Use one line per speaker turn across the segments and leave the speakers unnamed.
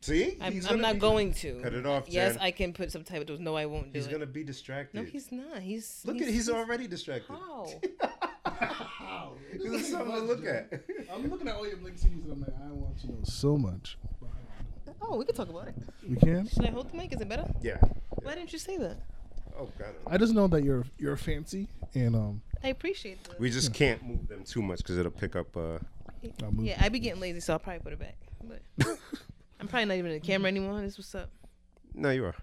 See,
I'm,
He's
I'm
gonna
not
be-
going to.
Cut it off,
Yes,
Jen.
I can put subtitles. No, I won't do
He's
it.
gonna be distracted.
No, he's not. He's
Look at he's already distracted.
How?
Wow, this is something to look at.
I'm looking at all your link CDs and I'm like, I want to know so much.
Oh, we can talk about it.
We can.
Should I hold the mic? Is it better?
yeah.
Why didn't you say that?
Oh God.
I just know that you're you're fancy and um.
I appreciate that.
We just can't move them too much because it'll pick up. Uh,
I moved
Yeah, I be getting lazy, so I'll probably put it back. But I'm probably not even in the camera anymore. This what's up.
no, you are.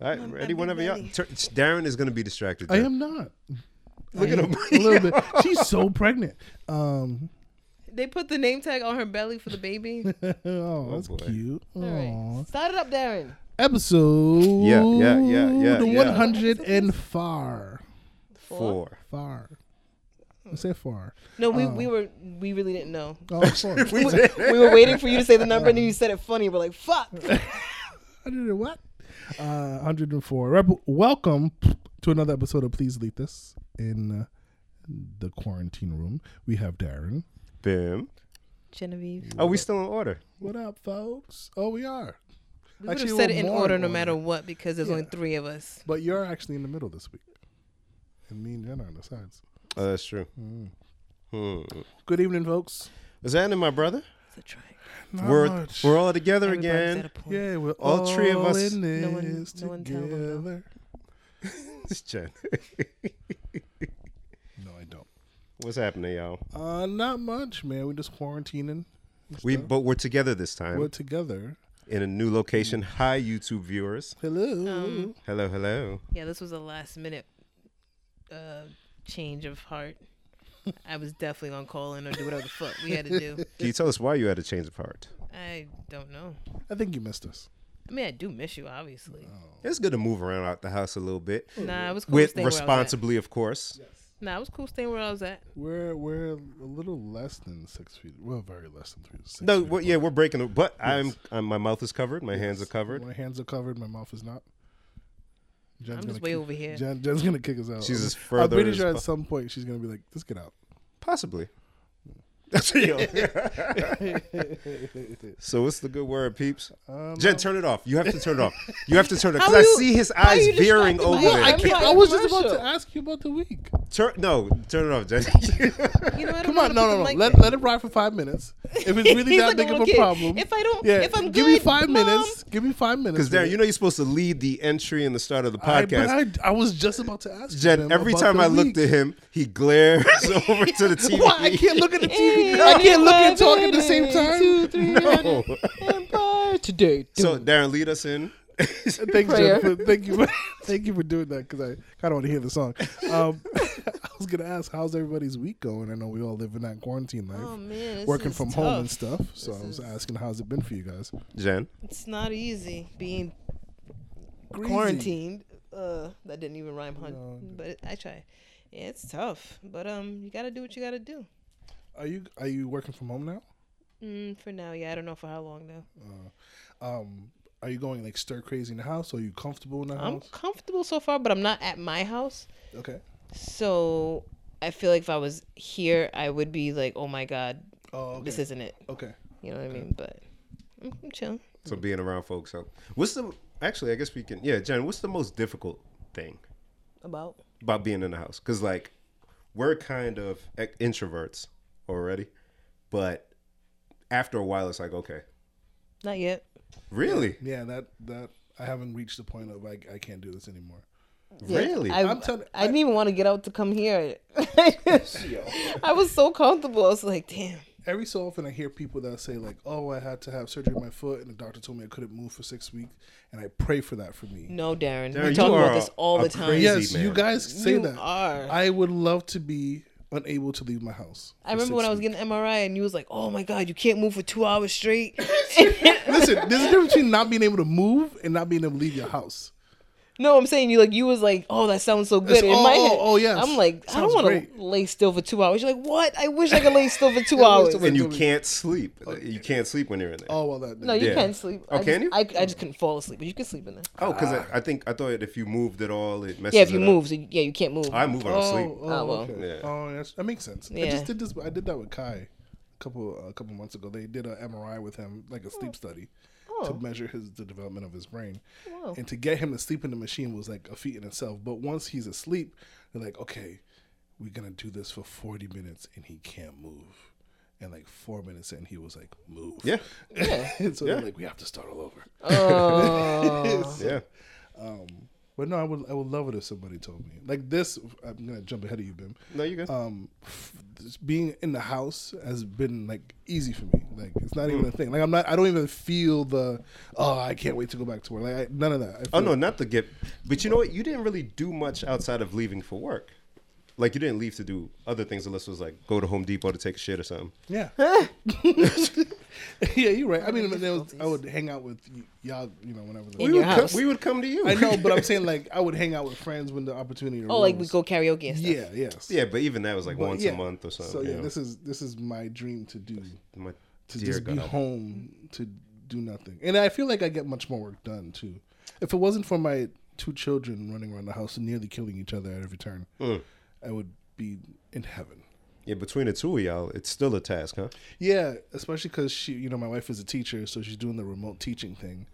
All right,
I'm-
ready
I'm
whenever y'all.
ready.
Tur- Darren is gonna be distracted.
I
Darren.
am not.
Look
I
at
am
him.
a little bit. She's so pregnant. Um.
They put the name tag on her belly for the baby.
oh, that's
boy.
cute.
All
Aw.
right, start it up, Darren.
Episode.
Yeah, yeah, yeah, yeah, yeah.
One hundred and far.
Four.
Far. I say far.
No, we, we were we really didn't know.
Oh, far. I
we did.
We were waiting for you to say the number, and then you said it funny. We're like, fuck.
did it. What? Uh, hundred and four. Rep- welcome to another episode of Please Delete This in uh, the quarantine room. We have Darren.
Bim.
Genevieve.
Are we still in order?
What up, folks? Oh, we are.
We would have
Actually,
said
we're
it in
more in
order no
order.
matter what because there's only
Yeah.
three of us.
But you're actually in the middle this week, and me and Jen are on the sides.
Oh, that's true. Hmm.
Good evening, folks.
Is that in my brother?
It's a triangle.
Not
we're
much.
we're all together
Everybody's
again.
at a point.
yeah, we're
all three of us-
in this
No one- no one tell them, though.
together.
It's Jen.
No, I don't.
What's happening, y'all?
Uh, not much, man. We're just quarantining. and
We
stuff.
but we're together this time
we're together.
in a new location. Hi, YouTube viewers.
Hello.
Um,
Hello, hello.
Yeah, this was a last minute uh, change of heart. I was definitely gonna call in or do whatever the fuck we had to do.
Can you tell us why you had a change of heart?
I don't know.
I think you missed us.
I mean, I do miss you, obviously.
Oh,
It's good to move around out the house a little bit,
Nah, it was cool
with
staying where I was at.
responsibly, of course.
Nah, it was cool staying where I was at.
We're we're a little less than six feet. Well, very less than three. Six
No,
feet
well, yeah, we're breaking. The, but I'm, I'm. My mouth is covered. My hands are
apart.
covered.
My hands are covered. My mouth is not. Jen's
I'm
gonna
just way
kick-
over here.
Jen, Jen's gonna kick us out.
She's
I'm-
as further
I'm pretty
as
sure at
po-
some point she's gonna be like, "Let's get out."
Possibly. That's real. so what's the good word, peeps?
Um,
Jen, turn it off. You have to turn it off. You have to turn it off
How
because I
you-
see his
how
eyes
you
veering
distracted
over
by
there.
that?
I
I'm
can't.
not
I was just about to
commercial.
ask you about the week.
Turn no, turn it off, Jen.
You know, I don't
Come
know
on,
how to put
no, no, no.
the mic
Let
down.
let it ride for five minutes. If it's really
He's
that
like a
big of
little
a
kid.
problem,
If I don't,
yeah,
if I'm
give me
good,
five
Mom,
minutes. Give me five minutes.
Because Darren,
man.
you know you're supposed to lead the entry and the start of the
I, but
podcast.
I, I was just about to ask. you,
Jen,
Jim,
every
about
time
the
I looked
week.
at him, he glares over to the TV.
Why I can't look at the TV? I can't look and talk at the same
Two,
time.
three,
No.
Empire today.
So Darren, lead us in.
Thanks,
Prayer.
Jen. For, thank you. For, thank you for doing that because I kind of want to hear the song. Um, I was gonna ask, how's everybody's week going? I know we all live in that quarantine life,
Oh man, this
working
is
from
tough.
home and stuff. So
This
I was
is-
asking, how's it been for you guys?
Jen,
It's not easy being
Greasy.
quarantined. Uh, that didn't even rhyme, hun.
No, it
but I tried. Yeah, it's tough, but um, you gotta do what you gotta do.
Are you are you working from home now?
Mm, for now, yeah, I don't know for how long though.
Um, are you going like stir crazy in the house? Are you comfortable in the
I'm
house?
comfortable so far, but I'm not at my house,
Okay.
so I feel like if I was here, I would be like, oh my god,
Oh, okay.
this isn't it.
okay.
You know what I mean? But I'm, I'm chilling.
so being around folks. So what's the actually? I guess we can. Yeah, Jen, what's the most difficult thing
About
about being in the house? Because like we're kind of e- introverts already, but after a while, it's like okay,
not yet.
really,
Yeah, that that I haven't reached the point of I, I can't do this anymore.
really.
I,
I'm telling-
I didn't even want to get out to come here. I was so comfortable. I was like, damn.
Every so often, I hear people that say like, "Oh, I had to have surgery on my foot, and the doctor told me I couldn't move for six weeks," and I pray for that for me.
No, Darren.
Darren,
we
you
talk
are
about
a-
this all
a
the time.
crazy-
yes,
man.
you guys say
You
that.
are.
I would love to be unable to leave my house.
I
for
remember when
six
I was
weeks.
getting MRI and you was like, oh my God, you can't move for two hours straight.
Listen, there's a difference between not being able to move and not being able to leave your house.
no, I'm saying you like you was like, oh, that sounds so good.
That's-
In
oh,
my
oh,
head,
oh, yes.
I'm like, I
Sounds
don't want
great.
to lay still for two hours. You're like, what? I wish I could lay still for two
I wish
hours.
to lay-
and you can't sleep. You can't sleep when you're in there.
Oh well, that
No, you
Yeah.
can sleep.
Oh,
I
can
just,
you?
I, I just couldn't fall asleep, but you can sleep in there.
Oh, because I, I think I thought if you moved at all, it messes.
Yeah, if you
it up.
move, so yeah, you can't move.
I move when I
Oh,
sleep.
oh,
Ah, well.
okay.
Yeah.
oh that's, that makes sense. I
Yeah.
just did this. I did that with Kai. couple a couple months ago. They did an MRI with him, like a sleep study, to
Oh,
measure his the development of his brain.
whoa.
And to get him to sleep in the machine was like a feat in itself. But once he's asleep, they're like, okay, we're gonna do this for forty minutes, and he can't move. And like four minutes in, he was like, move.
Yeah.
and so
Yeah.
they're like, we have to start all over.
Uh. Oh.
Yeah.
Um, but no, I would I would love it if somebody told me like this. I'm gonna jump ahead of you, Bim.
No, you good?
Um, f- this being in the house has been like easy for me. Like it's not
Hmm.
even a thing. Like I'm not. I don't even feel the. Oh, I can't wait to go back to work. Like I, none of that. I
oh
feel-
no, not the gift. But you know what? You didn't really do much outside of leaving for work. Like you didn't leave to do other things unless it was like go to Home Depot to take a shit or something.
Yeah. yeah, you're right. I mean, there was, I would hang out with y- y'all, you know, whenever.
In
The,
your
would come,
house.
we would come to you.
I know, but I'm saying like I would hang out with friends when the opportunity. Arose.
Oh, like we go karaoke and stuff.
Yeah. Yes.
yeah, but even that was like
But
once
yeah.
a month or something.
So
you
yeah,
know?
this is this is my dream to do
My
to
dear
just be
God.
home to do nothing, and I feel like I get much more work done too. If it wasn't for my two children running around the house and nearly killing each other at every turn,
Mm.
I would be in heaven.
Yeah, between the two of y'all, it's still a task, huh?
Yeah, especially because she, you know, my wife is a teacher, so she's doing the remote teaching thing.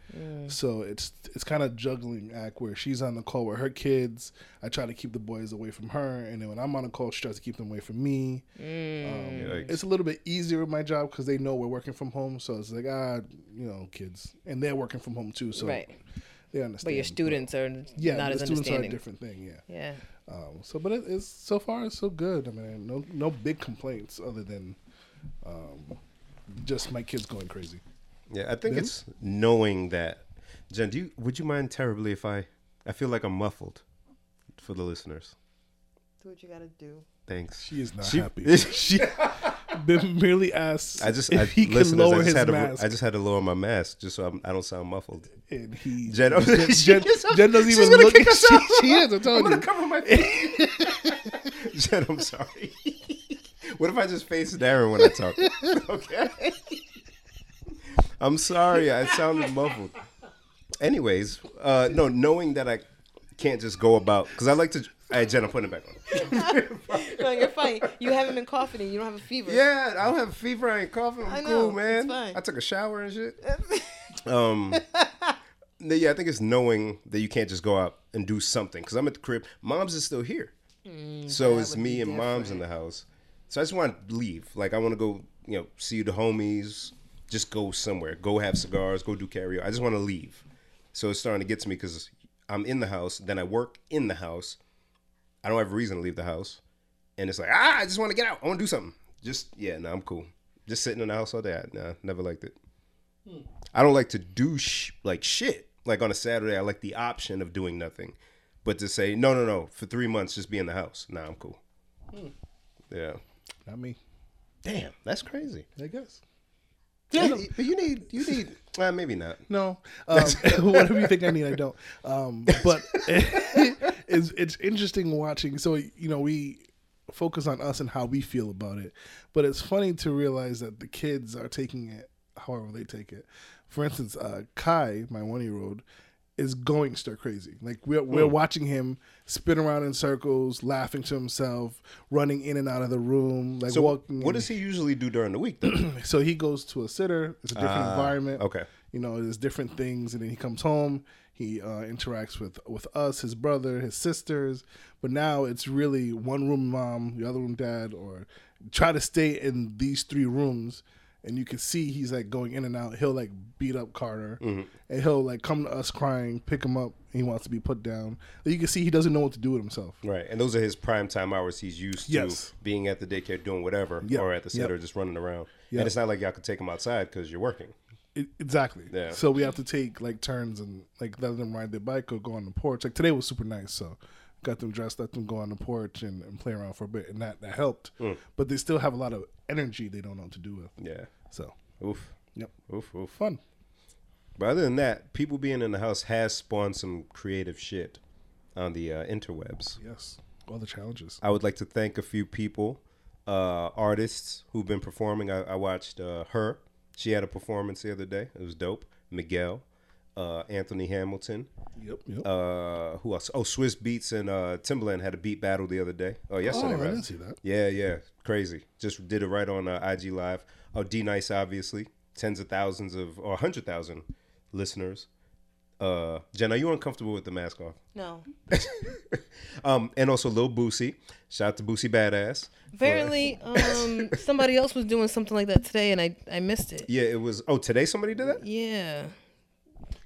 So it's it's kind of juggling act where she's on the call with her kids. I try to keep the boys away from her, and then when I'm on a call, she tries to keep them away from me. Um,
Yikes.
it's a little bit easier with my job because they know we're working from home, so it's like ah, you know, kids, and they're working from home too, so
Right.
they understand.
But your students are
yeah,
not
the
as
students are a
understanding.
different thing. Yeah.
Yeah.
Um, so, but it, it's so far it's so good. I mean, no no big complaints other than um, just my kids going crazy.
Yeah, I think
Them?
it's knowing that. Jen, do you would you mind terribly if I I feel like I'm muffled for the listeners.
Do what you gotta do.
Thanks.
She is not
She-
happy.
she-
Bim merely asks
I just
if
I,
he can
listeners, I
lower
just
his
had to,
mask,
I just had to lower my mask just so I'm, I don't sound muffled.
and he
Jen, I'm-
Jen,
she
Jen-
is-
Jen doesn't
she's
even
gonna
look.
kick
at
us
she,
out.
she is. I'm telling you.
cover my face. Jen, I'm sorry. what if I just face Darren when I talk? okay. I'm sorry. I sounded muffled. Anyways, uh, no, knowing that I can't just go about because I like to. Hey, Jen, I'm putting it back on.
No, you're fine. You haven't been coughing and you don't have a fever.
Yeah, I don't have fever. I ain't coughing. I'm
I know,
cool,
it's
man.
fine.
I took a shower and shit. Um, no, yeah, I think it's knowing that you can't just go out and do something. Because I'm at the crib. Mom's is still here. so it's
Mm, would
me
be
and mom's in the house. So I just want to leave. Like, I want to go, you know, see the homies, just go somewhere, go have cigars, go do karaoke. I just want to leave. So it's starting to get to me because I'm in the house, then I work in the house. I don't have a reason to leave the house. And it's like, ah, I just want to get out. I want to do something. Just, yeah, no, I'm cool. Just sitting in the house all day. I, nah, never liked it. I don't like to do sh- like shit. Like on a Saturday, I like the option of doing nothing. But to say, no, no, no, for three months, just be in the house. Nah, I'm cool. Yeah.
Not me.
Damn, that's crazy.
I guess.
Yeah. But you need, you need, well, maybe not.
No, um, whatever you think I need, I don't. Um, but it's it's interesting watching. So you know, we focus on us and how we feel about it, but it's funny to realize that the kids are taking it however they take it. For instance, uh, Kai, my one year old, is going stir crazy. Like we're we're watching him spin around in circles, laughing to himself, running in and out of the room, like
So,
walking.
what
in-
does he usually do during the week, though?
so he goes to a sitter. It's a different environment.
okay.
You know, there's different things, and then he comes home. He uh, interacts with with us, his brother, his sisters. But now it's really one room mom, the other room dad, or try to stay in these three rooms. And you can see he's like going in and out. He'll like beat up Carter, and he'll like come to us crying, pick him up. And he wants to be put down. You can see he doesn't know what to do with himself.
right. And those are his prime time hours he's used to
Yes.
being at the daycare doing whatever
Yep.
or at the
Yep.
center just running around.
Yep.
And it's not like y'all can take him outside because you're working.
It, E-, exactly.
Yeah.
So we have to take like turns and like let them ride their bike or go on the porch. Like today was super nice, so got them dressed, let them go on the porch and, and play around for a bit, and that that helped. But they still have a lot of energy they don't know what to do with.
Mm. Yeah.
So
Oof.
yep,
Oof, oof.
fun.
But other than that, people being in the house has spawned some creative shit on the uh, interwebs.
Yes, all the challenges.
I would like to thank a few people, uh, artists who've been performing. I, I watched uh, her. She had a performance the other day. It was dope. Miguel. uh, Anthony Hamilton.
Yep. yep.
Uh, who else? Oh, Swiss Beats and uh, Timbaland had a beat battle the other day. Oh,
oh, I
yesterday, right?
didn't see that.
Yeah, yeah, crazy. Just did it right on uh, IG Live. Oh, D Nice, obviously, tens of thousands of or hundred thousand listeners. Uh, Jen, are you uncomfortable with the mask off?
No.
Um, and also Lil Boosie. Shout out to Boosie Badass.
Apparently, um, somebody else was doing something like that today, and I I missed it.
Yeah, it was. Oh, today somebody did that.
Yeah.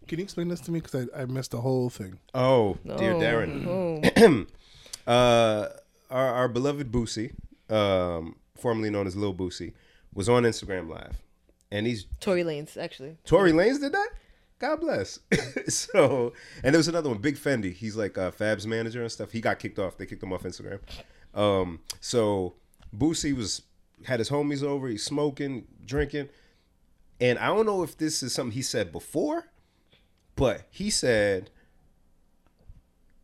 Can you explain this to me? Because I, I missed the whole thing.
Oh, dear
Oh,
Darren.
oh.
uh, our, our beloved Boosie, um, formerly known as Lil Boosie, was on Instagram Live, and he's
Tory Lanez, actually.
Tory Lanez did that. God bless. so, and there was another one, Big Fendi. He's like uh, Fab's manager and stuff. He got kicked off. They kicked him off Instagram. Um, so Boosie was had his homies over. He's smoking, drinking, and I don't know if this is something he said before, but he said,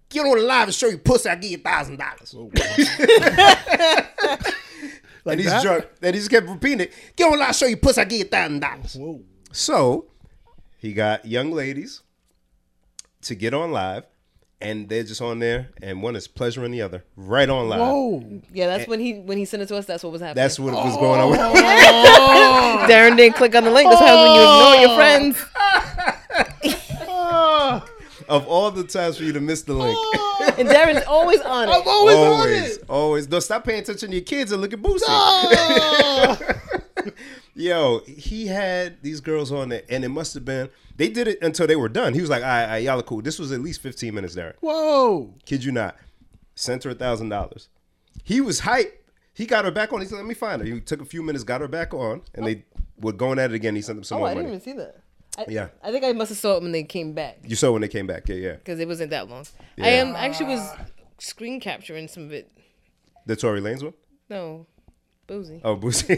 "Get on the live and show you pussy. I give you thousand dollars."
Oh, Like
And he's
that?
drunk. And he just kept repeating it. Get on the live, and show you pussy. I give you thousand dollars.
Whoa.
So he got young ladies to get on live, and they're just on there, and one is pleasuring the other right on live.
Whoa.
Yeah, that's when he when he sent it to us. That's what was happening.
Eh. That's what was going on. With-
Darren didn't click on the link. That's how when you ignore your friends.
Ah!
Oh.
of all the times for you to miss the link,
And Darren's always Oh, on it.
Always,
always, always. No, stop paying attention to your kids and look at Boosie. Yo, he had these girls on there, and it must have been they did it until they were done. He was like, "All right, all right, y'all are cool." This was at least fifteen minutes, Darren.
Whoa.
Kid you not. Sent her a thousand dollars. He was hyped. He got her back on. He said, "Let me find her." He took a few minutes, got her back on, and they were going at it again. He sent them some
Oh,
more
I didn't
money.
even see that. I,
Yeah.
I think I must have saw it when they came back
You saw when they came back. Yeah, yeah.
because it wasn't that long. I am actually was screen capturing some of it.
The Tory Lanez one.
No, boozy.
Oh, Boosie.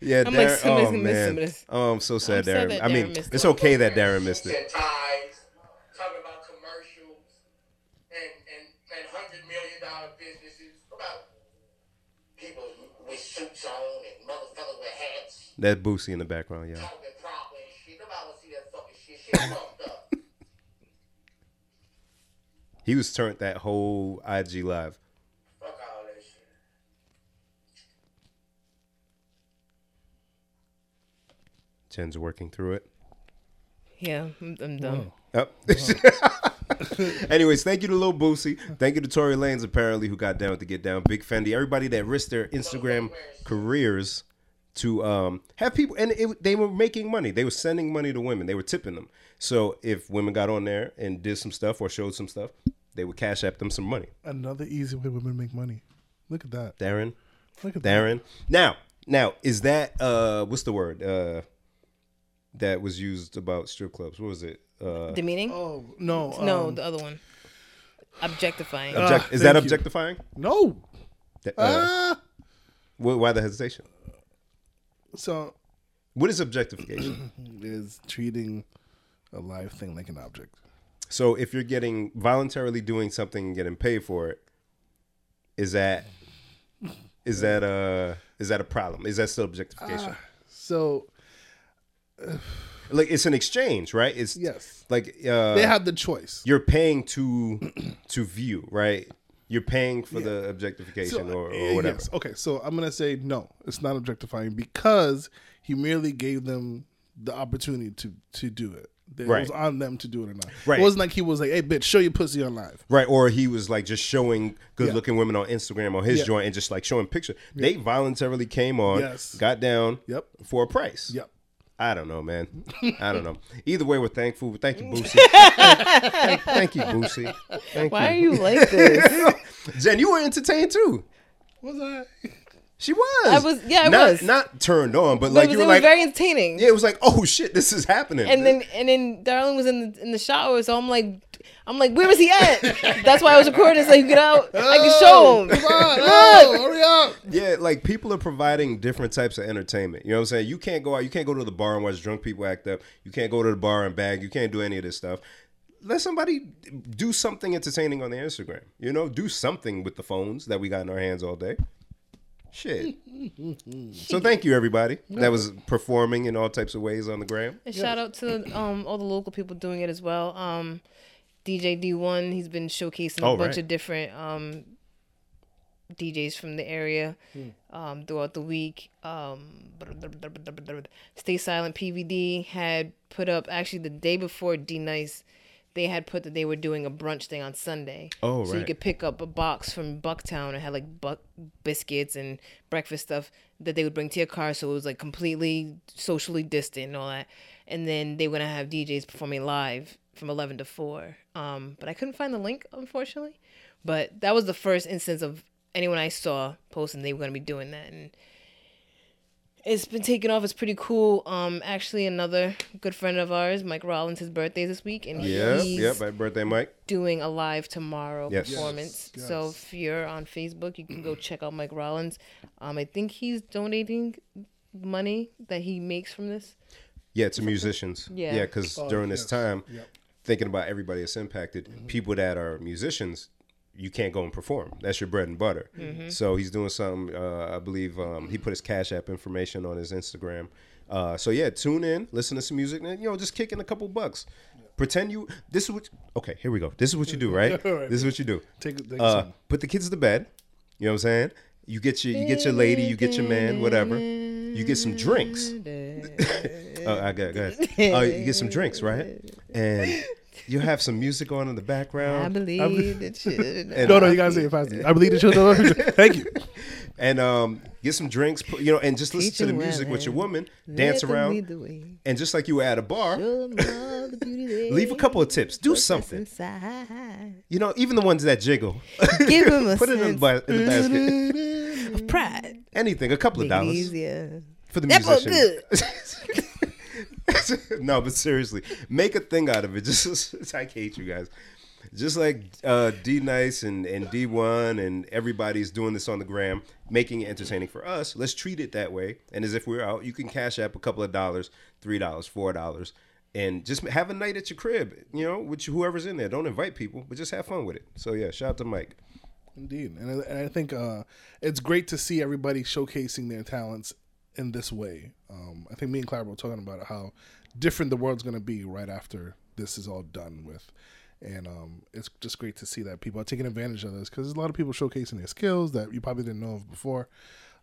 yeah,
I'm like,
Darren.
somebody's
oh
gonna miss some of
man.
this.
Oh, I'm so sad,
I'm sad
Darren.
that
I mean,
Darren missed
it's
it.
okay that Darren missed it.
Their ties, talking about commercials and, and, and hundred million dollar businesses, about people with suits on and motherfuckers with hats,
That Boosie in the background, y'all.
talking proper and shit. Nobody wanna see that fucking shit. Shit fucked up.
He was turned that whole IG live.
Fuck all that shit.
Jen's working through it.
Yeah, I'm, I'm done.
Yep. Anyways, thank you to Lil Boosie. Thank you to Tory Lanez, apparently, who got down with the get down. Big Fendi. Everybody that risked their Instagram careers to um, have people, and it, they were making money. They were sending money to women. They were tipping them. So if women got on there and did some stuff or showed some stuff, they would cash app them some money.
Another easy way women make money. Look at that.
Darren,
Look at that.
Darren. Now, now is that uh, what's the word uh, that was used about strip clubs? What was it?
Ah,
Uh,
Demeaning?
Oh, no.
no,
um,
the other one. Objectifying.
object-
Ah,
is that
thank you.
objectifying?
no.
Th- uh,
Ah.
wh- why the hesitation?
so
What is objectification?
is treating a live thing like an object.
so if you're getting voluntarily doing something and getting paid for it, is that is that uh is that a problem? Is that still objectification?
Ah. So
like it's an exchange, right? It's
yes,
like uh
they have the choice.
you're paying to to view, right? You're paying for the objectification or,
Uh,
or whatever.
yes. Okay, so I'm gonna say no. It's not objectifying because he merely gave them the opportunity to to do it. It
Right.
was on them to do it or not.
Right.
It wasn't like he was like, "Hey, bitch, show your pussy on live."
Right, or he was like just showing good looking women on Instagram on his
Yeah.
joint and just like showing pictures. They voluntarily came on,
Yes.
got down
Yep.
for a price.
Yep.
I don't know, man. I don't know. Either way, we're thankful. Thank you, Boosie. thank, thank you, Boosie. Thank
Why are
you.
you like this?
Jen, you were entertained too.
Was I?
She was.
I was- yeah, I
not,
was.
Not turned on, but
But
like
it was,
you were
it was
like,
very entertaining.
yeah, it was like, oh shit, this is happening.
And then and then Darling was in the in the shower, so I'm like I'm like, where is he at? That's why I was recording so he could get out. I can show him.
Come on, oh, hurry up!
yeah, like people are providing different types of entertainment. You know what I'm saying? You can't go out, you can't go to the bar and watch drunk people act up. You can't go to the bar and bag. You can't do any of this stuff. Let somebody do something entertaining on their Instagram. You know, do something with the phones that we got in our hands all day. Shit. so thank you everybody that was performing in all types of ways on the gram.
And shout out to um, all the local people doing it as well. Um, DJ D1, he's been showcasing a
Oh,
bunch
right.
of different um, DJs from the area
Hmm.
um, throughout the week. Um, Stay Silent PVD had put up, actually, the day before D Nice, they had put that they were doing a brunch thing on Sunday.
Oh,
So you
right.
could pick up a box from Bucktown and had like buck biscuits and breakfast stuff that they would bring to your car. So it was like completely socially distant and all that. And then they were gonna have DJs performing live from eleven to four. Um, but I couldn't find the link unfortunately. But that was the first instance of anyone I saw posting they were gonna be doing that and it's been taken off. It's pretty cool. Um, actually, another good friend of ours, Mike Rollins, his birthday is this week, and
Yeah,
he's
yep. Happy birthday, Mike.
doing a live tomorrow
Yes. Mm-hmm.
performance.
Yes,
So
yes.
if you're on Facebook, you can go check out Mike Rollins. Um, I think he's donating money that he makes from this.
Yeah, to musicians.
Yeah.
Yeah, because
Oh,
during
yes.
this time,
Yep.
thinking about everybody that's impacted, people that are musicians, you can't go and perform. That's your bread and butter. So he's doing something. Uh, I believe um, he put his Cash App information on his Instagram. Uh, so yeah, tune in, listen to some music, and you know, just kick in a couple bucks. Pretend you. This is what. Okay, here we go. This is what you do, right?
Alright.
This is what you do.
Take- take
uh,
some.
put the kids to bed. You know what I'm saying? You get your you get your lady, you get your man, whatever. You get some drinks. Oh, I got go ahead. Oh, you get some drinks, right? And you have some music on in the
I
background,
believe that shit.
No, no, you gotta say it fast. I believe the children. Thank you.
and um, get some drinks, put- you know, and just listen to the
Teaching
music with your woman,
Let
dance
them lead
around,
the way.
and just like you were at a bar,
Show 'em all the beauty they
leave a couple of tips, do something.
inside.
You know, even the ones that jiggle,
Give them a
put it in the,
sense
ba- in the basket.
of pride.
Anything, a couple of
Mm-hmm. Make it
dollars
easier.
for the
That felt
musician. no, but seriously, make a thing out of it. Just I hate you guys. Just like uh, D Nice and, and D One and everybody's doing this on the gram, making it entertaining for us. Let's treat it that way. And as if we are out, you can cash app a couple of dollars, three dollars, four dollars, and just have a night at your crib. You know, with whoever's in there. Don't invite people, but just have fun with it. So yeah, shout out to Mike.
Indeed, and I, and I think uh, it's great to see everybody showcasing their talents in this way. Um, I think me and Clara were talking about how different the world's going to be right after this is all done with, and um, it's just great to see that people are taking advantage of this because there's a lot of people showcasing their skills that you probably didn't know of before.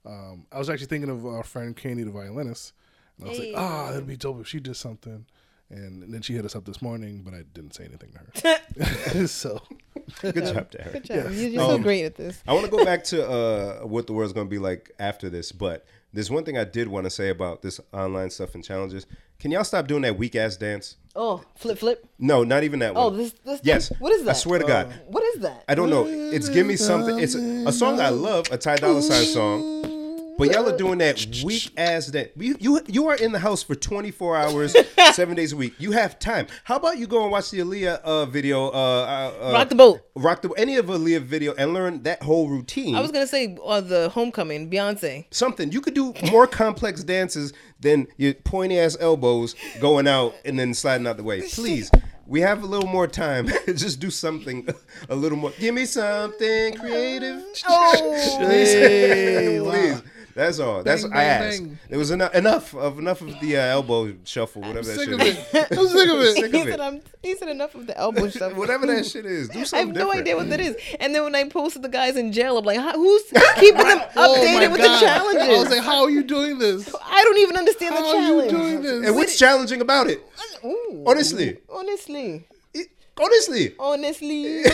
Um, I was actually thinking of our friend Candy, the violinist, and I was like, ah, that'd be dope if she did something. And, and then she hit us up this morning, but I didn't say anything to her. so
Good job, Derek.
Good job. You're,
Um,
you're so great at this.
I want to go back to uh, what the world's going to be like after this, but there's one thing I did want to say about this online stuff and challenges. Can y'all stop doing that weak ass dance?
Oh, flip, flip.
No, not even that one.
Oh, this, this.
Yes.
What is that?
I swear to God.
What is that?
I don't know. It's give me something. It's a, a song I love, a Ty Dolla Sign song. But y'all are doing that weak ass dance. You, you you are in the house for 24 hours, seven days a week. You have time. How about you go and watch the Aaliyah uh, video? Uh, uh, uh,
Rock the boat.
Rock the any of Aaliyah video and learn that whole routine.
I was gonna say uh, the homecoming, Beyonce.
something. You could do more complex dances than your pointy ass elbows going out and then sliding out the way. Please, we have a little more time. Just do something a little more. Give me something creative.
Oh.
Oh.
Hey,
Please. That's all. That's
Bang,
I
bang,
asked.
bang.
There was enough, enough of enough of the uh, elbow shuffle, whatever that
sick
shit
of
is.
it. I'm sick of it.
Sick of
he
it.
said, I'm, he said enough of the elbow stuff.
Whatever that shit is, do something
I have no
different.
idea what that is. And then when I posted the guys in jail, I'm like, "How- who's keeping them updated with the
Oh I was
challenges? I,
like, how are you doing this?
don't even understand
How
the
are you
challenge.
doing this?
And what's challenging about it?
Ooh.
Honestly,
honestly,
It- honestly,
honestly,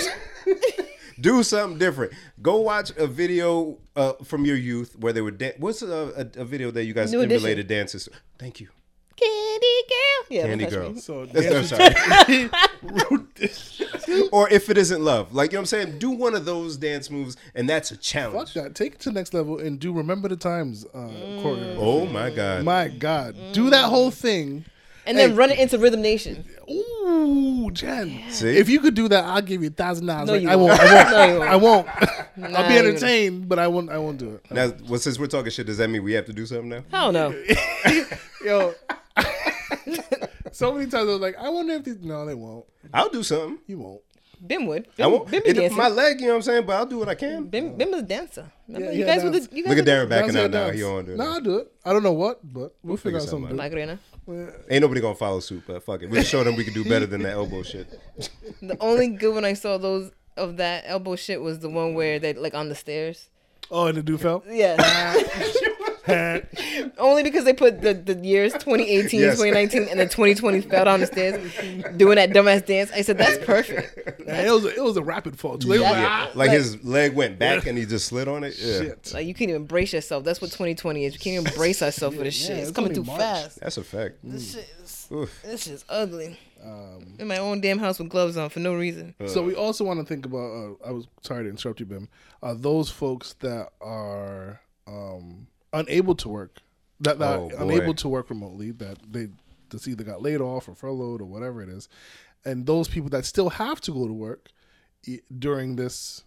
Do something different. Go watch a video uh, from your youth where they were dan- What's a, a, a video that you guys
New Edition.
emulated dances? Thank you,
Candy girl, yeah,
Candy
don't touch
Girl.
me.
So
I'm
dance-
sorry. or if it isn't love, like you know what I'm saying, do one of those dance moves, and that's a
Fuck
challenge.
that. Take it to the next level and do remember the times uh,
Mm.
choreo.
Oh my god!
My God, do that whole thing.
And then run it into Rhythm Nation.
Ooh, Jen.
See?
If you could do that, I'll give you thousand dollars.
No,
Like,
you
I won't.
won't. No, you
I won't. I'll be
you won't.
entertained, but I won't. I won't do it.
now, well, since we're talking shit, does that mean we have to do something now?
I don't know.
Yo, so many times I was like, I wonder if these. No, they won't.
I'll do something.
You won't.
Bim would.
I
Bim,
won't.
Bim be
it-
dancing.
my leg, you know what I'm saying? But I'll do what I can.
Bim, Bim was a dancer. Remember?
Yeah,
you
yeah,
guys were the.
dance.
You guys
Look
were
at
the-
Darren backing
Beyonce
out now.
dance.
He on there.
Nah, I do it. I don't know what, but we'll, figure,
figure
out
something
something.
La Grena.
Ain't nobody gonna follow suit, but fuck it. We'll show them we can do better than that elbow shit.
The only good one I saw those of that elbow shit was the one where they like on the stairs.
Oh, and the dude fell.
Yeah. Only because they put the, the years 2018,
Yes.
2019, and then 2020 fell down the stairs doing that dumbass dance. I said, that's perfect.
Man, it was a, it was a rapid fall too. They were Ah, like, "Ah,
Yeah. Like his leg went back and he just slid on it. Yeah.
Shit.
Like, you can't even brace yourself. That's what 2020 is. You can't even brace ourselves for this
Yeah,
shit. It's,
it's
coming
only
too
March.
fast.
That's a fact.
This shit is,
Mm. Oof.
this is ugly.
Um,
In my own damn house with gloves on for no reason.
Uh,
So we also want to think about. Uh, I was sorry to interrupt you, Bim. Uh, those folks that are um, unable to work, that, that
Oh,
are
boy.
unable to work remotely, that they that's either got laid off or furloughed or whatever it is, and those people that still have to go to work i- during this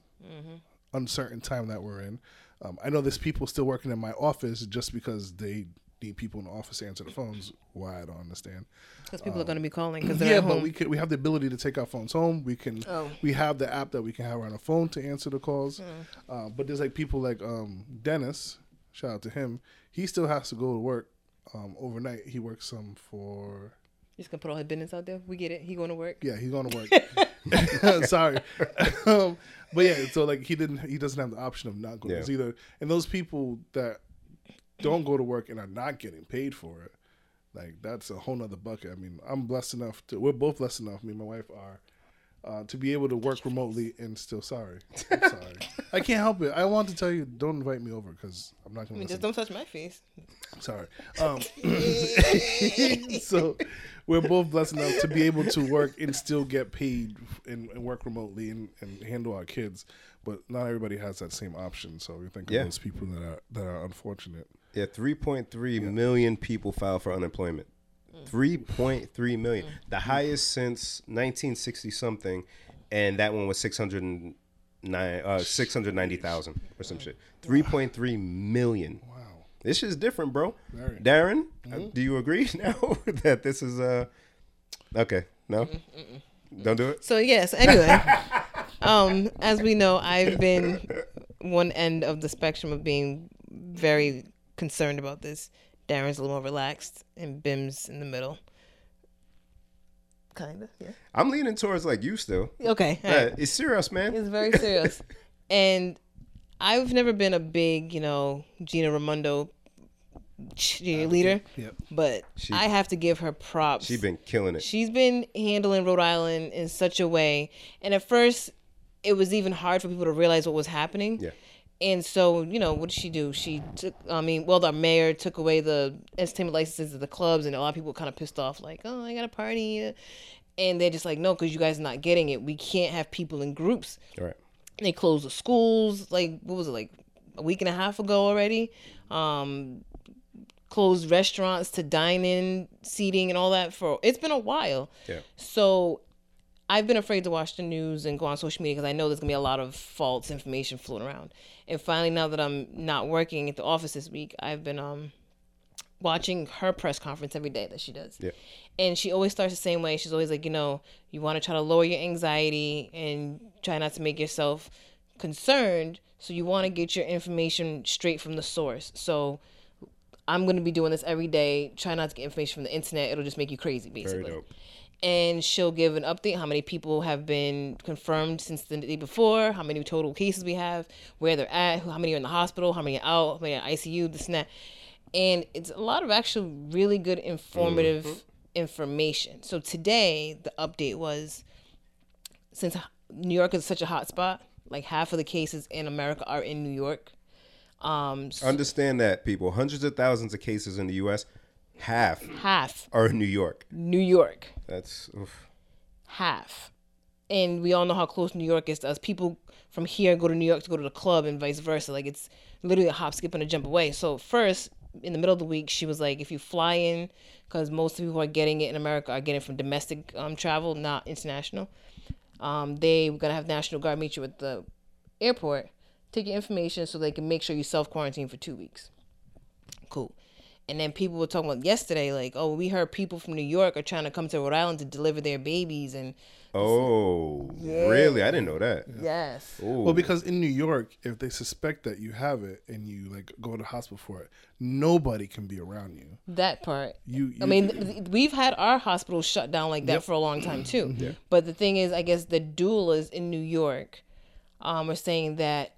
uncertain time that we're in. Um, I know there's people still working in my office just because they need people in the office to answer the phones. Why I don't understand.
Because people are going to be calling because they're
um, Yeah,
at home.
but we could, we have the ability to take our phones home. We can
Oh. Hmm.
we have the app that we can have on our phone to answer the calls. Uh, but there's like people like um, Dennis. Shout out to him. He still has to go to work um, overnight. He works some for
Just going to put all his business out there. We get it. He going to work.
yeah. He's going to work. Sorry, um, but yeah. So like he didn't. He doesn't have the option of not going.
Yeah.
It's either and those people that don't go to work and are not getting paid for it. Like that's a whole nother bucket. I mean, I'm blessed enough to. We're both blessed enough. Me and my wife are. Uh, to be able to work remotely and still sorry, I'm sorry, I can't help it. I want to tell you, don't invite me over because I'm not
I
gonna.
mean,
listen.
just don't touch my face.
Sorry. Um, so we're both blessed enough to be able to work and still get paid and, and work remotely and, and handle our kids, but not everybody has that same option. So we think
Yeah.
of those people that are that are unfortunate.
Yeah, Mm. 3.3 million people file for unemployment. 3.3 million. The highest since 1960 something, and that one was 609 uh 690,000 or some shit. 3.3 million. Wow. This is different, bro. Darren, uh, do you agree now that this is uh Okay, no. Don't do it.
So yes, anyway, um, as we know, I've been one end of the spectrum of being very concerned about this. Darren's a little more relaxed, and Bim's in the middle. Kinda, yeah.
I'm leaning towards like you still.
Okay, all right.
Uh, it's serious, man.
It's very serious. and I've never been a big, you know, Gina Raimondo cheerleader,
Yep.
but I have to give her props.
She been killing it.
She's been handling Rhode Island in such a way, and at first, it was even hard for people to realize what was happening.
Yeah.
And so, you know, what did she do? She took, I mean, well, the mayor took away the entertainment licenses of the clubs, and a lot of people were kind of pissed off, like, oh, I got a party. And they're just like, no, because you guys are not getting it. We can't have people in groups
All right.
they closed the schools like what was it like a week and a half ago already um closed restaurants to dine in seating and all that for it's been a while
Yeah.
so i've been afraid to watch the news and go on social media because i know there's gonna be a lot of false information floating around and finally now that i'm not working at the office this week i've been um watching her press conference every day that she does
Yeah.
and she always starts the same way. She's always like, you know, you want to try to lower your anxiety and try not to make yourself concerned. So you want to get your information straight from the source. So I'm going to be doing this every day. Try not to get information from the internet. It'll just make you crazy, basically.
dope.
And she'll give an update how many people have been confirmed since the day before, how many total cases we have, where they're at, who- how many are in the hospital, how many are out, how many are ICU, this and that. And it's a lot of actually really good informative information. So today, the update was since New York is such a hot spot, like half of the cases in America are in New York. Um, so
Understand that, people. Hundreds of thousands of cases in the U.S. Half
half
are in New York.
New York.
That's oof.
half. And we all know how close New York is to us. People from here go to New York to go to the club and vice versa. Like it's literally a hop, skip, and a jump away. So first, in the middle of the week, she was like, if you fly in, because most people who are getting it in America are getting it from domestic um, travel, not international. Um, they were gonna have National Guard meet you at the airport, take your information so they can make sure you self quarantine for two weeks. Cool. And then people were talking about yesterday, like, oh, we heard people from New York are trying to come to Rhode Island to deliver their babies, and
Oh, really? I didn't know that.
yes,
Ooh.
Well, because in New York, if they suspect that you have it and you like go to the hospital for it, nobody can be around you.
that part.
You, you
I mean, th- we've had our hospitals shut down like that for a long time too. But the thing is, I guess the doulas in New York um, are saying that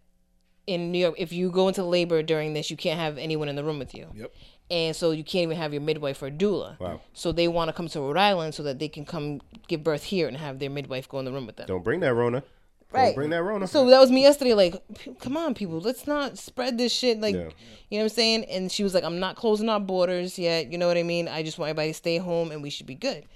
in New York, if you go into labor during this, you can't have anyone in the room with you.
Yep.
And so you can't even have your midwife or doula.
Wow.
So they want to come to Rhode Island so that they can come give birth here and have their midwife go in the room with them.
don't bring that Rona. Don't
Right.
bring that Rona.
So that was me yesterday. Like, "P- come on, people, let's not spread this shit. Like,
Yeah.
you know what I'm saying? And she was like, I'm not closing our borders yet. You know what I mean? I just want everybody to stay home and we should be good.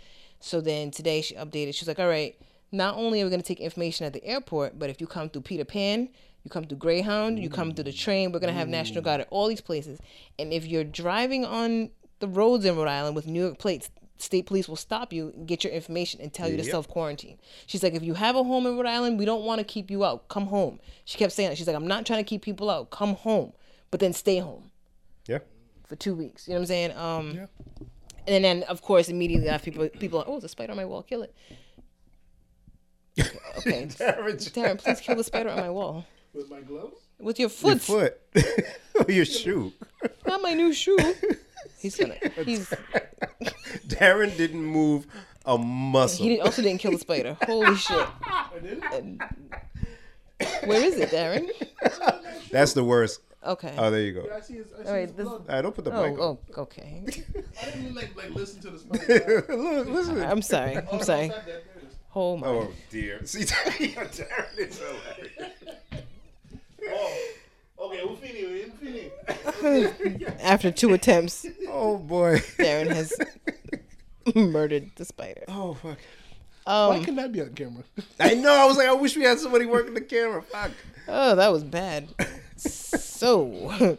So then today she updated. She's like, all right, not only are we going to take information at the airport, but if you come through Peter Pan, you come through Greyhound, you come through
Mm.
the train, we're going to have National Guard at all these places. And if you're driving on the roads in Rhode Island with New York plates, state police will stop you, get your information, and tell you to
Yep.
self quarantine. She's like, if you have a home in Rhode Island, we don't want to keep you out. Come home. She kept saying that. She's like, I'm not trying to keep people out. Come home, but then stay home
yeah.
for two weeks. You know what I'm saying? Um,
Yeah.
And then, of course, immediately after people, people, are, oh, there's a spider on my wall. Kill it. Okay, Darren, please kill the spider on my wall
with my gloves.
with your
Your
foot.
foot. Your shoe.
Not my new shoe. He's gonna. He's.
Darren didn't move a muscle.
He did, also didn't kill the spider. Holy shit. Uh, Where is it, Darren?
That's the worst.
Okay.
Oh, there you go.
I see his, I see
right,
his
this-
blood.
All right, don't put the mic on.
oh, oh, okay.
I didn't mean like like listen to the spider.
oh.
Look, listen.
I'm sorry. I'm sorry. Oh my.
Oh dear. See, Darren is hilarious.
Okay, we're finished. We're finished.
After two attempts,
Oh boy.
Darren has murdered the spider. Um,
Oh fuck.
Why can that be on camera?
I know. I was like, I wish we had somebody working the camera. Fuck.
Oh, that was bad. so,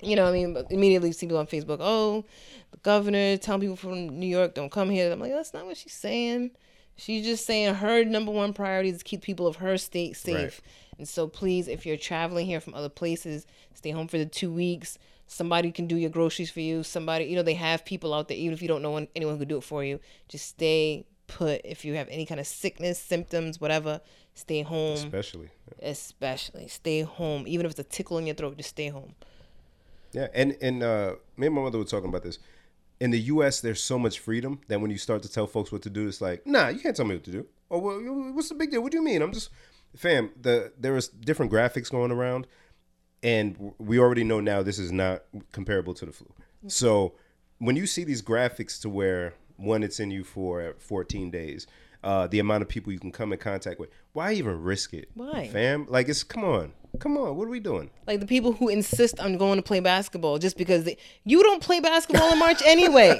you know, I mean, but immediately see people on Facebook, oh, the governor telling people from New York don't come here. I'm like, that's not what she's saying. She's just saying her number one priority is to keep people of her state safe. And so, please, if you're traveling here from other places, stay home for the two weeks. Somebody can do your groceries for you. Somebody, you know, they have people out there, even if you don't know one- anyone who could do it for you. Just stay put. If you have any kind of sickness, symptoms, whatever, stay home
Especially.
especially stay home even if it's a tickle in your throat just stay home
Yeah, and and uh, me and my mother were talking about this. In the U.S., there's so much freedom that when you start to tell folks what to do, it's like, nah, you can't tell me what to do. Or well, you- what's the big deal? What do you mean? I'm just, fam. The there is different graphics going around, and w- we already know now this is not comparable to the flu. So when you see these graphics to where one, it's in you for 14 days. Uh, the amount of people you can come in contact with. Why even risk it?
Why?
fam? Like it's come on, come on. What are we doing?
like the people who insist on going to play basketball just because they, you don't play basketball in march anyway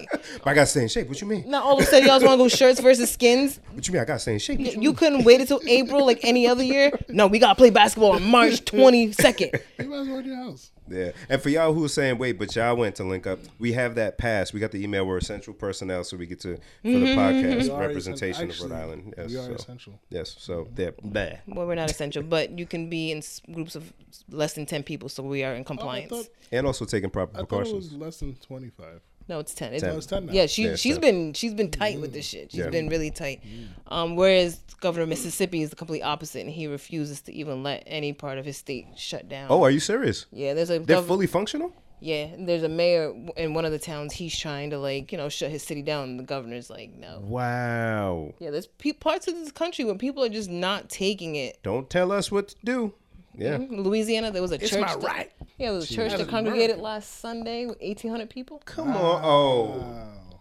I gotta stay in shape. What you mean?
now all of a sudden y'all want to go shirts versus skins
What you mean? I gotta stay in shape. What you
you couldn't wait until april like any other year no we gotta play basketball on march 22nd
You might as well in your house.
Yeah. And for y'all who are saying, wait, but y'all went to link up, we have that pass. We got the email. We're essential personnel, so we get to, for the podcast,
are
representation of
essen-
Rhode
actually,
Island. Yes.
we are
so.
essential.
Yes. So they're bleh.
well we're not essential but you can be in s- groups of less than 10 people so we are in
Oh, I
compliance
thought,
And also taking proper
I thought it
precautions.
was less than twenty five.
No, it's ten. It's,
Ten.
Oh, it's ten now. Mm.
Yeah, she
Yeah, it's
she's
ten.
been she's been tight with this shit. She's
Yeah.
been really tight. Um, whereas Governor of Mississippi is the complete opposite, and he refuses to even let any part of his state shut down.
Oh, are you serious?
yeah, there's a
They're
gov-
fully functional?
yeah, there's a mayor w- in one of the towns. He's trying to like you know shut his city down. And the governor's like no.
Wow.
Yeah, there's pe- parts of this country where people are just not taking it.
Don't tell us what to do. Yeah.
Mm-hmm. Louisiana, there was a church.
my
that-
right.
Yeah, it was a church that
That's
congregated last Sunday with 1,800 people.
Come on. Oh.
Wow.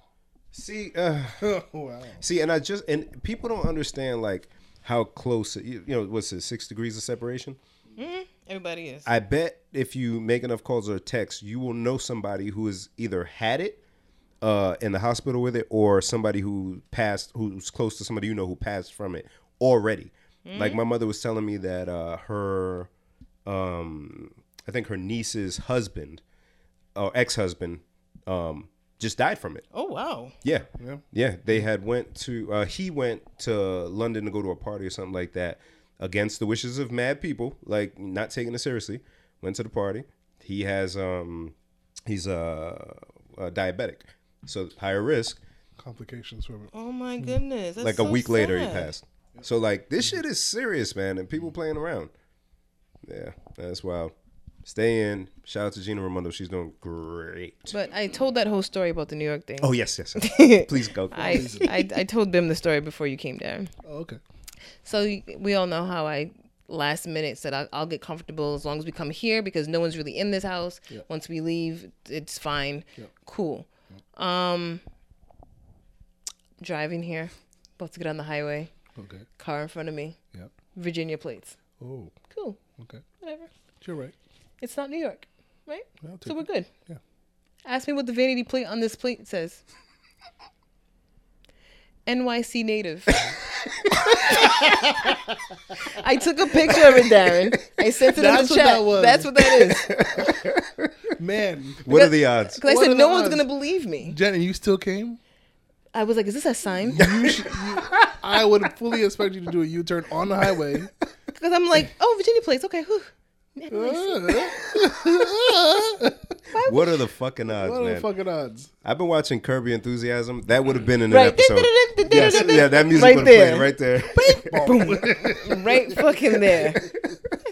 See, uh,
Oh, wow.
See, and I just and people don't understand like how close you, you know what's it six degrees of separation.
Everybody is.
I bet if you make enough calls or texts, you will know somebody who has either had it uh, in the hospital with it or somebody who passed, who's close to somebody you know who passed from it already. Like my mother was telling me that uh, her, um, I think her niece's husband or ex husband um, just died from it.
oh wow.
Yeah. yeah. They had went to uh he went to London to go to a party or something like that against the wishes of mad people, like not taking it seriously. Went to the party. He has um he's uh, uh diabetic, so higher risk.
Complications from it.
Oh my goodness. that's
Mm. like a
so
week later, he
sad.
passed. So like this shit is serious, man, and people playing around. Yeah, that's wild. Stay in. Shout out to Gina Raimondo. She's doing great.
But I told that whole story about the New York thing.
oh yes, yes. yes. Please go.
I, I I told them the story before you came down.
Oh, okay.
So y- we all know how I last minute said I'll, I'll get comfortable as long as we come here because no one's really in this house. Once we leave, it's fine. Cool. Um, driving here, about to get on the highway,
Okay.
car in front of me,
Yep.
Virginia plates.
Oh,
Cool,
okay.
whatever.
You're right.
It's not New York, right?
I'll
So
take
we're good.
Yeah.
Ask me what the vanity plate on this plate says. NYC native. I took a picture of it, Darren. I sent it in
That's what
the chat.
that was.
That's what that is.
Man,
What are the odds?
Because I
What
said
are
no
the
one's
odds?
gonna believe me.
Jenny, you still came?
I was like, "Is this a sign?"
You should, you, I would fully expect you to do a U turn on the highway.
Because I'm like, "Oh, Virginia Place. Okay, whew. NYC.
What are the fucking odds,
What are the
man?
fucking odds?
I've been watching Kirby Enthusiasm. That would have been in an
Right.
episode. yes, yeah, that music
Right
would have played
there.
right there.
right fucking there."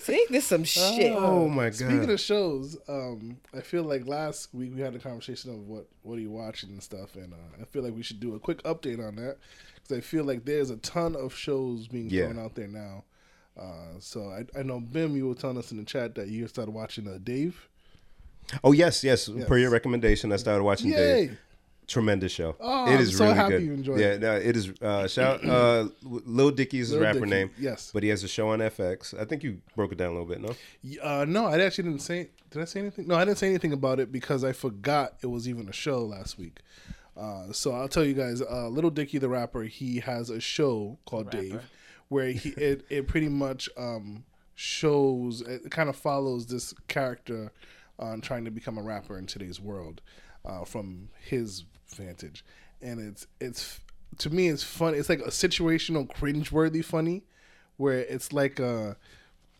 See, this some shit.
Oh my god.
Speaking of shows, um, I feel like last week we had a conversation of what what are you watching and stuff, and uh, I feel like we should do a quick update on that because I feel like there's a ton of shows being
Yeah.
thrown out there now. Uh, so I, I know Bim, you were telling us in the chat that you started watching uh, Dave.
oh yes, yes, Per your recommendation, I started watching
Yay!
Dave. Tremendous show.
Oh,
it
I'm
is
so
really
happy
good.
you enjoyed
yeah,
it.
no, it is. Uh, shout uh, Lil Dicky is his
Lil
rapper
Dicky,
name.
yes.
but he has a show on FX. I think you broke it down a little bit. No,
Y- Uh, no, I actually didn't say. Did I say anything? No, I didn't say anything about it because I forgot it was even a show last week. Uh, so I'll tell you guys. Uh, Little Dicky the rapper, he has a show called Dave, where he it, it pretty much um, shows it kind of follows this character on trying to become a rapper in today's world uh, from his vantage, and it's it's to me it's fun. It's like a situational cringeworthy funny, where it's like uh, a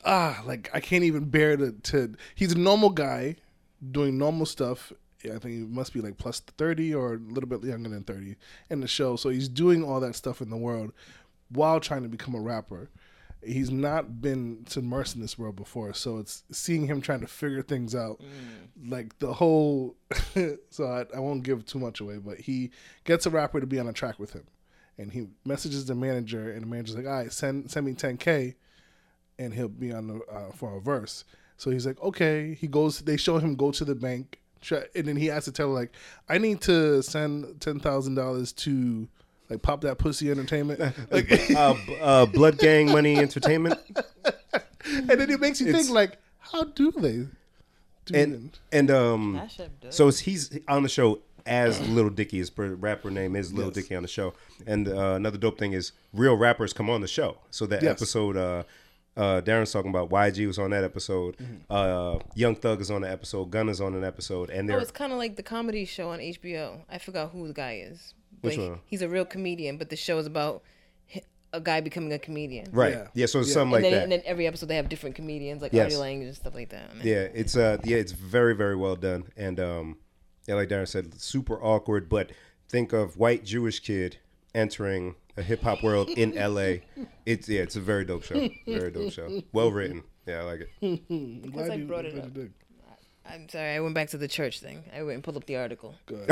ah, like I can't even bear to, to. He's a normal guy doing normal stuff. I think he must be like plus 30 or a little bit younger than 30 in the show. So he's doing all that stuff in the world while trying to become a rapper. He's not been submersed in this world before. So it's seeing him trying to figure things out. Like the whole. so I, I won't give too much away, but he gets a rapper to be on a track with him. And he messages the manager, and the manager's like, all right, send, send me 10K and he'll be on the uh, for a verse. So he's like, okay. He goes. They show him go to the bank, try, and then he has to tell her, like, I need to send ten thousand dollars to like pop that pussy entertainment. Like,
uh, b- uh, Blood Gang Money Entertainment,
and then it makes you think like, how do they? Do
and
it?
and um,
That shit does.
so it's, he's on the show as Lil Dicky. His per- rapper name is Lil Dicky on the show. And uh, another dope thing is real rappers come on the show. So that
Yes.
episode, uh, uh, Darren's talking about YG was on that episode.
Mm-hmm.
Uh, Young Thug is on the episode. Gunna's on an episode, and
Oh,
they're
it's kind of like the comedy show on HBO. I forgot who the guy is. But
Which
he-
one?
He's a real comedian, but the show is about hi- a guy becoming a comedian.
right. Yeah.
Yeah.
so it's something
And,
like
then,
that.
and then every episode they have different comedians, like
Yes.
Artie Lang and stuff like that. on it.
Yeah, it's uh yeah, it's very very well done, and um, yeah, like Darren said, super awkward. But think of white Jewish kid entering a hip hop world in L.A. It's yeah, it's a very dope show, very dope show, well written. Yeah, I like it.
I'm
Because
glad
I
you-
brought it
glad
up.
you did.
I'm sorry, I went back to the church thing. I went and pulled up the article.
Good.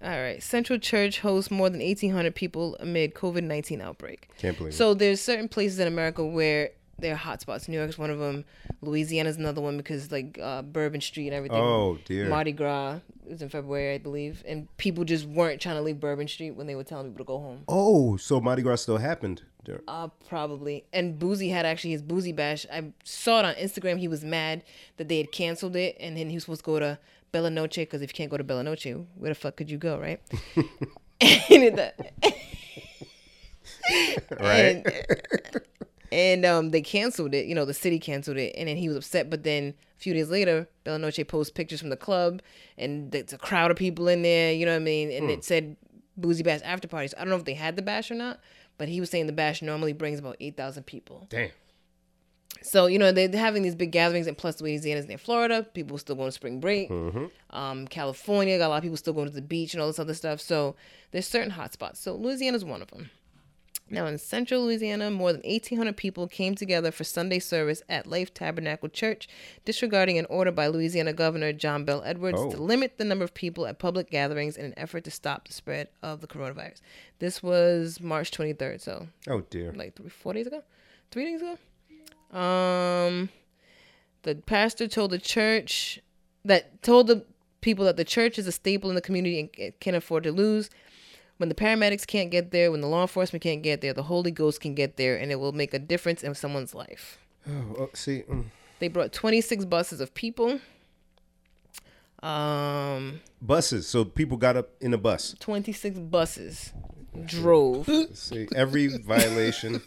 All right. Central Church hosts more than 1,800 people amid COVID 19 outbreak.
Can't believe it.
So there's certain places in America where there are hotspots. New York is one of them. Louisiana is another one because like uh, Bourbon Street and everything.
Oh, dear.
Mardi Gras was in February, I believe, and people just weren't trying to leave Bourbon Street when they were telling people to go home.
Oh, so Mardi Gras still happened. Dar-
Uh, probably. And Boozy had actually his Boozy Bash. I saw it on Instagram. He was mad that they had canceled it, and then he was supposed to go to Bella Noche because if you can't go to Bella Noche, where the fuck could you go, right? and it,
Right.
And, and, um, they canceled it. You know, the city canceled it, and then he was upset. But then a few days later, Bella Noche posts pictures from the club, and it's a crowd of people in there. You know what I mean? And it said Boozy Bash after parties. I don't know if they had the bash or not, but he was saying the bash normally brings about eight thousand people.
Damn.
So you know they're having these big gatherings, and plus Louisiana's near Florida, people still going to spring break. Um, California got a lot of people still going to the beach and all this other stuff. So there's certain hot spots. So Louisiana's one of them. Now in central Louisiana, more than 1,800 people came together for Sunday service at Life Tabernacle Church, disregarding an order by Louisiana Governor John Bell Edwards
Oh.
to limit the number of people at public gatherings in an effort to stop the spread of the coronavirus. This was March 23rd, so
Oh dear.
like three, four days ago, three days ago. Um, the pastor told the church that told the people that the church is a staple in the community and c- can't afford to lose. When the paramedics can't get there, when the law enforcement can't get there, the Holy Ghost can get there, and it will make a difference in someone's life.
Oh, oh, see, mm.
They brought 26 buses of people. Um,
buses. So people got up in a bus.
26 buses drove.
See every violation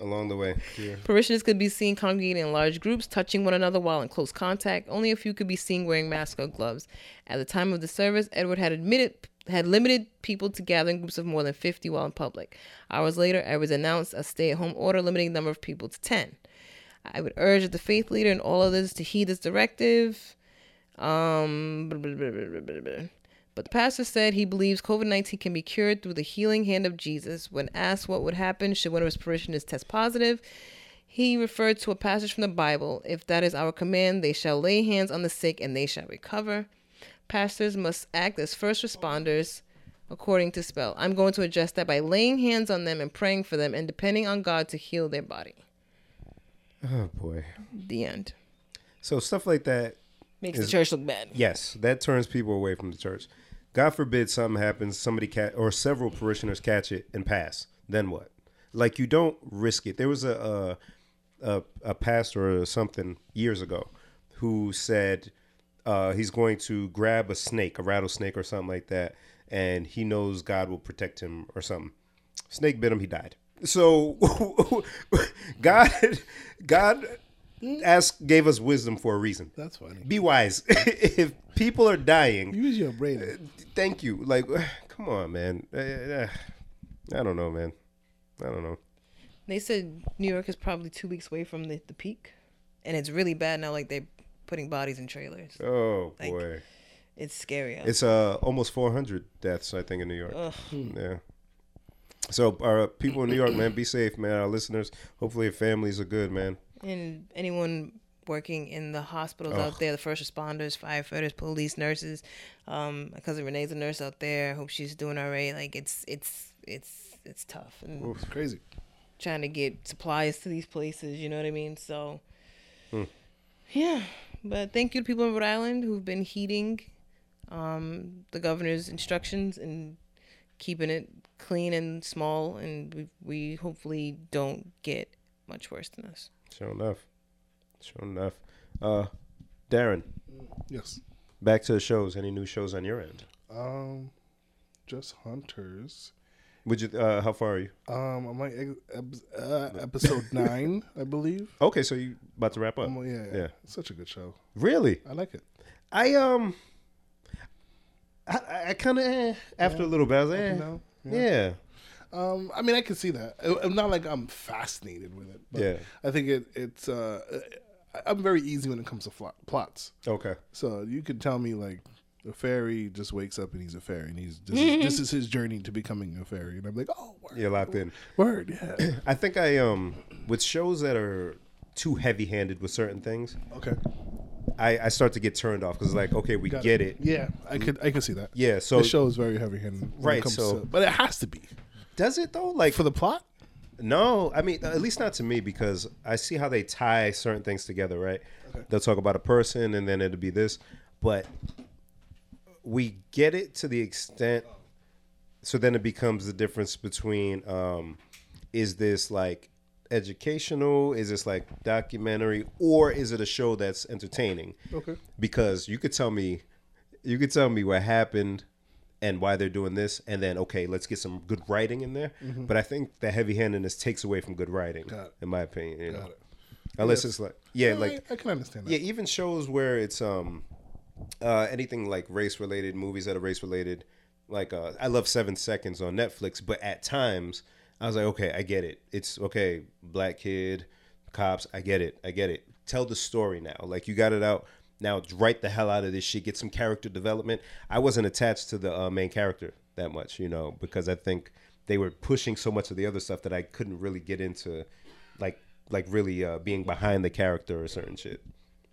along the way. Dear.
Parishioners could be seen congregating in large groups, touching one another while in close contact. Only a few could be seen wearing masks or gloves. At the time of the service, Edward had admitted had limited people to gather in groups of more than 50 while in public. Hours later, Edwards announced a stay-at-home order limiting the number of people to 10. I would urge the faith leader and all others to heed this directive. Um, but the pastor said he believes COVID 19 can be cured through the healing hand of Jesus. When asked what would happen should one of his parishioners test positive, he referred to a passage from the Bible If that is our command, they shall lay hands on the sick and they shall recover. Pastors must act as first responders according to spell. I'm going to address that by laying hands on them and praying for them and depending on God to heal their body.
Oh boy.
The end.
So stuff like that.
Makes
Is-
the church look bad.
Yes, that turns people away from the church. God forbid something happens. Somebody cat or several parishioners catch it and pass. Then what? Like you don't risk it. There was a a, a, a pastor or something years ago who said uh, he's going to grab a snake, a rattlesnake or something like that, and he knows God will protect him or something. Snake bit him. He died. So God, God asked, gave us wisdom for a reason.
That's funny.
Be wise. if people are dying,
Use your brain.
thank you. Like, come on, man. Eh, eh, I don't know, man. I don't know.
They said New York is probably two weeks away from the, the peak, and it's really bad now. Like they're putting bodies in trailers.
Oh
Like-
boy,
It's scary. out
it's uh almost 400 deaths I think in New York. Yeah. So, our people in New York, man, be safe, man. Our listeners, hopefully, your families are good, man.
And anyone working in the hospitals out there, the first responders, firefighters, police, nurses. Um, my cousin Renee's a nurse out there. I hope she's doing all right. Like it's it's it's it's tough and
Oh, It's crazy.
trying to get supplies to these places. You know what I mean? So yeah. But thank you to people in Rhode Island who've been heeding um, the governor's instructions and keeping it clean and small. And we, we hopefully don't get much worse than us.
Sure enough. Sure enough. Uh, Darren,
Yes.
back to the shows. Any new shows on your end?
Um, just hunters.
Would you? Uh, how far are you?
Um, I'm like ex- ep- uh, episode nine, I believe.
Okay, so you about to wrap up?
Um, yeah,
Yeah.
Uh, yeah. It's such a good show.
Really?
I like it.
I um, I, I kind of eh, after a little bit, I was like, eh,
know,
yeah. yeah,
Um, I mean, I can see that. I- I'm not like I'm fascinated with it. But
Yeah.
I think it, it's. Uh, I- I'm very easy when it comes to flo- plots.
okay,
So you could tell me like a fairy just wakes up and he's a fairy and he's this, is, this is his journey to becoming a fairy and I'm like oh word
you're locked in.
word yeah
I think I um, with shows that are too heavy-handed with certain things,
okay
I I start to get turned off because like, okay, we
Got
get it.
yeah I could I could see that
Yeah, so-
the show is very heavy handed
Right, so-
but it has to be
Does it though? Like
for the plot
No, I mean at least not to me because I see how they tie certain things together, right? They'll talk about a person and then it'll be this, but we get it to the extent so then it becomes the difference between um is this like educational, is this like documentary or is it a show that's entertaining?
Okay.
Because you could tell me you could tell me what happened and why they're doing this, and then okay, let's get some good writing in there. But I think the heavy handedness takes away from good writing,
Mm-hmm. Got it.
in my opinion. You know?
it.
Unless it's like yeah,
Yeah,
like
I, I can understand that
yeah, even shows where it's um uh anything like race related, movies that are race related, like uh I love Seven Seconds on Netflix, but at times I was like, okay, I get it. It's okay, black kid cops. I get it. I get it. Tell the story now. Like you got it out. Now write the hell out of this shit. Get some character development. I wasn't attached to the uh, main character that much, you know, because I think they were pushing so much of the other stuff that I couldn't really get into, like like really uh, being behind the character or certain shit.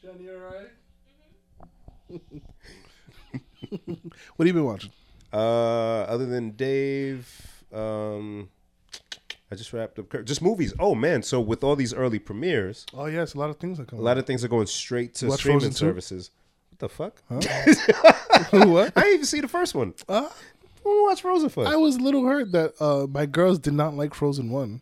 Jen, you alright? what have you been watching?
Uh, other than Dave, um, I just wrapped up just movies. Oh man, so with all these early premieres,
Oh yes, a lot of things are
a
coming.
lot of things are going straight to
Watch
streaming
Frozen 2?
services. What the fuck?
what?
I didn't even see the first one.
Uh,
Who watched Frozen for?
I was a little hurt that uh, my girls did not like Frozen One.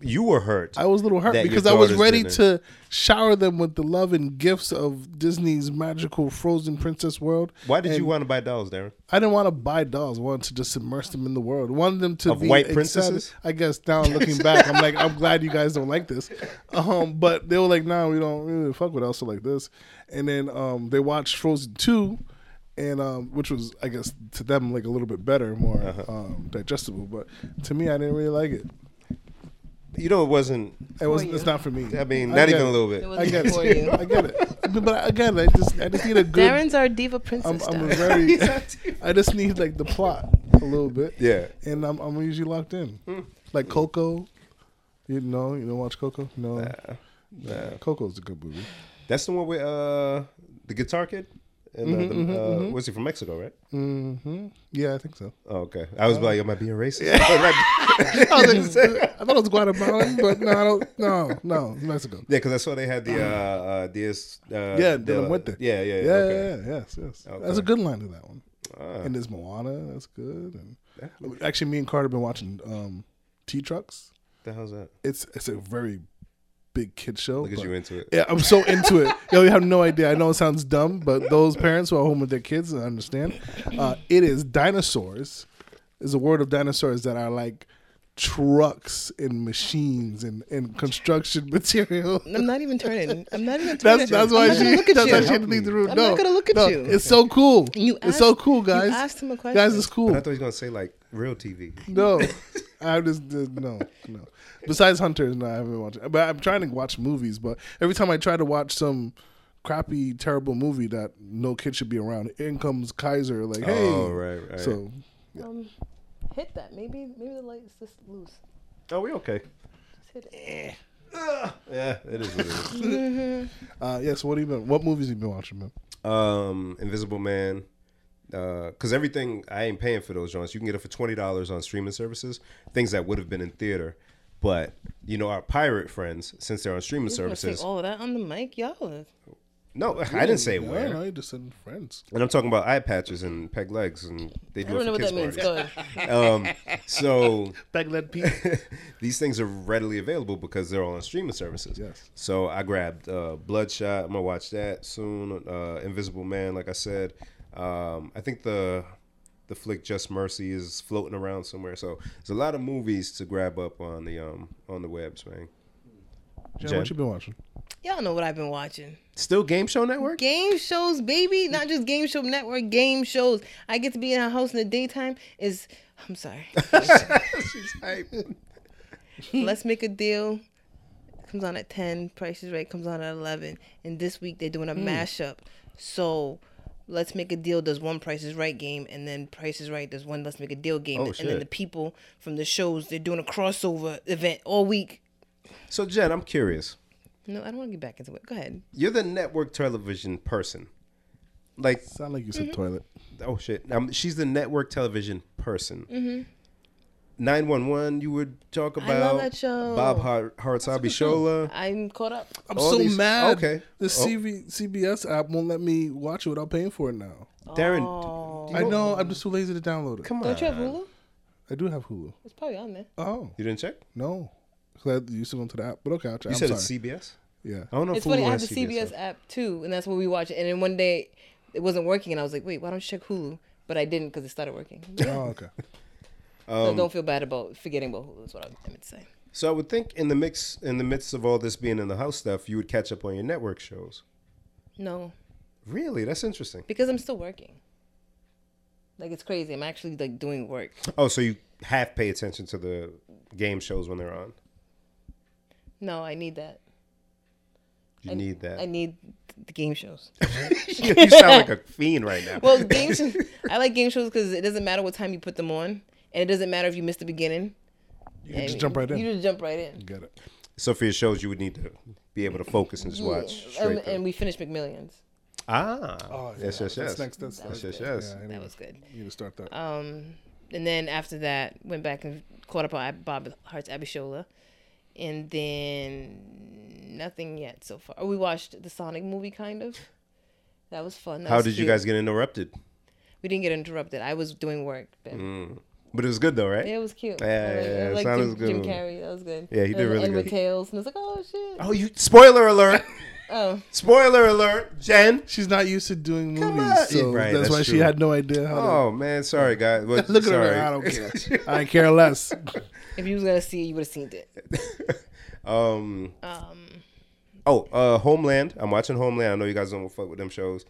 you were hurt.
I was a little hurt
That your
because I was
daughters
ready
didn't.
to shower them with the love and gifts of Disney's magical Frozen princess world.
Why did you
And
want to buy dolls, Darren?
I didn't want to buy dolls. I wanted to just immerse them in the world. I wanted them to
Of
be
white
excited.
princesses?
I guess now looking back, I'm like, I'm glad you guys don't like this. Um, but they were like, nah, we don't really fuck with Elsa like this. And then um, they watched Frozen two, and um, which was I guess to them like a little bit better, more
Uh-huh.
um, digestible. But to me, I didn't really like it.
You know it wasn't.
It was
you.
It's not for me.
I mean,
I
not
get
even
it.
a little
It
bit.
was
I get
for
it.
you.
I get it. But, but again, I just I just need a good.
Darren's our diva princess.
I'm, I'm a
Darren.
very. I just need like the plot a little bit.
Yeah.
And I'm I'm usually locked in.
Hmm.
Like Coco. You know, you don't watch Coco? No. Coco's a good movie.
That's the one with uh, the guitar kid. And
Mm-hmm,
uh, the, uh, was he from Mexico, right?
hmm Yeah, I think so.
Oh, okay. I
Uh-huh.
was like, am I being racist?
I, was like, I thought it was Guatemalan, but no, I don't, no, no, it's Mexico.
Yeah, because I saw they had the uh, uh DS. Uh,
Oh. Yeah,
de
de la
la-
Muerte.
Yeah, yeah,
Yeah,
yeah. okay.
yeah, yeah, yes, yes. That's
Okay.
a good line to that one.
Ah.
and there's Moana, that's good. And
Yeah.
actually, me and Carter been watching um, T Trucks.
The hell's that?
It's it's a very big kid show.
Look at
but-
you into it.
Yeah, I'm so into it. Yo, you have no idea. I know it sounds dumb, but those parents who are home with their kids I understand. Uh, it is dinosaurs. Is a word of dinosaurs that are like trucks and machines and, and construction material.
I'm not even turning. I'm not even turning.
That's that's why
I'm not
she
gonna look at
that's why
you.
she had to leave the room.
I'm
no,
not gonna look at
no,
you.
It's so cool.
You
it's so
asked-
cool,
you
guys.
asked him a question.
Guys, it's
But I
cool.
thought he was gonna say like real Oh, TV.
No, I just did, no, no. Besides Hunters, no, I haven't been watching. But I'm trying to watch movies. But every time I try to watch some crappy, terrible movie that no kid should be around, in comes Kaiser. Like, hey,
Oh, right, right.
So
Um, hit that. Maybe maybe the light is just loose.
Oh, we okay.
Just hit it.
Yeah, it is what it is.
uh, yeah. So what have you been? What movies have you been watching, man?
um, Invisible Man. Because everything, I ain't paying for those joints. You can get it for twenty dollars on streaming services. Things that would have been in theater, but you know our pirate friends, since they're on streaming
I'm gonna say
services.
all of that on the mic, y'all.
No, I didn't say
no,
where.
No, you just said friends.
And I'm talking about eye patches and peg legs, and they
I
do
don't
it
know
for
what
kids
that means.
parties.
Go ahead.
Um, So
Baglet Pete.
these things are readily available because they're all on streaming services.
Yes.
So I grabbed uh, Bloodshot. I'm gonna watch that soon. Uh, Invisible Man, like I said, um, I think the the flick Just Mercy is floating around somewhere. So there's a lot of movies to grab up on the um on the webs, man.
Jen,
Jen.
what you been watching?
Y'all know what I've been watching.
Still Game Show Network.
Game shows, baby. Not just game show network, game shows. I get to be in a house in the daytime. Is I'm sorry.
She's hype.
Let's make a deal. Comes on at ten. Price is right. Comes on at eleven. And this week they're doing a mashup. So let's make a deal does one Price is Right game, and then Price is Right does one Let's Make a Deal game,
Oh,
and then
shit.
the people from the shows they're doing a crossover event all week.
So Jen, I'm curious.
No, I don't want to get back into it. Go ahead.
You're the network television person. Like
Sound like you said toilet.
oh shit, um, she's the network television person. Nine one one, you would talk about.
Mm-hmm. love that show.
Bob Har- Hartsabi Shola.
I'm caught up.
I'm
All
so
these-
mad.
okay.
The
Oh.
CV, CBS app won't let me watch it without paying for it now.
Darren,
Oh.
do
I know. I'm just too lazy to download it.
Come on,
Don't you have Hulu?
I do have Hulu.
It's probably on there.
Oh.
You didn't check?
No. 'Cause I used to go to the app, but okay, I'll try.
You
I'm
said
sorry.
it's Oh. CBS.
yeah.
I don't know
It's
if
funny.
Hulu
I have the
has
CBS
though.
app too, and that's what we watch. And then one day, it wasn't working, and I was like, "Wait, why don't you check Hulu?" But I didn't because it started working.
Oh, okay. Um,
so don't feel bad about forgetting about Hulu. Is what I meant to say.
So I would think in the mix, in the midst of all this being in the house stuff, you would catch up on your network shows.
No,
Really, that's interesting.
because I'm still working. Like it's crazy. I'm actually like doing work.
Oh, so you half pay attention to the game shows when they're on.
No, I need that.
You need that.
I need the game shows.
you sound like a fiend right now.
Well, game shows. I like game shows because it doesn't matter what time you put them on, and it doesn't matter if you miss the beginning.
You can just jump right in.
You just jump right in.
Got it.
so for your shows, you would need to be able to focus and just watch
Um,
straight through.
and we finished McMillions.
ah,
Oh,
yes,
yeah,
yes, yes.
that's next- that's-
yes, yes, yes.
that's
Yeah, I
That
need,
was Oh. good.
need to start that.
and then after that went back and caught up on Ab- Bob Hart's Abishola, and then nothing yet so far. Oh, we watched the Sonic movie, kind of. That was fun. That
How
was
did you
cute.
guys get interrupted?
We didn't get interrupted. I was doing work. But
But it was good though, right?
It was cute.
Mm. Yeah,
I like,
yeah, yeah.
I like
Sonic's a
Jim,
good
Jim
movie.
Carrey. That was good.
Yeah, he
And
did
it was
really
Edward
good.
Tails, and it's like, oh shit.
Oh, you spoiler alert!
Oh,
spoiler alert, Jen.
She's not used to doing
Come on.
movies, so
Right,
that's,
that's
why she
true.
had no idea how.
Oh man, sorry guys. Well,
to... Look
sorry.
at her. I don't care. I care less.
if you was gonna see it, you would have seen it.
Um. Oh, uh, Homeland. I'm watching Homeland. I know you guys don't fuck with them shows.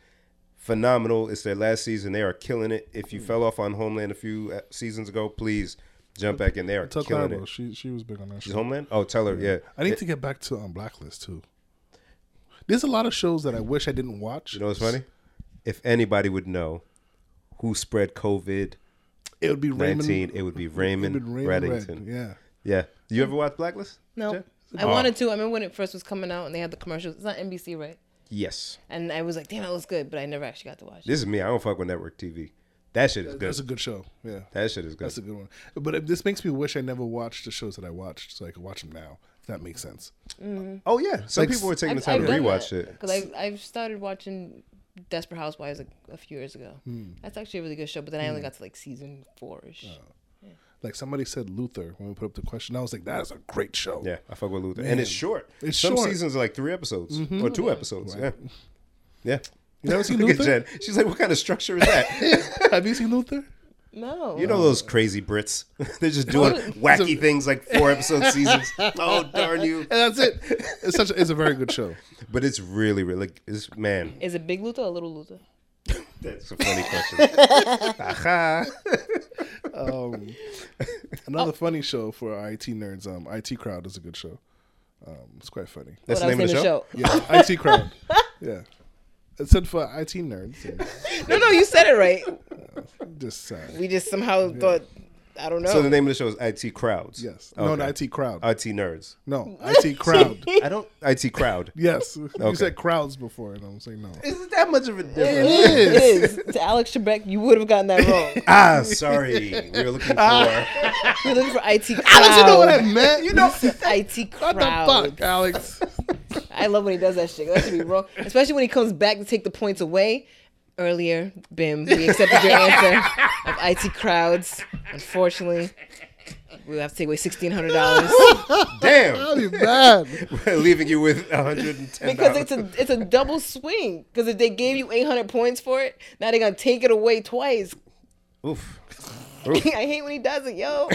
Phenomenal. It's their last season. They are killing it. If
Hmm.
you fell off on Homeland a few uh, seasons ago, please jump back in. They are
Tell
killing
Clara,
it.
she she was big on that.
Is
Show.
Homeland? Oh, tell her. Yeah.
I need to get back to um, Blacklist too. There's a lot of shows that I wish I didn't watch.
You know what's funny? If anybody would know who spread COVID
It would be Raymond.
19, it would be Raymond,
Raymond
Reddington.
Red, yeah.
yeah. You ever watch Blacklist? Oh,
No,
Jen?
I wanted to. I remember when it first was coming out, and they had the commercials. It's not NBC, right?
Yes.
And I was like, damn, that was good, but I never actually got to watch. it.
This is me. I don't fuck with network TV. That shit is good.
That's a good show. Yeah.
That shit is good.
That's a good one. But it, this makes me wish I never watched the shows that I watched, so I could watch them now. If that makes sense.
Oh yeah, some
Like,
people were taking the
I've,
time to
I've done
rewatch
that,
it.
Because I've, I've started watching Desperate Housewives a, a few years ago.
Hmm.
That's actually a really good show, but then I only got to like season four ish.
Oh.
Like somebody said, Luther when we put up the question, I was like, "That is a great show."
Yeah, I fuck with Luther, and it's short.
It's
some
short. Mm-hmm.
seasons are like three episodes or two episodes. Yeah, yeah.
You never seen
Look at
Luther?
Jen. She's like, "What kind of structure is that?"
Have you seen Luther?
No.
you know those crazy Brits? They're just doing wacky things like four episode seasons. Oh darn you!
And that's it. It's such. It's a very good show.
But it's really, really. It's man.
Is it Big Luther or Little Luther?
That's a funny question. Aha.
Um, another funny show for our IT nerds. Um, IT Crowd is a good show. Um, it's quite funny.
That's
What
the name of
else
the
in
show.
Yeah, IT Crowd. Yeah, it's said for IT nerds. and
no, no, you said it right.
Just uh,
We just somehow thought, I don't know.
So the name of the show Oh. is IT Crowds.
yes, no,
Okay. Uh,
no, IT Crowd.
IT Nerds.
no, IT Crowd.
I don't. IT Crowd.
Yes, you
Okay.
said crowds before, and I'm saying no.
Is it that much of a
it
difference?
is. It is. To Alex Trebek, you would have gotten that wrong.
Ah, sorry. We were looking for.
You're looking for IT crowd.
Alex, you know what I meant. You know
IT crowd.
what the fuck, Alex?
I love when he does that shit. That should be wrong. Especially when he comes back to take the points away. Earlier, Bim, we accepted your answer of IT crowds. Unfortunately, we have to take away sixteen hundred dollars
Damn.
You're bad.
Leaving you with $110.
because it's a it's a double swing. Because if they gave you eight hundred points for it, now they're gonna take it away twice.
Oof.
I hate when he does it, yo.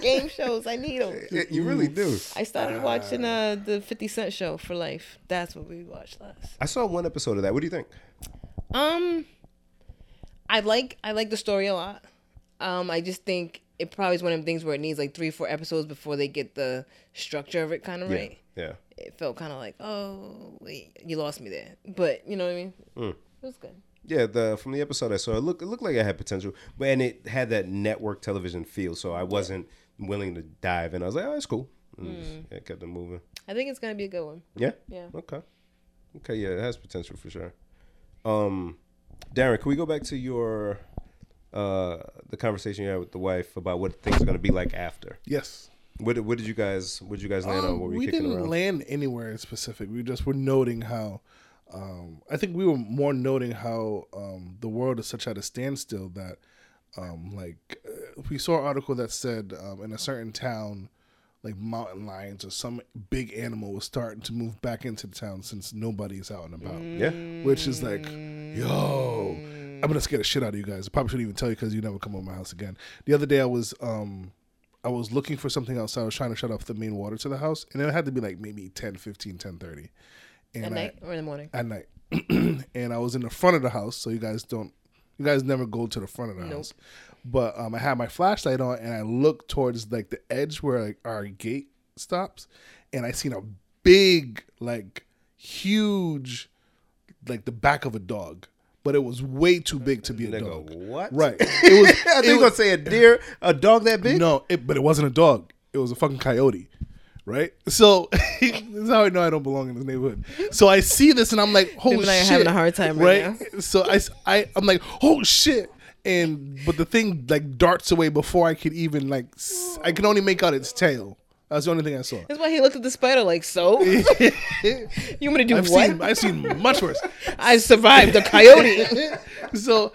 Game shows, I need them.
Yeah, you really do.
I started watching uh the Fifty Cent Show for Life. That's what we watched last.
I saw one episode of that. What do you think?
Um, I like I like the story a lot. Um, I just think it probably is one of them things where it needs like three, four episodes before they get the structure of it kind of right.
Yeah.
It felt kind of like, oh, wait, you lost me there. But you know what I mean? It was good.
Yeah, the from the episode I saw, it looked it looked like it had potential, but and it had that network television feel, so I wasn't willing to dive in. I was like, "Oh, that's cool." And just- it kept it moving.
I think it's gonna be a good one.
Yeah.
Yeah.
Okay. Okay. Yeah, it has potential for sure. Um, Darren, can we go back to your uh the conversation you had with the wife about what things are going to be like after?
Yes.
What what did you guys what did you guys land on?
Um,
uh, What were you
we
kicking
didn't
around?
land anywhere in specific. We just were noting how. Um, I think we were more noting how um, the world is such at a standstill that, um, like, uh, we saw an article that said um, in a certain town, like mountain lions or some big animal was starting to move back into the town since nobody's out and about
yeah.
which is like, yo, I'm gonna scare the shit out of you guys. I probably shouldn't even tell you because you never come over my house again. The other day, I was um, I was looking for something else. I was trying to shut off the main water to the house, and it had to be like maybe 10, 15, 10, 30. And
At
I-
night or in the morning?
at night. and I was in the front of the house, so you guys don't you guys never go to the front of the house. But um, I had my flashlight on and I looked towards like the edge where like, our gate stops and I seen a big like huge, like the back of a dog, but it was way too big to be a
Nigga,
dog.
what?
Right. It was.
I
it
think
was
gonna say a deer, a dog that big.
no, it, but it wasn't a dog. It was a fucking coyote, right? So this is how I know I don't belong in this neighborhood. So I see this and I'm like, holy
People are
shit,
having a hard time right
So I, s- I, am like, oh shit, and but the thing like darts away before I could even like, s- I can only make out its tail. That's the only thing I saw.
That's why he looked at the spider like, so? you want me to do
I've
what?
seen, I've seen much worse.
I survived a coyote.
so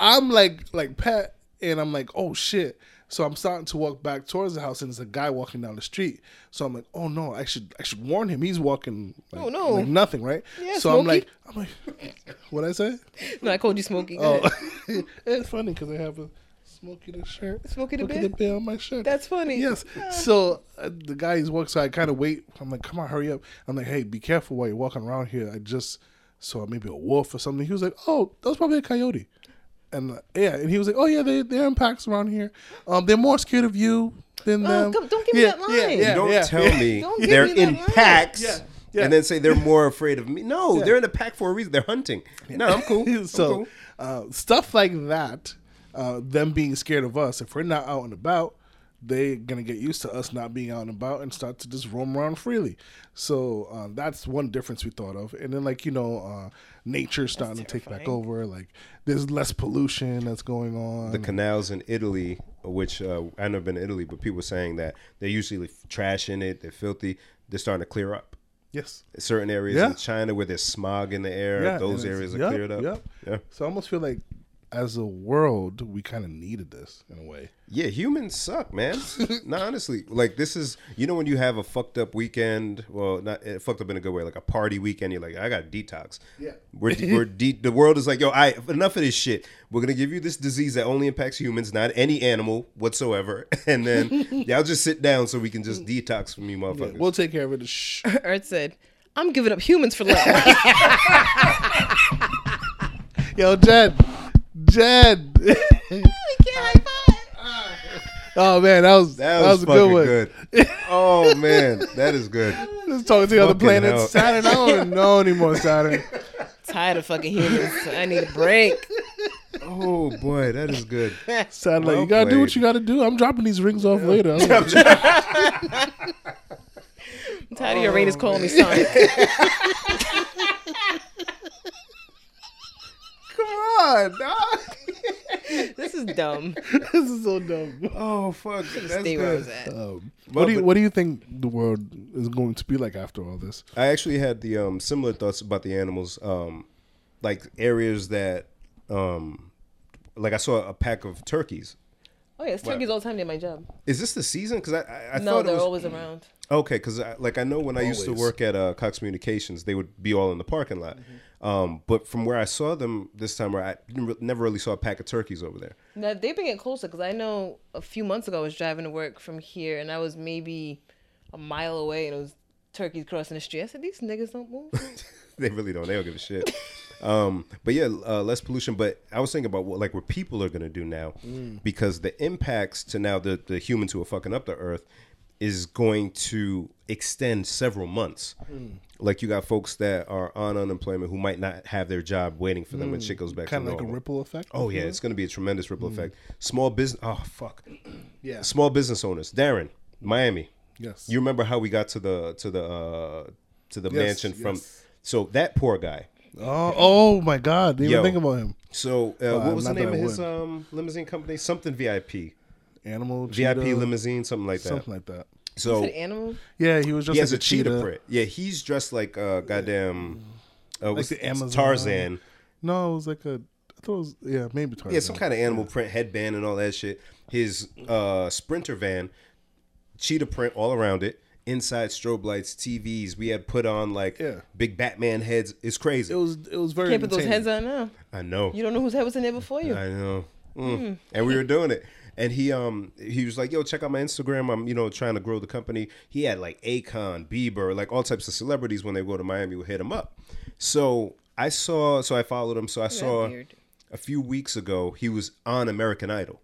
I'm like like Pat and I'm like, oh shit. So I'm starting to walk back towards the house and there's a guy walking down the street. So I'm like, oh no, I should I should warn him. He's walking like,
Oh, no.
like nothing, right?
Yeah,
so I'm
Smokey.
like I'm like what I say?
no, I called you Smokey. Go
Oh
ahead.
it's funny because I have a Smokey the shirt.
Smokey the
the
Bear?
Bear on my shirt.
That's funny. Ah.
Yes. So uh, the guy is walking, so I kind of wait. I'm like, come on, hurry up. I'm like, hey, be careful while you're walking around here. I just saw maybe a wolf or something. He was like, oh, that was probably a coyote. And uh, yeah, and he was like, oh yeah, they they're in packs around here. Um, they're more scared of you than them.
Oh, come- don't give me
Yeah,
that
yeah,
line.
yeah,
You don't
yeah.
tell me
Don't give
they're
me that
in
line.
packs
yeah.
and then say they're more afraid of me. No,
Yeah.
they're in a pack for a reason. They're hunting. No, I'm cool. I'm
so
cool.
uh, stuff like that, uh, them being scared of us, if we're not out and about, they're gonna get used to us not being out and about and start to just roam around freely. So uh, that's one difference we thought of. And then like you know, uh, nature's starting to take back over. Like there's less pollution that's going on.
the canals in Italy, which uh, I've never been to Italy, but people were saying that they're usually trash in it. They're filthy. They're starting to clear up.
yes.
Certain areas
Yeah.
in China where there's smog in the air, those
and it's-
areas are
yep,
cleared up.
Yep.
Yeah.
So I almost feel like as a world, we kind of needed this in a way.
Yeah, humans suck, man. no, honestly, like this is you know when you have a fucked up weekend. Well, not eh, fucked up in a good way, like a party weekend. You're like, I got detox. Yeah, we're, we're de- the world is like, yo, I enough of this shit. We're gonna give you this disease that only impacts humans, not any animal whatsoever. And then y'all just sit down so we can just detox from you, motherfuckers.
We'll take care of it. Shh.
Earth said, I'm giving up humans for love.
Yo, Jed. Jed. oh man, that was that,
that, was
was, a
fucking
good one.
good. oh man, that is good.
Let's talk to the other
Fucking
planets.
hell.
Saturn, I don't even know anymore, Saturn.
Tired of fucking humans. I need a break.
Oh boy, that is good.
Saturn, like,
Well
you gotta do what
played.
you gotta do. I'm dropping these rings off later. I'm like,
I'm tired of Uranus calling
Oh,
me Sonic.
Come on, dog.
this is dumb.
this is so dumb.
Oh fuck, that's
Stay where I was
good.
at.
Um,
Well,
what do you
but-
What do you think the world is going to be like after all this?
I actually had the um, similar thoughts about the animals, um, like areas that, um, like I saw a pack of turkeys.
Oh, yeah, it's turkeys all the time. They my job.
Is this the season? Because I, I, I
No,
thought it
they're
was
always around.
okay. Because I, like I know when I used to
Always.
work at uh, Cox Communications, they would be all in the parking lot.
Mm-hmm.
Um, but from where I saw them this time, I didn't re- never really saw a pack of turkeys over there.
Now they've been getting closer because I know a few months ago I was driving to work from here and I was maybe a mile away and it was turkeys crossing the street. I said these niggas don't move.
they really don't. They don't give a shit. Um, but yeah, uh, less pollution. But I was thinking about what like what people are gonna do now,
Mm.
because the impacts to now the the humans who are fucking up the earth is going to extend several months.
Mm.
Like you got folks that are on unemployment who might not have their job waiting for them when shit goes back
Kind
to
of Mm. like a
normal.
ripple effect. Mm.
Oh yeah, it's gonna be a tremendous ripple effect. Small business. Oh fuck.
Yeah.
Small business owners. Darren, Miami.
Yes.
You remember how we got to the to the uh to the
Yes,
mansion from?
yes.
So that poor guy.
Oh, oh my God! Didn't
Yo.
even think about him.
So uh,
I'm
what was the
not that
name
I
of his
would.
um, limousine company? Something VIP,
Animal
VIP
cheetah,
limousine, something like that.
something like that.
so
An animal.
Yeah, he was just
he
like
has a cheetah, print. Yeah, he's dressed like uh, goddamn. Uh, what's
the
it's
Amazon.
Tarzan.
No, it was like a. I thought it was yeah, maybe Tarzan.
Yeah, some kind of animal print headband and all that shit. His uh, sprinter van, cheetah print all around it. Inside strobe lights, TVs. We had put on like
Yeah.
big Batman heads. It's
It
crazy.
was it was very.
Can't put those
entertaining.
heads on now.
I know.
You don't know whose head was in there before you.
I know. Mm. And we were doing it. And he um he was like, "Yo, check out my Instagram. I'm you know trying to grow the company." He had like Akon, Bieber, like all types of celebrities when they go to Miami would hit him up. So I saw, so I followed him. So I saw
weird.
a few weeks ago he was on American Idol.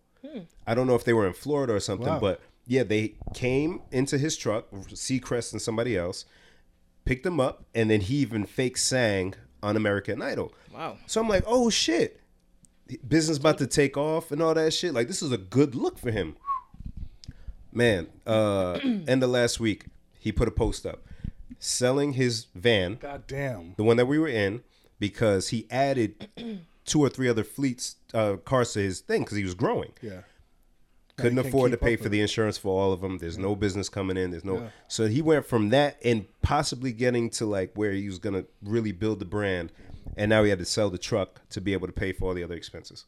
I don't know if they were in Florida or something, but yeah, they came into his truck, Seacrest and somebody else, picked him up, and then he even fake sang on American Idol.
Wow.
So I'm like, oh shit, business about to take off and all that shit. Like this is a good look for him. Man, uh end of last week, he put a post up selling his van,
God damn.
the one that we were in, because he added two or three other fleets uh cars to his thing because he was growing.
Yeah.
Couldn't
can't
afford to
keep
pay
up
for
with Mm-hmm.
the insurance for all of them. There's no business coming in. There's no. So he went from that and possibly getting to like where he was gonna really build the brand, and now he had to sell the truck to be able to pay for all the other expenses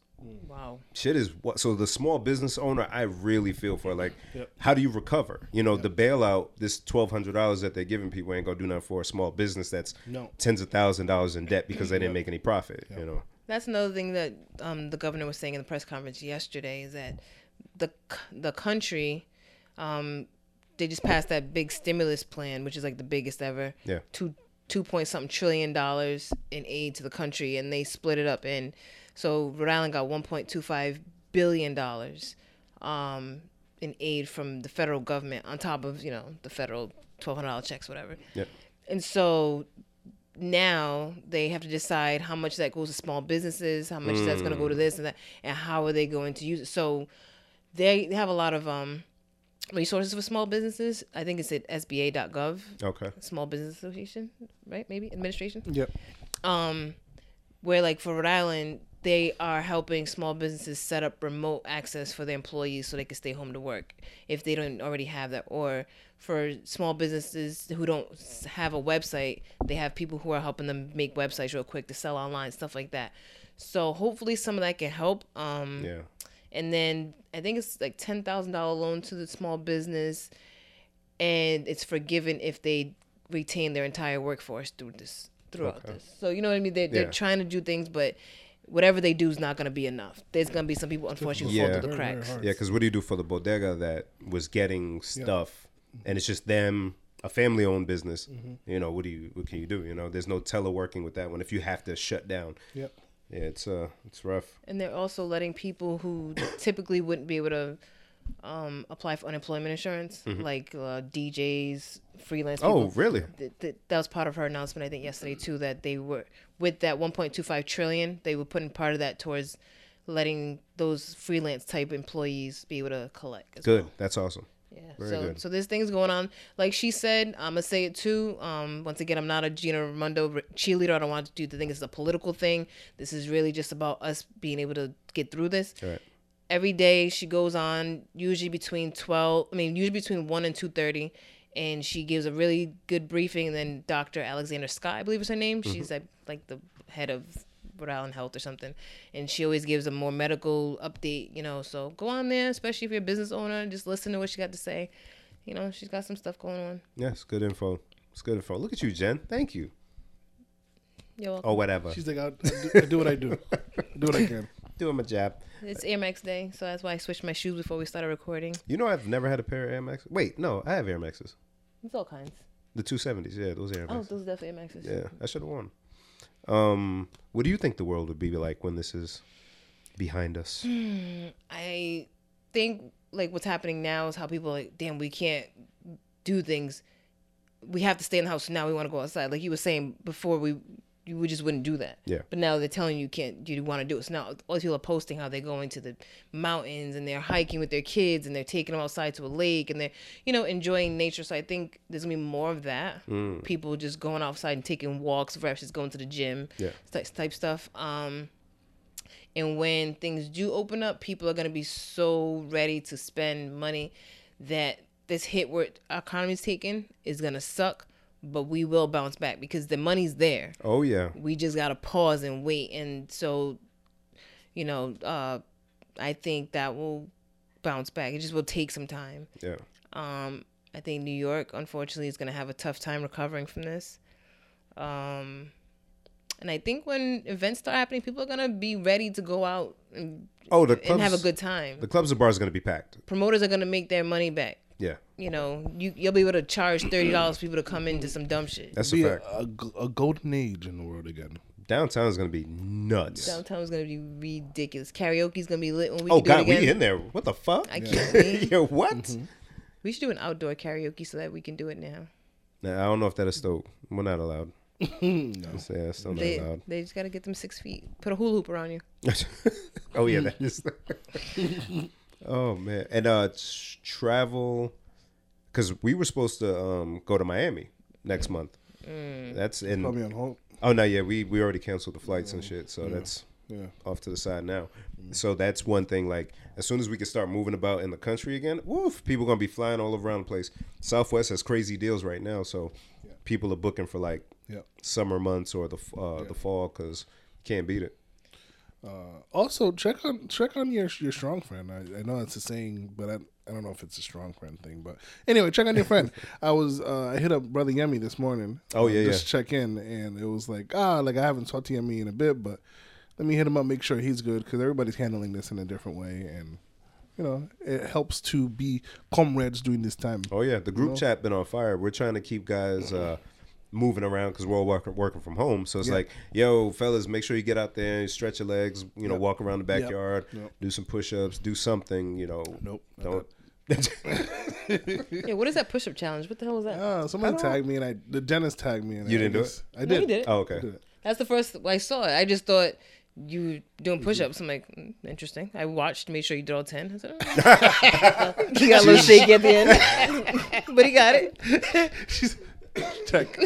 Wow.
shit is what so the small business owner i really feel for like how do you recover you know the bailout this $1200 that they're giving people ain't gonna do nothing for a small business that's
No.
tens of thousands of dollars in debt because they didn't make any profit you know
That's another thing that um, the governor was saying in the press conference yesterday is that the c- the country, um, they just passed that big stimulus plan, which is like the biggest ever.
Yeah.
Two two point something trillion dollars in aid to the country, and they split it up in. So Rhode Island got one point two five billion dollars um, in aid from the federal government on top of you know the federal twelve hundred dollar checks, whatever.
yeah
And so now they have to decide how much that goes to small businesses, how much that's going to go to this and that, and how are they going to use it. So they have a lot of um, resources for small businesses. I think it's at SBA.gov,
okay
Small Business Association, right? Maybe administration
Yep.
where like for Rhode Island, they are helping small businesses set up remote access for their employees so they can stay home to work if they don't already have that. Or for small businesses who don't s- have a website, they have people who are helping them make websites real quick to sell online, stuff like that. So hopefully some of that can help. Um,
yeah
and then I think it's like ten thousand dollar loan to the small business, and it's forgiven if they retain their entire workforce through this throughout this. So you know what I mean? They're, they're
Yeah.
trying to do things, but whatever they do is not going to be enough. There's going to be some people unfortunately who
Yeah.
fall through the
Very,
very
cracks.
hard.
yeah because what do you do for the bodega that was getting stuff and it's just them a family-owned business you know what do you what can you do you know there's no teleworking with that one if you have to shut down
Yep.
yeah it's uh it's rough
And they're also letting people who typically wouldn't be able to um, apply for unemployment insurance, like uh, DJs, freelance.
Mm-hmm. oh
people.
really
th- th- that was part of her announcement I think yesterday too that they were with that 1.25 trillion they were putting part of that towards letting those freelance type employees be able to collect. as
good that's awesome
well. Yeah.
very
so
good.
so there's things going on. Like she said, I'm gonna say it too. Um, once again, I'm not a Gina Raimondo r- cheerleader. I don't want to do the thing. This is a political thing. This is really just about us being able to get through this
all right
every day she goes on usually between 12 i mean usually between 1 and 2.30 and she gives a really good briefing and then dr alexander scott i believe is her name she's like, like the head of rhode island health or something and she always gives a more medical update you know so go on there especially if you're a business owner just listen to what she got to say you know she's got some stuff going on
Yes, good info. It's good info. Look at you, Jen. Thank you.
Yo,
Or whatever.
She's like, I, I, do, I do what I do. do what I can.
doing my job.
it's Air Max Day, so that's why I switched my shoes before we started recording.
You know, I've never had a pair of Air Maxes. Wait, no, I have Air Maxes.
It's all kinds.
The 270s. Yeah, those Air
Oh,
Maxes.
those are definitely Air Maxes.
yeah, I should have worn 'em. Um, what do you think the world would be like when this is behind us?
I think like what's happening now is how people are like, damn, we can't do things. We have to stay in the house. So now we want to go outside. Like you were saying before, we we just wouldn't do that.
Yeah.
But now they're telling you can't. You want to do it. So now all these people are posting how they're going to the mountains and they're hiking with their kids and they're taking them outside to a lake and they're you know enjoying nature. So I think there's gonna be more of that.
Mm.
People just going outside and taking walks, versus going to the gym.
Yeah.
Type type stuff. Um. And when things do open up, people are going to be so ready to spend money that this hit where our economy's taken is going to suck, but we will bounce back because the money's there.
Oh, yeah.
We just got to pause and wait. And so, you know, uh, I think that will bounce back. It just will take some time.
Yeah.
Um, I think New York, unfortunately, is going to have a tough time recovering from this. Um, and I think when events start happening, people are going to be ready to go out and,
Oh, the
and
clubs.
have a good time.
the clubs and bars are going to be packed.
Promoters are going to make their money back.
Yeah,
You know, you you'll be able to charge thirty dollars people to come into some dumb shit.
that's
Be
a
a,
fact.
a g- a golden age in the world again.
Downtown is going to be nuts.
Downtown is going to be ridiculous. Karaoke's going to be lit when we
Oh,
can do it
God,
again.
we in there. What the fuck?
I can't believe-
Mm-hmm.
Yo, what?
We should do an outdoor karaoke so that we can do it now.
Now, I don't know if that is still. We're not allowed. no. Yeah, it's still not
They
allowed.
they just gotta get them six feet. Put a hula hoop around you.
oh yeah, that is. oh man, and uh, t- travel because we were supposed to um go to Miami next month.
Mm.
That's in.
Probably on hold.
Oh no, yeah, we we already canceled the flights and shit, so that's
Mm. Yeah.
off to the side now.
Mm.
So that's one thing. Like as soon as we can start moving about in the country again, woof, people gonna be flying all around the place. Southwest has crazy deals right now, so people are booking for like
Yep.
summer months or the f- uh, the fall because can't beat it.
Also, check on check on your your strong friend. I, I know that's a saying, but I, I don't know if it's a strong friend thing. But anyway, check on your friend. I was uh, I hit up brother Yemi this morning.
Oh,
uh,
yeah,
just to check in, and it was like ah, like I haven't talked to Yemi in a bit, but let me hit him up, make sure he's good because everybody's handling this in a different way, and you know it helps to be comrades during this time.
Oh yeah, the group chat been on fire. We're trying to keep guys uh, moving around because we're all working, working from home. So it's like, yo, fellas, make sure you get out there and stretch your legs. You know, walk around the backyard,
Yep.
do some push-ups, do something. You know,
Nope, not
don't.
Yeah, what is that push up challenge? What the hell was
Uh,
that?
Ah, somebody tagged me, and I the dentist tagged me, and
You
I,
didn't do
just- I
No,
did.
you did it.
oh
I
okay.
did it.
That's the first I saw it. I just thought you were doing push ups. I'm like, mm, interesting. I watched, made sure you did all ten. I said, oh. he got a little shaky at the end, but he got it.
She's check.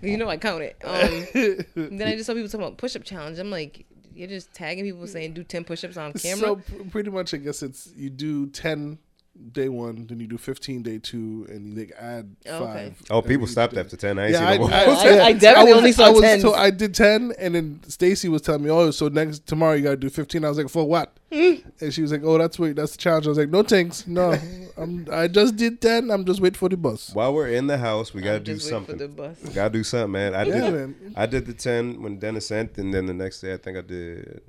You know, I count it. Um, then I just saw people talking about push up challenge. I'm like, you're just tagging people saying do ten push ups on camera.
So p- pretty much, I guess it's you do ten day one, then you do fifteen day two, and you like add
Oh, okay.
five.
Oh, people stopped after ten. I ain't
Yeah, I,
seen no more.
I,
I- I definitely only saw
I was
10s.
told- I did ten, and then Stacy was telling me, "Oh, so next tomorrow you gotta do 15. I was like, "For what?" And she was like, "Oh, that's wait, that's the challenge." I was like, "No thanks, no. I'm, I just did ten. I'm just waiting for the bus."
While we're in the house, we gotta
I'm
do
just waiting for the
something.
bus.
Gotta do something, man. I
Yeah,
did.
man.
I did the ten when Dennis sent, and then the next day I think I did.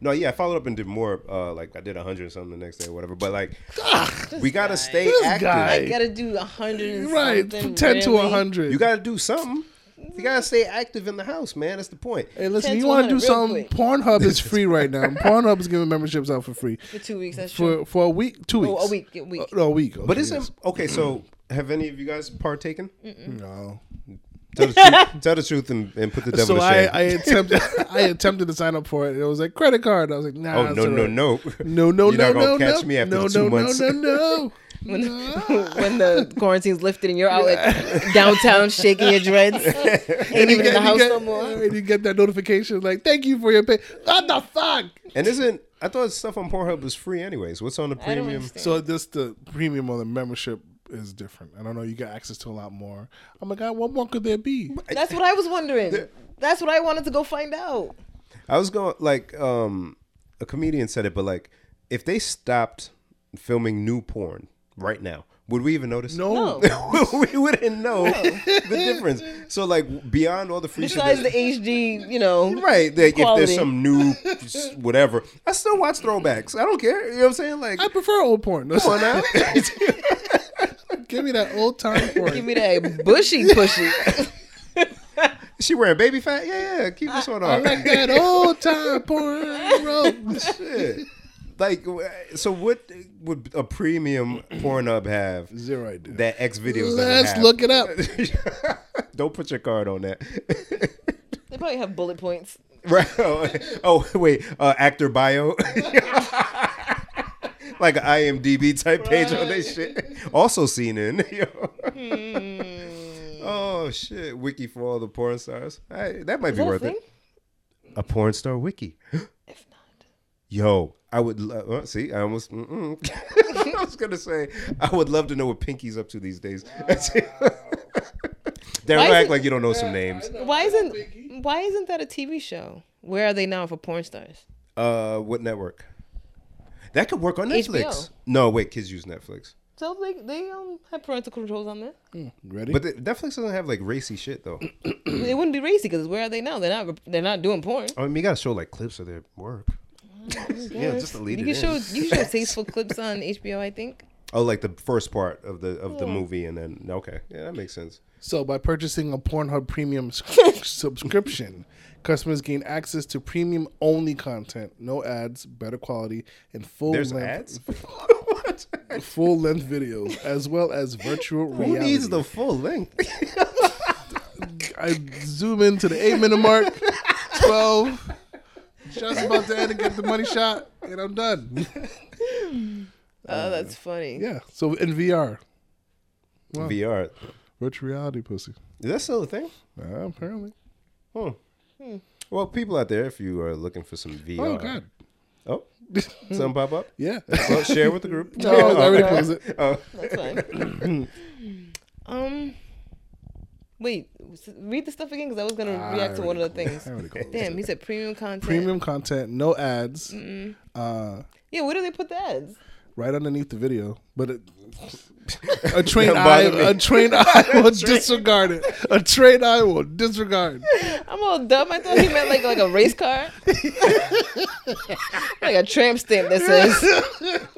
No, yeah, I followed up and did more. Uh, like I did hundred something the next day, or whatever. But like, we gotta stay
This
active.
guy.
I gotta do a hundred and
Right,
something.
from ten to
really?
hundred.
You gotta do something. You gotta stay active in the house, man. That's the point.
Hey, listen,
10
you
to
want to do
100, real
something? Pornhub is free right now. Pornhub is giving memberships out for free
for two weeks. That's true.
for for a week, two weeks,
Oh, a week, a week.
Uh, no, a week.
But
Okay,
isn't
yes.
okay? So have any of you guys partaken?
Mm.
no.
Tell the truth, tell the truth and, and put the devil
so
to
I,
shame.
I attempted I attempted to sign up for it. and It was like credit card. I was like, nah.
oh
it's
no
all
no
right.
no
no no
You're not
no
gonna
no
catch
no
me after
no
the two
no
months.
no no no.
when, when the quarantine's lifted and you're out like downtown shaking your dreads, ain't even in the
And you
house
get-
no more.
And you get that notification like, thank you for your pay. What the fuck?
And isn't I thought stuff on Pornhub was free anyways? What's on the
I don't
premium?
understand.
So this the premium or the membership is different. I don't know. You get access to a lot more. Oh my god, what more could there be?
That's what I was wondering. That's what I wanted to go find out.
I was going like um a comedian said it, but like if they stopped filming new porn right now, would we even notice?
No.
No.
we wouldn't know the difference. So like beyond all the free shit
Besides
that-
the HD, you know,
Right. Like if there's
Quality.
some new s- whatever, I still watch throwbacks. I don't care. You know what I'm saying? Like,
I prefer old porn. Come
on now.
Give me that old time porn.
Give me that bushy pushy.
she wearing baby fat? Yeah, yeah. Keep this one
I
on.
like that old time porn, bro.
Shit. Like, w- so what would a premium Pornhub have
Zero idea.
that X videos?
Let's look it up.
up. don't put your card on that.
They probably have bullet points.
right. Oh, oh, wait. Uh, actor bio. like an IMDb type page on that shit. Also CNN. yo. Oh shit! Wiki for all the porn stars. Hey, that might
Is
be
that a
worth
thing?
it. A porn star wiki.
If not,
Yo, I would lo- uh, see. I almost. Mm-mm. I was gonna say I would love to know what Pinky's up to these days. Darren,
Why
don't
is
act
it-
like you don't know some names.
why isn't why isn't that a TV show? Where are they now for porn stars?
Uh, what network? That could work on Netflix.
HBO.
No, wait, kids use Netflix,
So they they um have parental controls on that.
Ready?
but the, Netflix doesn't have like racy shit though.
it wouldn't be racy because where are they now? They're not they're not doing porn.
I mean, you gotta show like clips of their work. yeah, just to lead
You
it
can show
in.
you can show tasteful clips on HBO. I think.
Oh, like the first part of the of the movie, and then okay, yeah, that makes sense.
So, by purchasing a Pornhub Premium s- subscription, customers gain access to premium only content, no ads, better quality, and full
There's
length.
ads.
full length videos as well as virtual
Who
reality.
needs the full length?
I zoom into the eight minute mark, twelve, just about to end and get the money shot, and I'm done.
Uh,
Oh, that's funny.
Yeah. So in VR,
VR.
virtual reality, pussy.
Is that still a thing?
Uh, apparently.
Hmm. Well, people out there, if you are looking for some VR,
Oh god.
oh, some pop up.
Yeah.
Well, share with the group.
No, I already closed it.
Oh,
That's fine. um, wait, s- read the stuff again because I was gonna
Ah,
I
react to one of the
already
things.
I already closed it.
Damn, he said premium content.
Premium content, no ads, uh,
Yeah, where do they put the ads?
right underneath the video. But it, a trained
Don't
eye,
bother me.
a trained eye will disregard it. A trained eye will disregard.
I'm all dumb. I thought he meant like like a race car, like a tramp stamp that says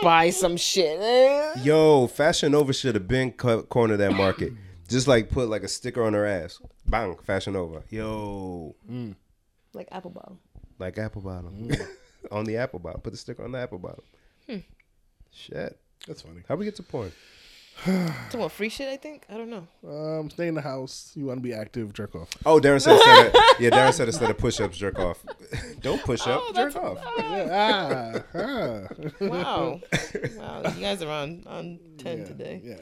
buy some shit.
yo, Fashion Nova should have been co- cornered that market. Just like put like a sticker on her ass. Bang, Fashion Nova. Yo,
Like apple bottom.
like Apple Bottom. on the Apple Bottom. Put the sticker on the Apple Bottom. Shit.
That's funny.
How we get to porn?
Talking about free shit, I think. I don't know.
Um, stay in the house. You want to be active, jerk off.
Oh, Darren said instead of, yeah, Darren said instead of push ups, jerk off. Don't push up, jerk off.
ah, ah.
Wow, wow, you guys are on on ten today.
Yeah.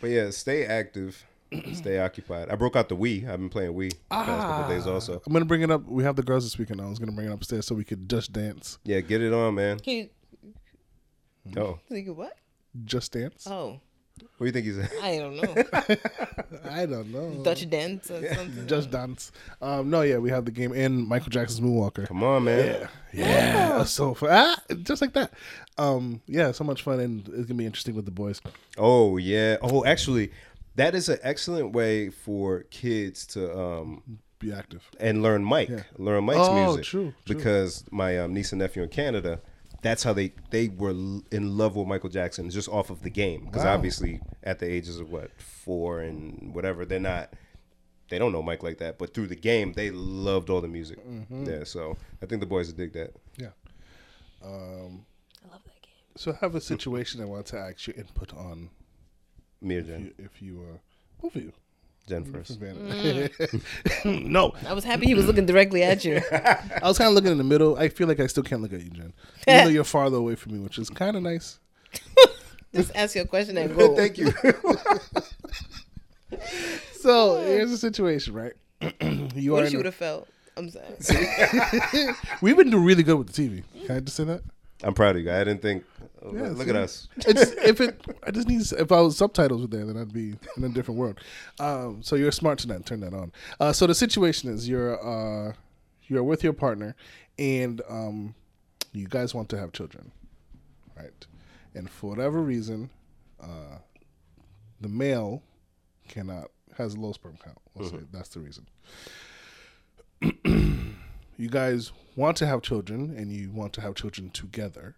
But yeah, stay active, stay occupied. I broke out the Wii. I've been playing Wii the past couple days also.
I'm gonna bring it up. We have the girls this weekend. I was gonna bring it upstairs so we could just dance.
Yeah, get it on, man.
Can you,
Oh,
can you what?
Just dance.
Oh,
what do you think he's?
I don't know.
I don't know.
Dutch dance or something.
Just dance. Um, no, yeah, we have the game and Michael Jackson's Moonwalker.
Come on, man.
Yeah, that's so fun. Ah, just like that. Um, yeah, so much fun, and it's gonna be interesting with the boys.
Oh yeah. Oh, actually, that is an excellent way for kids to um
Be active.
and learn Mike, learn Mike's
Oh,
music.
true, true.
Because my um, niece and nephew in Canada, that's how they they were l- in love with Michael Jackson just off of the game. Because
Wow.
obviously, at the ages of what four and whatever, they're not. They don't know Mike like that, but through the game, they loved all the music.
Mm-hmm.
Yeah, so I think the boys would dig that.
Yeah. Um,
I love that game.
So I have a situation I want to ask your input on.
Me or Jen,
If you, uh, both of you.
Jen first.
Mm.
no,
I was happy he was looking directly at you.
I was kind of looking in the middle. I feel like I still can't look at you, Jen. Even though you're farther away from me, which is kind of nice.
Just ask your question and go.
Thank you.
So here's the situation, right? you
What
are.
if you
in
would
a-
have felt? I'm sorry.
We've been doing really good with the TV. Can I just say that?
I'm proud of you. guys. I didn't think. oh,
Yeah,
look
see?
at us.
It's, if it, I just need. If I was subtitles were there, then I'd be in a different world. Um, so you're smart to not turn that on. Uh, so the situation is you're uh, you're with your partner, and um, you guys want to have children, right? And for whatever reason, uh, the male cannot has a low sperm count. We'll say that's the reason. you guys want to have children, and you want to have children together,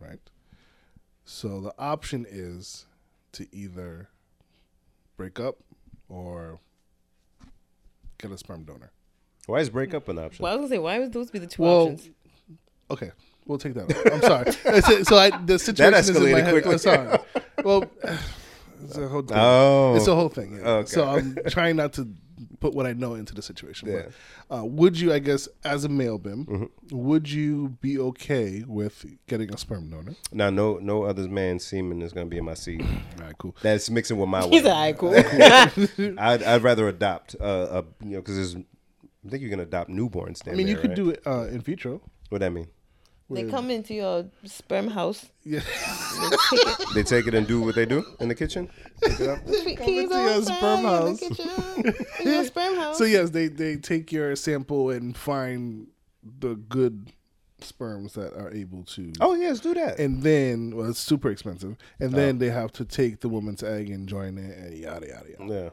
right? So the option is to either break up or get a sperm donor.
Why is breakup an option?
Well, I was gonna say why would those be the two
Well,
options?
Okay, we'll take that. Out. I'm sorry. That's it. So I, the situation is in my
escalated
head.
quickly.
I'm sorry. Well, it's a whole thing.
Oh.
it's a whole thing. yeah.
Okay.
So I'm trying not to put what I know into the situation.
Yeah. Mm-hmm.
But, uh, would you, I guess, as a male bim, would you be okay with getting a sperm donor?
Now, no, no other man's semen is gonna be in my seed.
All right, cool.
That's mixing with my
He's
one.
like, "All right, cool.
I'd, I'd rather adopt, uh, uh you know, because there's, I think you can adopt newborns.
I mean, you could do it uh, in vitro.
What that mean?
they come into your sperm house.
Yeah.
They take it and do what they do in the kitchen. Pick it up?
Come
into your sperm house.
your sperm house.
So yes, they they take your sample and find the good sperms that are able to.
Oh yes, do that.
And then, well, it's super expensive. And then they have to take the woman's egg and join it, and yada yada yada.
yeah.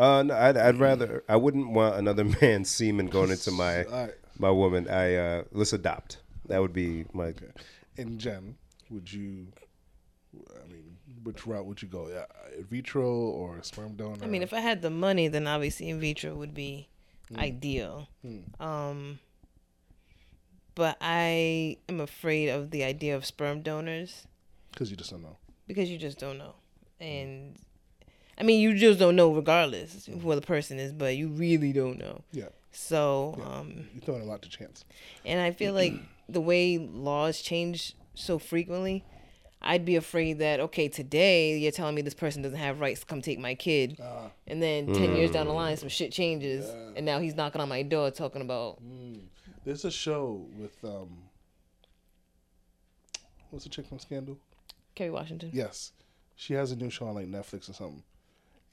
Uh, no, I'd, I'd rather. I wouldn't want another man's semen going into my
Alright.
my woman. I uh, let's adopt. That would be my.
And Jen, would you? I mean, which route would you go? Yeah, in vitro or a sperm donor?
I mean, if I had the money, then obviously in vitro would be ideal. Um, but I am afraid of the idea of sperm donors.
because you just don't know.
because you just don't know. And I mean, you just don't know regardless of who the person is, but you really don't know.
Yeah,
So, um,
you're throwing a lot to chance.
and I feel like the way laws change so frequently, I'd be afraid that okay, today you're telling me this person doesn't have rights to come take my kid,
Uh.
and then ten years
Mm.
down the line, some shit changes, and now he's knocking on my door talking about
Mm.
There's a show with um, what's the chick from Scandal?
Kerry Washington.
Yes, she has a new show on like Netflix or something.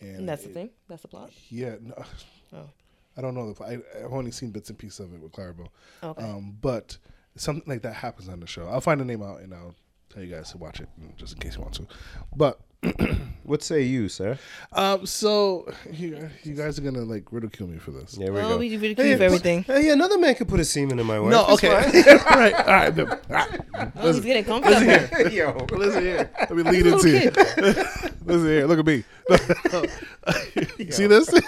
And
And that's the
it-
thing. That's the plot.
Yeah, no,
Oh.
I don't know. The, I, I've only seen bits and pieces of it with Clarabelle.
Okay.
Um, but something like that happens on the show. I'll find the name out and I'll tell you guys to watch it mm, just in case you want to. But
What say you, sir?
um, so you, you guys are gonna like ridicule me for this.
There we
Oh,
go.
we ridicule you for everything.
Hey, another man could put a semen in my wife.
No,
It's
okay,
fine.
all right, all right. then. Ah. All right.
Oh, he's getting comfortable.
Yo,
Listen here. Let me lead into
little
you. Listen here. Look at me. You See this?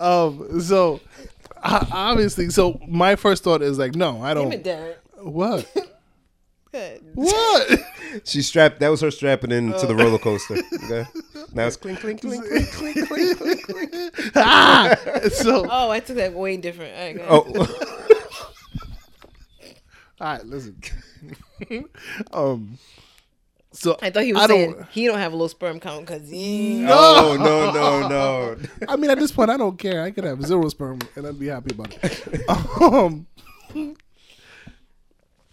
um. So o- obviously, so my first thought is like, no, I
Damn it,
don't.
Derek.
What?
Good.
What?
she strapped. That was her strapping into
Uh,
the roller coaster. Okay? Now it's clink, clink, clink, clink, clink, clink, clink.
ah. So all
Oh, I took that way different. All right, go ahead.
Oh,
right. Listen. um. So
I thought he was
I
saying
don't.
he don't have a low sperm count
Mm.
because he.
oh no, no, no.
I mean, at this point, I don't care. I could have zero sperm and I'd be happy about it. Um.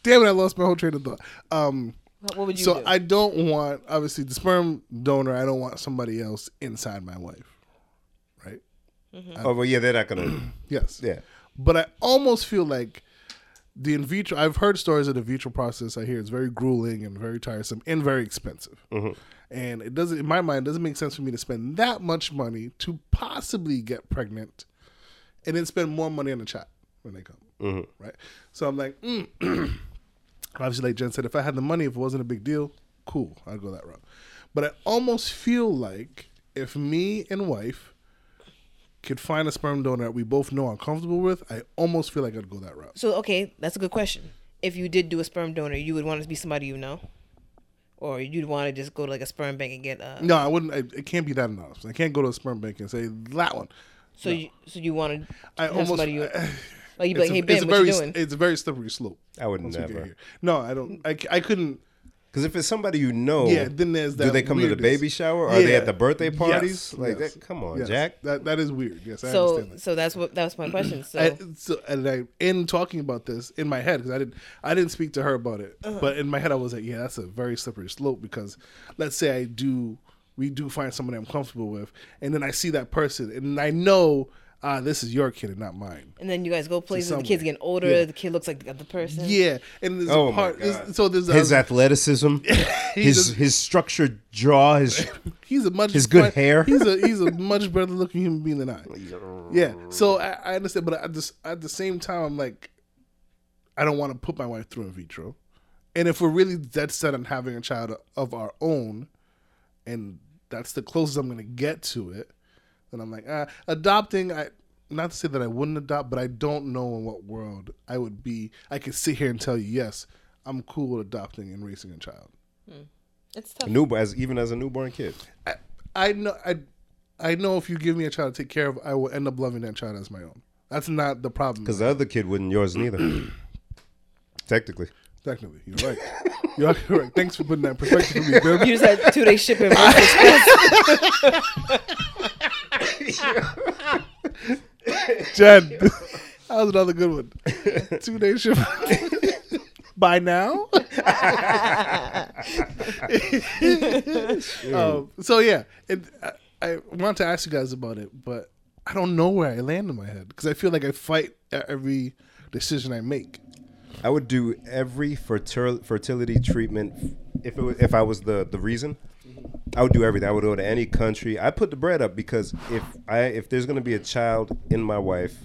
Damn it! I lost my whole train of thought. Um.
What would you
so
do?
I don't want obviously the sperm donor. I don't want somebody else inside my wife, right?
Oh, well, yeah, they're not gonna.
Yes.
Yeah.
But I almost feel like the in vitro. I've heard stories of the in vitro process. I hear it's very grueling and very tiresome and very expensive. And it doesn't, in my mind, it doesn't make sense for me to spend that much money to possibly get pregnant, and then spend more money on the chat when they come, right? So I'm like, mm, obviously, like Jen said, if I had the money, if it wasn't a big deal, cool, I'd go that route. But I almost feel like if me and wife could find a sperm donor that we both know I'm comfortable with, I almost feel like I'd go that route.
so okay, that's a good question. If you did do a sperm donor, you would want it to be somebody you know, or you'd want to just go to like a sperm bank and get uh.
No, I wouldn't. I, it can't be that anonymous. I can't go to a sperm bank and say that one.
So you so you want to
I
have
almost-
somebody you like you be like,
It's a-
hey
it's a
Ben, what
very,
you doing?
It's a very slippery slope.
I would
once we get
never.
here. No, I don't. I, c- I couldn't.
Because if it's somebody you know,
Yeah, then there's that
do they come to the
weirdness.
baby shower? Are they
Yeah.
at the birthday
Yes,
parties? like,
yes,
that, come on,
yes.
Jack.
That that is weird. Yes, I
So
understand that.
so that's what that's my question. So
I, uh, so and I in talking about this in my head because I didn't I didn't speak to her about it, but in my head I was like, yeah, that's a very slippery slope because let's say I do we do find someone I'm comfortable with, and then I see that person and I know ah this is your kid and not mine.
and then you guys go places. The
somewhere.
kid's getting older.
Yeah.
The kid looks like the other person.
Yeah, and there's
Oh
a
my
part.
God.
there's- So there's
His
a,
athleticism, his
just-
his structured jaw, his
he's a much
his good
much-
hair.
He's a he's a much better looking human being than I. Yeah, so I, I understand, but at this at the same time, I'm like, I don't want to put my wife through in vitro, and if we're really dead set on having a child of our own, and that's the closest I'm gonna get to it, then I'm like, ah, adopting. I not to say that I wouldn't adopt, but I don't know in what world I would be. I could sit here and tell you, yes, I'm cool with adopting and raising a child.
it's tough.
newborn, as even as a newborn kid.
I, I know I I know if you give me a child to take care of, I will end up loving that child as my own. That's not the problem.
Because the other kid wasn't yours neither. Technically,
Technically, you're right. You're correct. Thanks for putting that in perspective for me. Bill.
You just had two day shipping.
Jen, that was another good one. Two day shift. By now. um, so yeah, and I, I want to ask you guys about it, but I don't know where I land in my head because I feel like I fight at every decision I make.
I would do every fertil- fertility treatment if it was, if I was the the reason. I would do everything. I would go to any country. I put the bread up because if I if there's gonna be a child in my wife,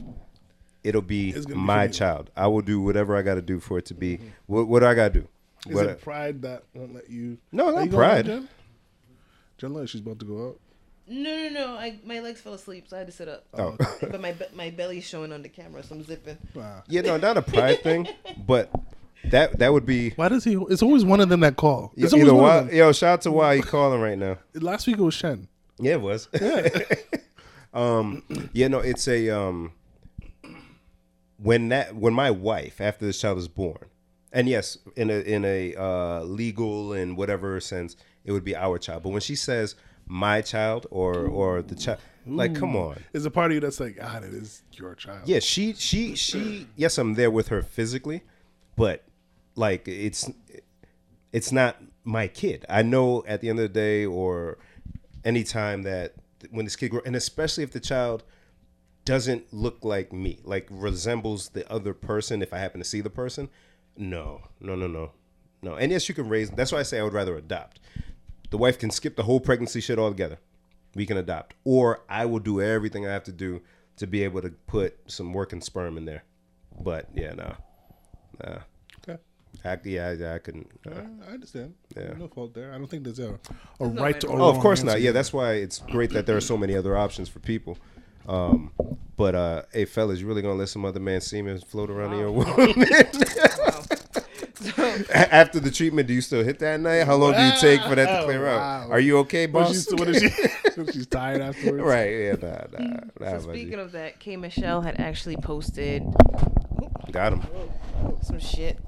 it'll be
gonna be
my
for you. Mm-hmm.
child. I will do whatever I got to do for it to be. What what do I got to do?
Is
What I-
it pride that won't let you?
No,
Are
not
you going out,
pride.
Jen? Jen, look, she's about to go out.
No, no, no. I my legs fell asleep, so I had to sit up. Um,
Oh.
but my be- my belly's showing on the camera, so I'm zipping.
Wow.
Yeah, no, not a pride thing, but That that would be
Why does he? It's always one of them that call. It's always
either
one
why.
of them.
Yo, shout out to why you calling right now.
Last week it was Shen.
Yeah, it was. um, yeah, no, it's a um. When that when my wife after this child is born, and yes, in a in a uh, legal and whatever sense, it would be our child. But when she says my child or or the child, like come on,
There's a part of you that's like, God, it is your child.
yeah, she she she. Yes, I'm there with her physically, but like it's it's not my kid. I know at the end of the day or any time that when this kid grows, and especially if the child doesn't look like me, like resembles the other person, if I happen to see the person, no, no, no, no, no. And yes, you can raise. That's why I say I would rather adopt. The wife can skip the whole pregnancy shit altogether. We can adopt, or I will do everything I have to do to be able to put some working sperm in there. But yeah, no, nah.
Okay.
I, yeah, I, I couldn't. uh,
I understand.
Yeah.
No fault there. I don't think there's a, a right or
Oh, of
wrong
course
answer.
not. Yeah, that's why it's great that there are so many other options for people. Um, but uh, hey, fellas, you really gonna let some other man's semen float around
Oh.
in your woman? A- After the treatment, do you still hit that night? How long do you take for that to clear
Oh, Wow.
out? Are you okay,
What
boss?
is she? What is she she's tired afterwards.
right? Yeah, nah, nah, nah
So
buddy.
speaking of that, K Michelle had actually posted
got him.
some shit.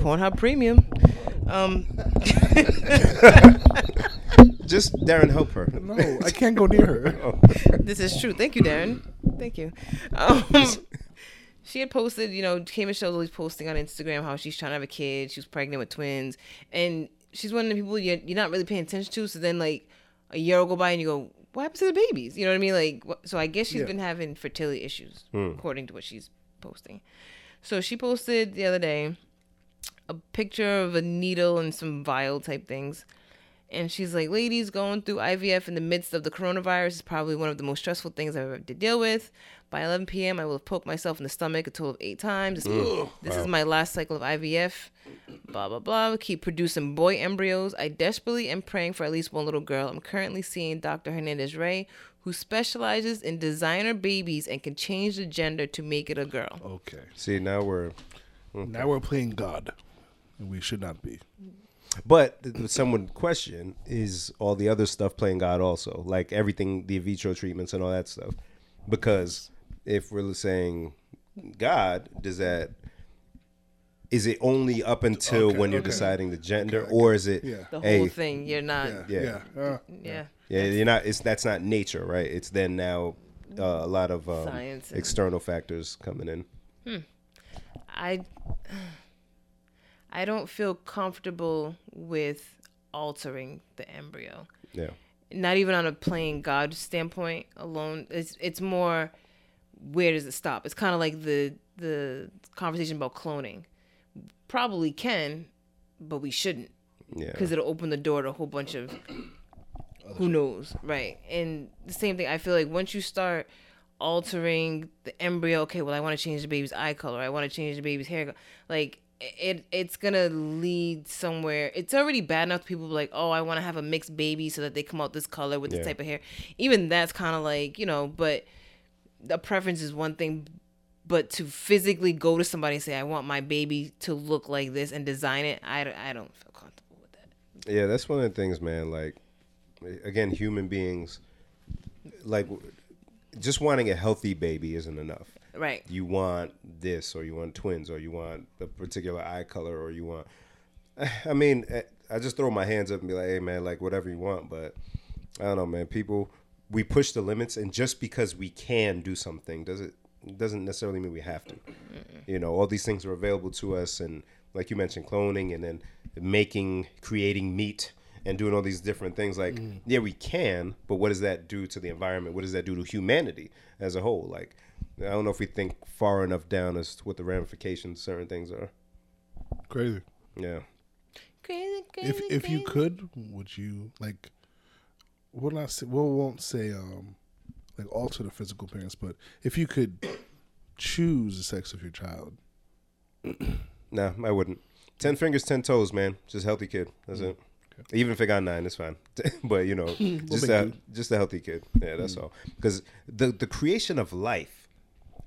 Pornhub Premium. Um,
Just Darren, help her.
No, I can't go near her.
this is true. Thank you, Darren. Thank you. Um, she had posted, you know, K Michelle's always posting on Instagram how she's trying to have a kid. She was pregnant with twins, and she's one of the people you're, you're not really paying attention to. So then, like a year will go by, and you go, "What happened to the babies?" You know what I mean? Like, wh- so I guess she's been having fertility issues, according to what she's posting. So she posted the other day a picture of a needle and some vial type things. And she's like, ladies, going through IVF in the midst of the coronavirus is probably one of the most stressful things I've ever had to deal with. By 11 p.m., I will have poked myself in the stomach a total of eight times. This, this is my last cycle of IVF. Blah, blah, blah. Keep producing boy embryos. I desperately am praying for at least one little girl. I'm currently seeing Dr. Hernandez Ray, who specializes in designer babies and can change the gender to make it a girl.
Okay.
See, now we're.
Now we're playing God, and we should not be.
But th- th- some would question is all the other stuff playing God also, like everything, the in vitro treatments and all that stuff. Because if we're saying God, does that is it only up until
Okay,
when you're
okay.
deciding the gender, or is it
Yeah.
The whole
hey,
thing. You're not.
Yeah.
Yeah. Uh,
yeah.
yeah, you're not. It's that's not nature, right? It's then now uh, a lot of um,
Science and-
external factors coming in.
I I don't feel comfortable with altering the embryo.
Yeah,
Not even on a plain God standpoint alone. It's it's more where does it stop? It's kind of like the the conversation about cloning. Probably can, but we shouldn't
yeah.
because it'll open the door to a whole bunch of who knows, right? And the same thing, I feel like once you start altering the embryo, okay, well, I want to change the baby's eye color, I want to change the baby's hair, co- like it, it's gonna lead somewhere. It's already bad enough people be like, oh, I want to have a mixed baby so that they come out this color with
Yeah.
this type of hair. Even that's kind of like you know, but the preference is one thing, but to physically go to somebody and say, I want my baby to look like this and design it, I, don't- I don't feel comfortable with that.
Yeah, that's one of the things, man. Like, again, human beings, like, just wanting a healthy baby isn't enough.
Right.
You want this, or you want twins, or you want a particular eye color, or you want. I mean, eh, I just throw my hands up and be like, hey, man, like, whatever you want. But I don't know, man. People, we push the limits, and just because we can do something, does it? Doesn't necessarily mean we have to. You know, all these things are available to us, and like you mentioned, cloning, and then making, creating meat, and doing all these different things. Like, yeah, we can, but what does that do to the environment? What does that do to humanity as a whole? Like, I don't know if we think far enough down as to what the ramifications of certain things are.
crazy.
Yeah.
Crazy, crazy.
If if you could, would you like? We'll not say. We won't say. Um, like alter the physical appearance, but if you could choose the sex of your child,
Nah, I wouldn't. Ten fingers, ten toes, man. Just healthy kid. That's it. Even if it got nine, it's fine. but you know, just
big
a just a healthy kid. Yeah, that's all. Because the the creation of life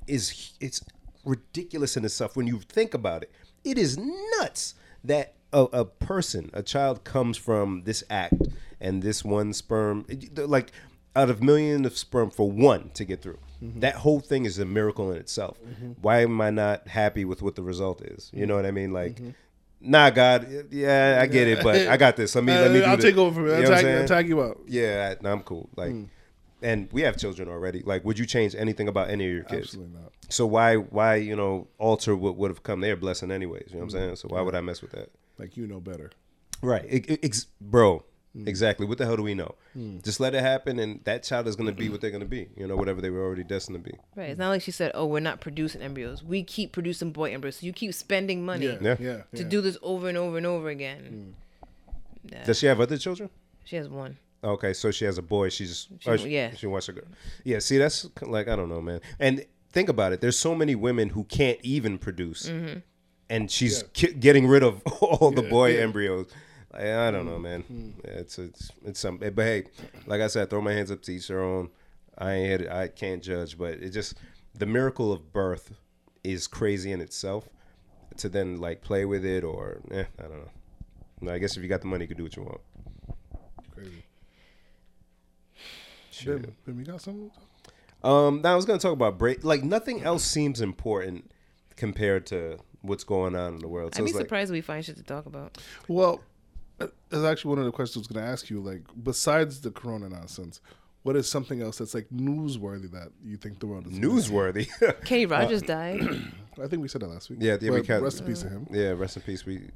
is it's ridiculous in itself when you think about it. It is nuts that a, a person, a child, comes from this act and this one sperm, it- like out of millions of sperm for one to get through.
Mm-hmm.
That whole thing is a miracle in itself. Why am I not happy with what the result is? You know what I mean? Like.
Mm-hmm.
Nah, God, yeah, I get it, but I got this. Let me, let me. Do
I'll
the-
take over from
You
it.
know
I'll,
what I'm
tag, I'll
saying?
tag you Mm. out.
Yeah, I- I'm cool. Like, and we have children already. Like, would you change anything about any of your kids?
Absolutely not.
So why, why you know, alter what would have come their blessing anyways? You know what I'm saying? So why would I mess with that?
Like you know better.
Right, Ex- ex- bro. Exactly. What the hell do we know? Just let it happen, and that child is going to be what they're going to be. You know, whatever they were already destined to be.
Right. It's not like she said, "Oh, we're not producing embryos. We keep producing boy embryos. So you keep spending money
Yeah, yeah.
Yeah. Mm.
yeah,
to do this over and over and over again." Yeah.
Does she have other children?
She has one.
Okay, so she has a boy. She just
She-
or she,
yeah.
she wants a girl. Yeah, see, that's k- like I don't know, man. And think about it. There's so many women who can't even produce,
Mm-hmm.
and she's ki- getting rid of all the boy embryos. Like, I don't know, man. Yeah, it's it's it's some. eh, But hey, like I said, I throw my hands up to each their own. I ain't had, it- I can't judge, but it just the miracle of birth is crazy in itself. To then like play with it or eh, I don't know. No, I guess if you got the money, you can do what you want.
Crazy.
Shit.
Then, then we got something.
Um, now I was gonna talk about break. Like nothing else seems important compared to what's going on in the world. So
I'd be
it's like,
surprised we find shit to talk about.
Well, uh, that's actually one of the questions I was going to ask you. Like, besides the corona nonsense, what is something else that's like newsworthy that you think the world is
newsworthy.
Kenny Rogers died.
I think we said that last week.
Yeah, yeah, we
But
can-
Rest in peace to him.
yeah, rest in peace. We,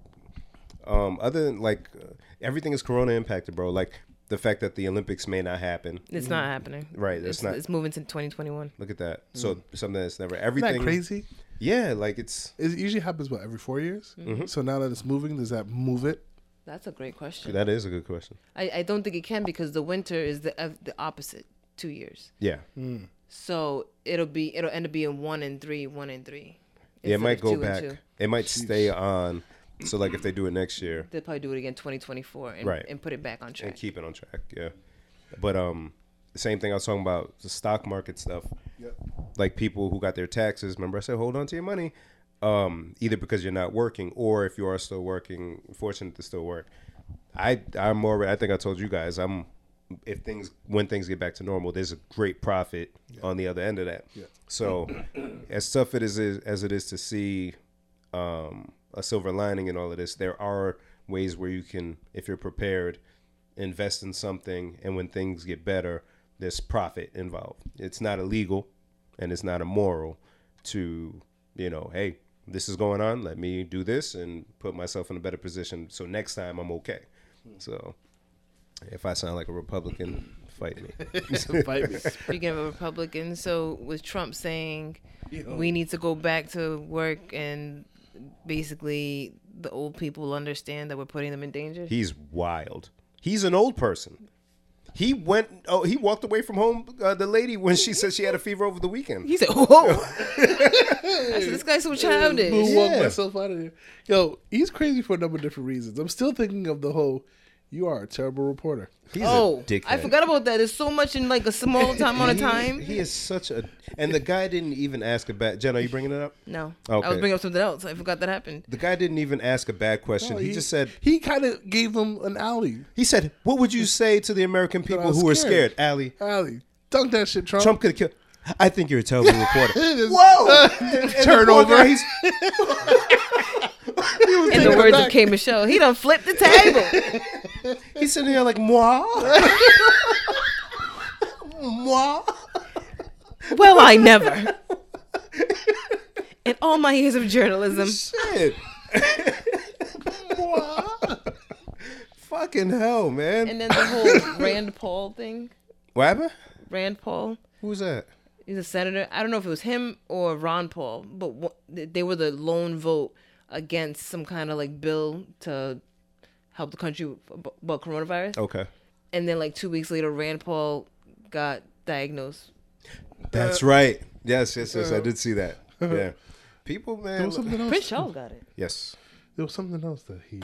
um, other than like uh, everything is Corona impacted, bro. Like the fact that the Olympics may not happen.
It's not happening.
Right, it's
It's,
not-
It's moving to 2021.
Look at that. So
Mm.
something that's never
Isn't
everything.
that crazy?
Yeah, like it's
It usually happens what every four years.
Mm-hmm.
So now that it's moving, does that move it?
That's a great question.
that is a good question.
I, I don't think it can because the winter is the of the opposite two years.
Yeah,
Mm. So it'll be it'll end up being one and three, one and three.
yeah,
instead
it might
of
go
two and
back.
two.
It might stay on. So like if they do it next year,
They'll probably do it again 2024 and,
Right.
and put it back on track.
and keep it on track. Yeah, but um, same thing I was talking about the stock market stuff.
Yep.
Like people who got their taxes. Remember, I said hold on to your money, um, either because you're not working or if you are still working, fortunate to still work. I I'm already. I think I told you guys I'm. If things when things get back to normal, there's a great profit on the other end of that.
Yeah.
So, as tough it is as it is to see um, a silver lining in all of this, there are ways where you can, if you're prepared, invest in something, and when things get better, there's profit involved. It's not illegal, and it's not immoral to, you know, hey, this is going on. Let me do this and put myself in a better position so next time I'm okay. So, if I sound like a Republican, fight me.
Fight me.
Speaking of a Republican, so with Trump saying we need to go back to work and basically the old people understand that we're putting them in danger.
He's wild. He's an old person. He went. Oh, he walked away from home. Uh, the lady when she said she had a fever over the weekend.
He said, "Whoa!" I said, "This guy's so
Boom,
childish."
walk
Yeah.
myself out of here. Yo, he's crazy for a number of different reasons. I'm still thinking of the whole. You are a terrible reporter.
He's
Oh,
a dickhead.
I forgot about that. There's so much in like a small time on a time.
He is such a. And the guy didn't even ask a bad. Jen, are you bringing it up?
No, I was
Okay.
bringing up something else. I forgot that happened.
The guy didn't even ask a bad question. he, just said.
he kind of gave them an alley.
He said, "What would you say to the American people
was
who are
scared.
scared, Allie?
Alley, dunk that shit, Trump.
Trump could kill. I think you're a terrible reporter.
It is-
Whoa! Turnover.
Turnover.
He's
In the
taken
words of
aback.
K. Michelle, he done flipped the table.
he's sitting there like moi, moi.
well, I never. In all my years of journalism,
Shit. Fucking hell, man.
and then the whole Rand Paul thing.
what happened?
Rand Paul,
Who's that?
he's a senator. I don't know if it was him or Ron Paul, but wha- th- they were the lone vote against some kind of like bill to help the country ab- about coronavirus.
Okay.
And then like two weeks later, Rand Paul got diagnosed.
Uh,
That's right. Yes, yes, yes. I did see that. Yeah. People,
uh-huh. There
man.
was something else.
Prince Charles got it.
Yes.
There was something else that he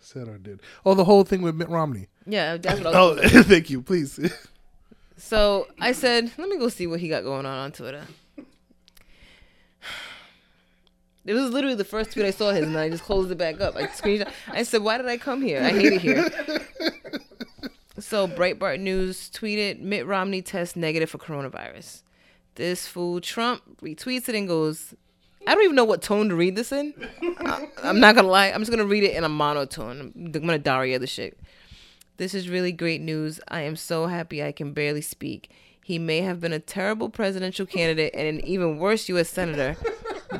said or did. Oh, the whole thing with Mitt Romney.
Yeah, that's what I was
Oh, thank you. Please.
So I said, let me go see what he got going on on Twitter. It was literally the first tweet I saw his, and I just closed it back up. I screenshot. I said, "Why did I come here? I hate it here." So Breitbart News tweeted Mitt Romney tests negative for coronavirus. This fool Trump retweets it and goes, I don't even know what tone to read this in. I, am not gonna lie, I'm just gonna read it in a monotone. I'm gonna Daria the shit. This is really great news. I am so happy I can barely speak. He may have been a terrible presidential candidate and an even worse U.S. senator,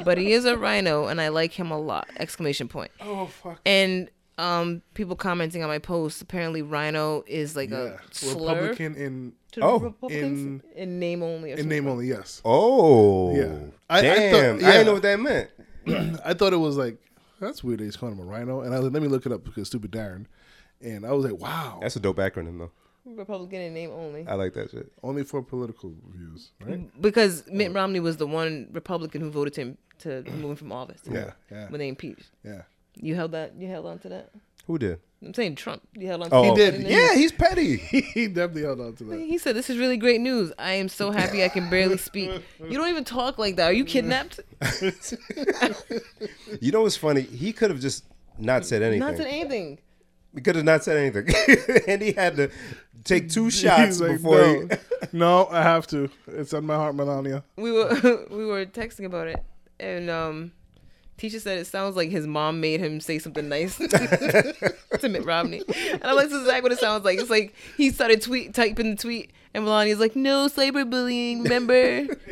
but he is a rhino, and I like him a lot! Exclamation point
Oh fuck.
and um people commenting on my post apparently rhino is like
Yeah.
a slur
Republican in
to
Oh,
Republicans in, name only or
in
something.
name only. Yes.
Oh,
Yeah. I- I
damn! I,
thought- yeah.
didn't know what that meant.
I thought it was like that's weird. They just calling him a rhino, and I was like, let me look it up because stupid Darren. And I was like, wow,
That's a dope acronym though.
Republican in name
Uh,
only
I like that shit.
only for political views,
Mm.
right?
because Mitt Romney was the one Republican who voted to him to remove him from office
Yeah, yeah,
when they impeached
yeah.
you held that you held on to that
Who did?
I'm saying Trump you held on to
Oh,
that.
did,
And then
Yeah, he's petty.
he definitely held on to that.
He said, "This is really great news. I am so happy I can barely speak. You don't even talk like that. Are you kidnapped?
You know what's funny? He could have just not said anything.
Not to anything.
he could have not said anything, and he had to take two shots
He's like,
before.
no,
He,
no, I have to. It's on my heart, Melania.
we were we were texting about it, and um, teacher said it sounds like his mom made him say something nice to Mitt Romney, and I'm like, this is exactly what it sounds like. It's like he started tweet typing the tweet, and Melania's like, no cyberbullying, remember?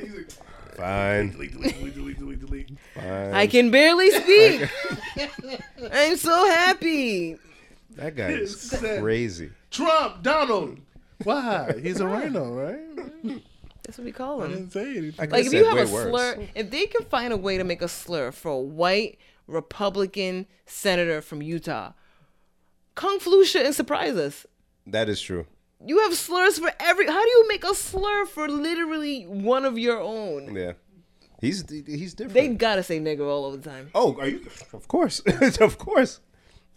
fine,
Delete, delete, delete, delete, delete, delete.
fine.
I can barely speak. I'm so happy.
that guy is
Sad.
crazy.
Trump, Donald. Why? He's a rhino, right?
That's what we call him.
Didn't say anything.
Like
It
if you
Mm-hmm. said
have a
way worse.
slur, if they can find a way to make a slur for a white Republican senator from Utah, Kung Flu shouldn't surprise us.
That is true.
You have slurs for every. How do you make a slur for literally one of your own?
Yeah, he's he's different.
They gotta say nigger all over the time.
oh, are you? Of course, of course,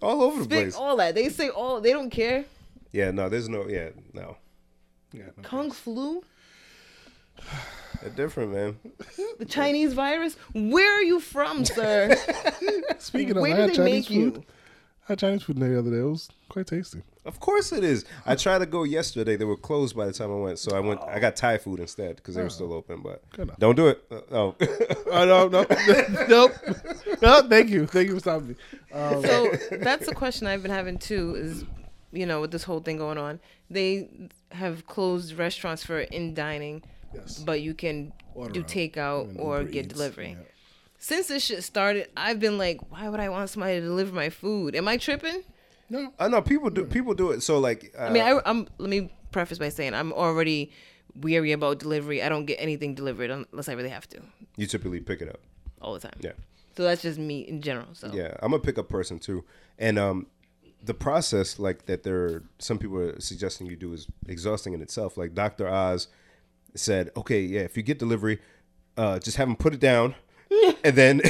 all over the
Big,
place.
all that. They say all. They don't care.
Yeah, no, there's no. Yeah, no,
Yeah, no.
Kung flu,
they're different, man.
the Chinese virus. Where are you from, sir?
Speaking of, I
Where do
had
they
Chinese
make
food.
you?
I had Chinese food the other day. It was quite tasty.
Of course it is. I tried to go yesterday. They were closed by the time I went, so I went. I got Thai food instead because they
Oh.
were still open. But
Good enough.
don't do it. Uh, oh,
Oh no, no, nope, no. Thank you, thank you for stopping me. Um,
so that's the question I've been having too. Is you know with this whole thing going on, they have closed restaurants for in dining,
Yes.
but you can
Order
do
out.
takeout
And
or
Uber
get
Eats,
delivery.
yeah.
Since this shit started, I've been like, why would I want somebody to deliver my food? Am I tripping?
No,
I know Uh, people do. People do it. So like, uh,
I mean, I, I'm. Let me preface by saying I'm already weary about delivery. I don't get anything delivered unless I really have to,
you typically pick it up.
all the time.
Yeah,
So that's just me in general. So
yeah. I'm a pickup person too, and um, the process like that. There, some people are suggesting you do is exhausting in itself. Like Doctor Oz said, okay, yeah, if you get delivery, uh, just have them put it down. And then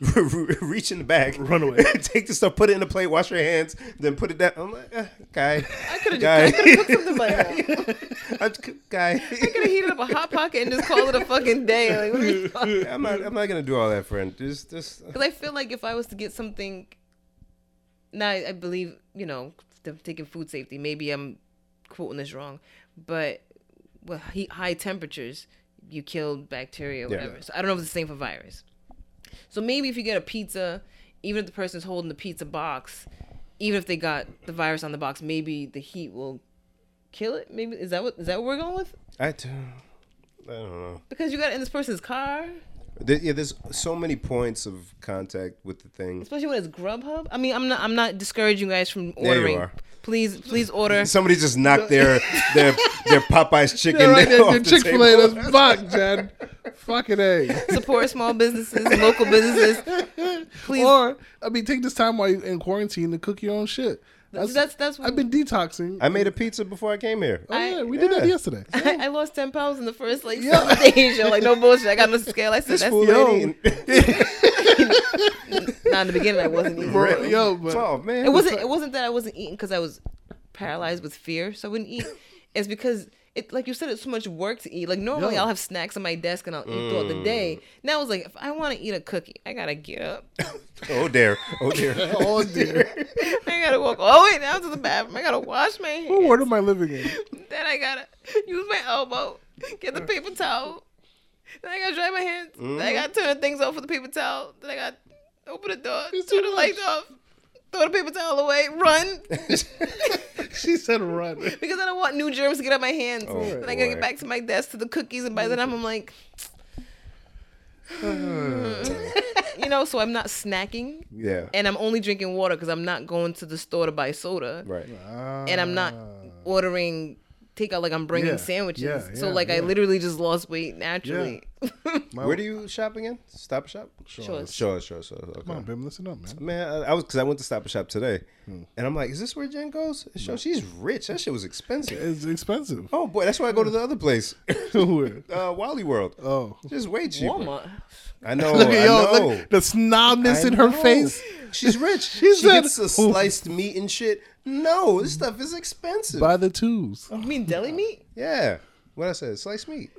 re- re- reach in the bag,
Run away.
take the stuff, put it in the plate, wash your hands, then put it down. I'm like, uh, guy,
I could have
Guy.
just I could have cooked something by now. I
I'm, guy,
could have heated up a hot pocket and just called it a fucking day. Like, what are you talking?
I'm not, I'm not gonna do all that, friend. Just, just,
Because I feel like if I was to get something, now I, I believe you know them taking food safety. Maybe I'm quoting this wrong, but with heat, high temperatures, you kill bacteria, or whatever. So I don't know if it's the same for virus. So maybe if you get a pizza, even if the person's holding the pizza box, even if they got the virus on the box, maybe the heat will kill it. Maybe is that what is that what we're going with?
I, do- I don't know.
Because you got it in this person's car,
There, yeah, there's so many points of contact with the thing.
especially when it's Grubhub. I mean, I'm not I'm not discouraging you guys from
you
ordering.
are.
Please please order.
Somebody just knocked their their their Popeyes chicken
yeah, right
off
there,
the
Chick Fil
table.
A. That's fuck, Jen. Fucking a.
support small businesses, local businesses. Please.
Or I mean, take this time while you're in quarantine to cook your own shit. That's
that's- that's what-
I've been detoxing.
I made a pizza before I came here.
oh yeah,
I-
we did that yesterday.
I, I lost ten pounds in the first like seven days. Yo, like no bullshit. I got on the scale. I said
This
that's
fool
yo.
lady. and-
Nah, in the beginning I wasn't eating.
Bro, yo, but
oh man,
It wasn't. It wasn't that I wasn't eating because I was paralyzed with fear, so I wouldn't eat. It's because it like you said, it's so much work to eat. Like normally,
Yeah.
I'll have snacks on my desk and I'll eat throughout
Mm.
the day. Now it's like if I want to eat a cookie, I gotta get up.
Oh dear. Oh dear.
Oh dear.
I gotta walk all the way down to the bathroom. I gotta wash my
what
hands.
world am I living in?
Then I gotta use my elbow, get the paper towel. Then I gotta dry my hands. Then I gotta turn things off with the paper towel. Then I gotta open the door, turn the lights off, throw the paper towel away, run
She said run.
because I don't want new germs to get on my hands. then I gotta
boy.
get back to my desk to the cookies, and by then I'm, I'm like, you know, so I'm not snacking.
yeah.
And I'm only drinking water because I'm not going to the store to buy soda
Right.
Ah,
and I'm not
Ah.
ordering takeout like I'm bringing
Yeah,
sandwiches.
yeah,
so
yeah,
like I
yeah.
literally just lost weight naturally.
Where do you shop again? Stop and shop.
Sure.
Sure. Sure. Sure. Okay.
Come on, Hmm. Bim, listen up, man.
Man, I, I was because I went to Stop and Shop today, and I'm like, "Is this where Jen goes?" And Yo, she's rich. That shit was expensive.
It's expensive.
Oh boy, that's why I go to the other place,
Where?
uh, Wally World.
Oh.
Just way cheaper.
Walmart.
I know.
Look at
I
yo,
know.
look the snobness
I
in her
know.
face.
She's rich. she
She said-
gets the sliced meat and shit. No, this stuff is expensive.
By the twos.
You mean deli meat?
yeah. What I said, sliced meat.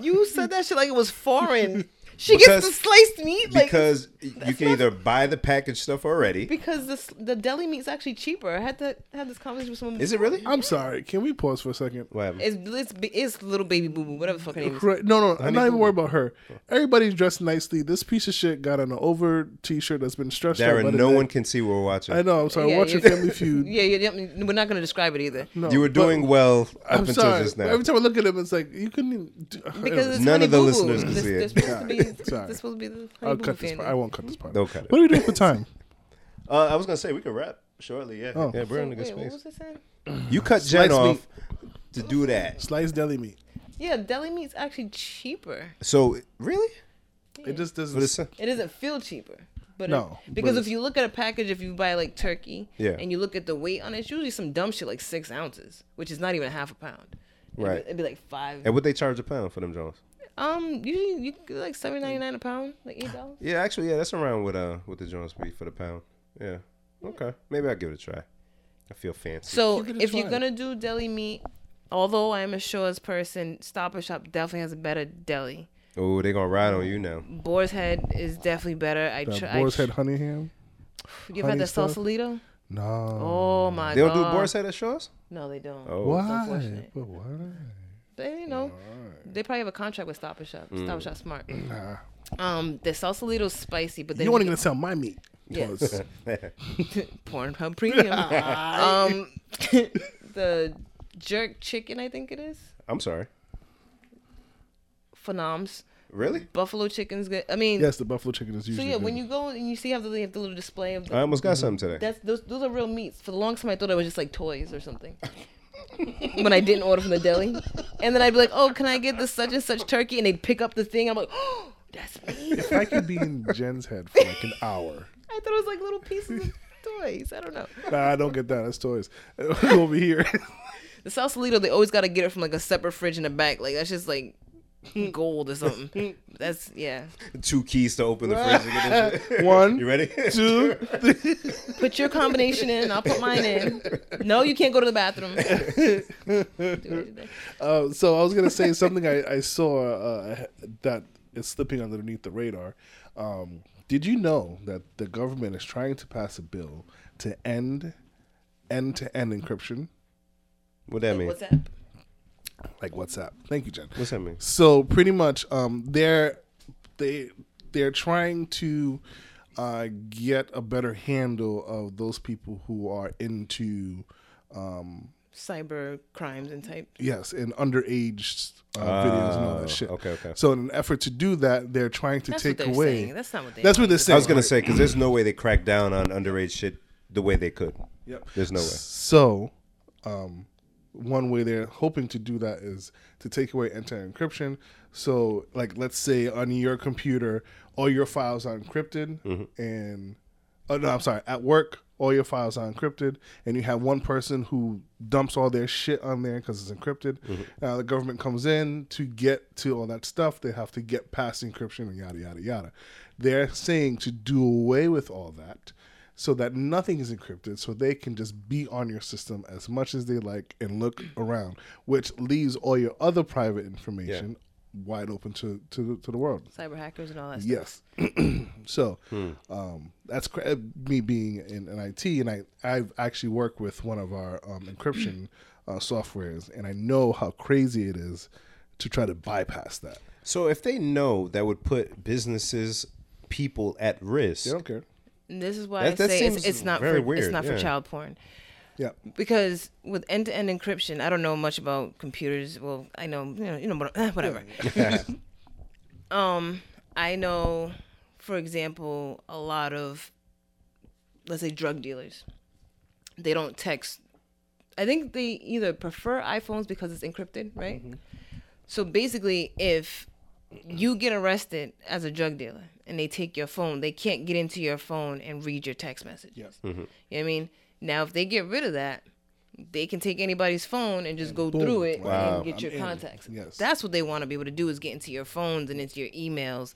You said that shit like it was foreign. She
Because-
gets the sliced meat like
Because you can either buy the packaged stuff already.
because this the deli meat's actually cheaper. I had to have this conversation with someone.
Is it really?
I'm sorry. Can we pause for a second?
What happened?
It's it's, it's little baby boo boo whatever the fuck her name is.
Right. No, no, I'm not even worried about her. Everybody's dressed nicely. This piece of shit got an over t-shirt that's been stretched out. by
Darren,
the
no
day.
one can see what we're watching.
I know. I'm sorry.
Yeah,
Watch
you-
your Family Feud.
Yeah, yeah, yeah, we're not gonna describe it either.
No,
You were
but
doing well up
I'm
until
sorry.
just now.
Every time I look at him, it's like you couldn't. Even, do- I don't
Because
know.
it's
None
Honey
of the
Boo Boo.
listeners can
This-
see it.
They're supposed to be.
Sorry.
They're supposed to be the Honey
I'll
Boo Boo
cut this
fan.
part. I won't cut this part.
No, cut it.
What are we doing for time?
Uh, I was gonna say we can wrap shortly. Yeah,
Oh.
yeah, we're in a good
Wait, what
space.
was I saying?
You cut Jen
Slice
off to do that.
Sliced deli meat.
Yeah, deli meat's actually cheaper.
So really,
It just
for
doesn't.
the se-
It doesn't feel cheaper. But
No,
it- because
but
if you look at a package, if you buy like turkey,
Yeah.
and you look at the weight on it, it's usually some dumb shit like six ounces, which is not even half a pound. It'd be-
Right.
It'd be like five.
and would they charge a pound for them Jones?
Um, usually you could like seven ninety nine a pound, like eight dollars.
Yeah, actually, yeah, that's around what uh what the Jones be for the pound. Yeah, okay, maybe I'll give it a try. I feel fancy.
So
Give it a
if you're
try.
gonna do deli meat, although I am a Shaw's person, Stop and Shop definitely has a better deli.
oh, they gonna ride on you now.
Boar's Head is definitely better. I
That
try.
boar's head honey ham.
You ever had
honey
the
stuff?
salsalito?
No.
Oh my
They
god!
don't do boar's head at Shaw's.
No, they don't.
Oh,
Why?
unfortunate.
But why?
They, you know, they probably have a contract with Stop and Shop. Stop and Shop smart.
Nah.
Um, the salsalito's spicy, but then
You weren't
you
gonna sell my meat.
Yeah.
Pause.
get Pornhub Premium. um, the jerk chicken, I think it is.
I'm sorry.
Phenoms.
Really?
Buffalo chicken's good. I mean,
yes, the buffalo chicken is
so
usually.
yeah, when
good.
you go and you see how they have the little display of
I
the,
almost got something today.
that's those those are real meats. For the longest time, I thought it was just like toys or something. when I didn't order from the deli, and then I'd be like, "Oh, can I get the such and such turkey?" And they'd pick up the thing. And I'm like, "Oh, that's me."
If I could be in Jen's head for like an hour.
I thought it was like little pieces of toys. I don't know.
Nah, I don't get that. That's toys. Over here.
The Sausalito, they always got to get it from like a separate fridge in the back. Like that's just like gold or something. That's yeah.
Two keys to open the fridge. to get this shit.
One,
You ready?
two, three.
Put your combination in. I'll put mine in. No, you can't go to the bathroom. Do what you did.
Uh, so I was gonna say something I, I saw uh, that is slipping underneath the radar. Um, did you know that the government is trying to pass a bill to end end-to-end encryption,
What that mean?
What's that?
like WhatsApp? Thank you, Jen.
What's that mean?
So pretty much, um, they're they they're trying to uh, get a better handle of those people who are into
Cyber crimes and type.
yes and underage uh, videos and all that shit.
Ah, okay, okay.
So in an effort to do that, they're trying to
That's
take
what they're
away.
saying. That's not what they.
That's what they're saying.
I was gonna
right?
say because there's no way they cracked down on underage shit the way they could.
Yep.
There's no way.
So, um, one way they're hoping to do that is to take away end-to-end encryption. So, like, let's say on your computer, all your files are encrypted, and oh no, I'm sorry, at work, all your files are encrypted, and you have one person who dumps all their shit on there because it's encrypted. Now the government comes in to get to all that stuff. They have to get past encryption and yada yada yada. They're saying to do away with all that so that nothing is encrypted, so they can just be on your system as much as they like and look around, which leaves all your other private information wide open to, to to the world.
Cyber hackers and all that. stuff.
Yes. so um, that's cra- me being in, in IT, and I I've actually worked with one of our um, encryption uh, softwares, and I know how crazy it is to try to bypass that.
So if they know that would put businesses, people at risk.
They don't care.
And this is why
That-
I
that
say
seems
it's, it's not
very
for
weird,
it's not
yeah.
for child porn.
Yeah.
because with end-to-end encryption, I don't know much about computers. Well, I know, you know, you know but- eh, whatever. um, I know, for example, a lot of, let's say, drug dealers. They don't text. I think they either prefer iPhones because it's encrypted, right? So basically, if you get arrested as a drug dealer and they take your phone, they can't get into your phone and read your text messages.
Yes.
You know what I mean? Now, if they get rid of that, they can take anybody's phone and just go through it
Wow.
and get your contacts.
Yes.
That's what they want to be able to do is get into your phones and into your emails.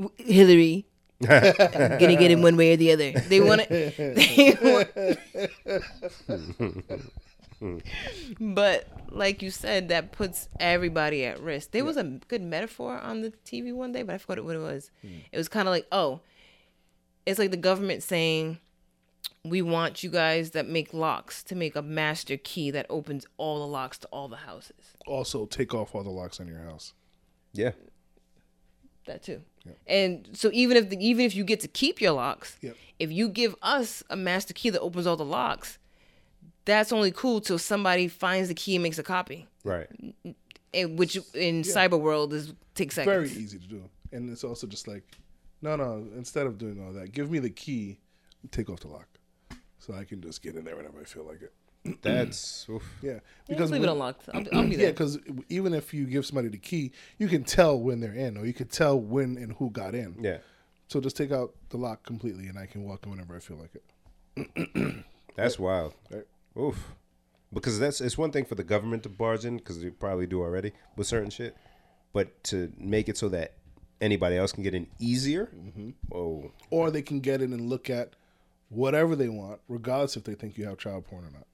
W- Hillary, I'm gonna get in one way or the other. They want to. They want, but like you said, that puts everybody at risk. There was a good metaphor on the TV one day, but I forgot what it was. It was kind of like, oh, it's like the government saying we want you guys that make locks to make a master key that opens all the locks to all the houses.
Also, take off all the locks on your house.
Yeah.
That too. And so even if the, even if you get to keep your locks,
Yep.
if you give us a master key that opens all the locks, that's only cool till somebody finds the key and makes a copy,
Right.
and which in cyber world is takes seconds.
Very easy to do, and it's also just like, no, no. Instead of doing all that, give me the key, take off the lock, so I can just get in there whenever I feel like it.
That's oof.
Yeah,
Because leave it
when-
unlocked. I'll, be- I'll be
Yeah,
there.
because even if you give somebody the key, you can tell when they're in, or you could tell when and who got in.
yeah.
So just take out the lock completely, and I can walk in whenever I feel like it.
That's wild.
Right.
Oof. Because that's it's one thing for the government to barge in because they probably do already with certain shit, but to make it so that anybody else can get in easier. Oh,
Or they can get in and look at whatever they want, regardless if they think you have child porn or not.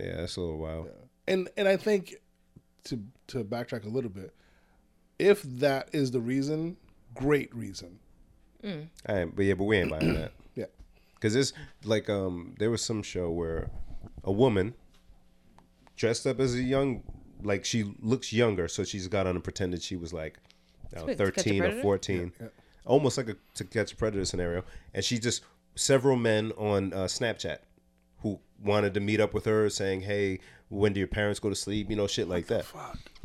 yeah, that's a little wild.
And and I think to to backtrack a little bit, if that is the reason, great reason.
I am, but yeah, but we ain't buying that
Yeah.
because it's like um there was some show where a woman dressed up as a young like she looks younger, so she's got on and pretended she was like uh,
Wait, To Catch a
thirteen or
Predator?
fourteen, almost like a to catch a predator scenario, and she just several men on uh, Snapchat who wanted to meet up with her, saying, "Hey, when do your parents go to sleep?" You know, shit like that.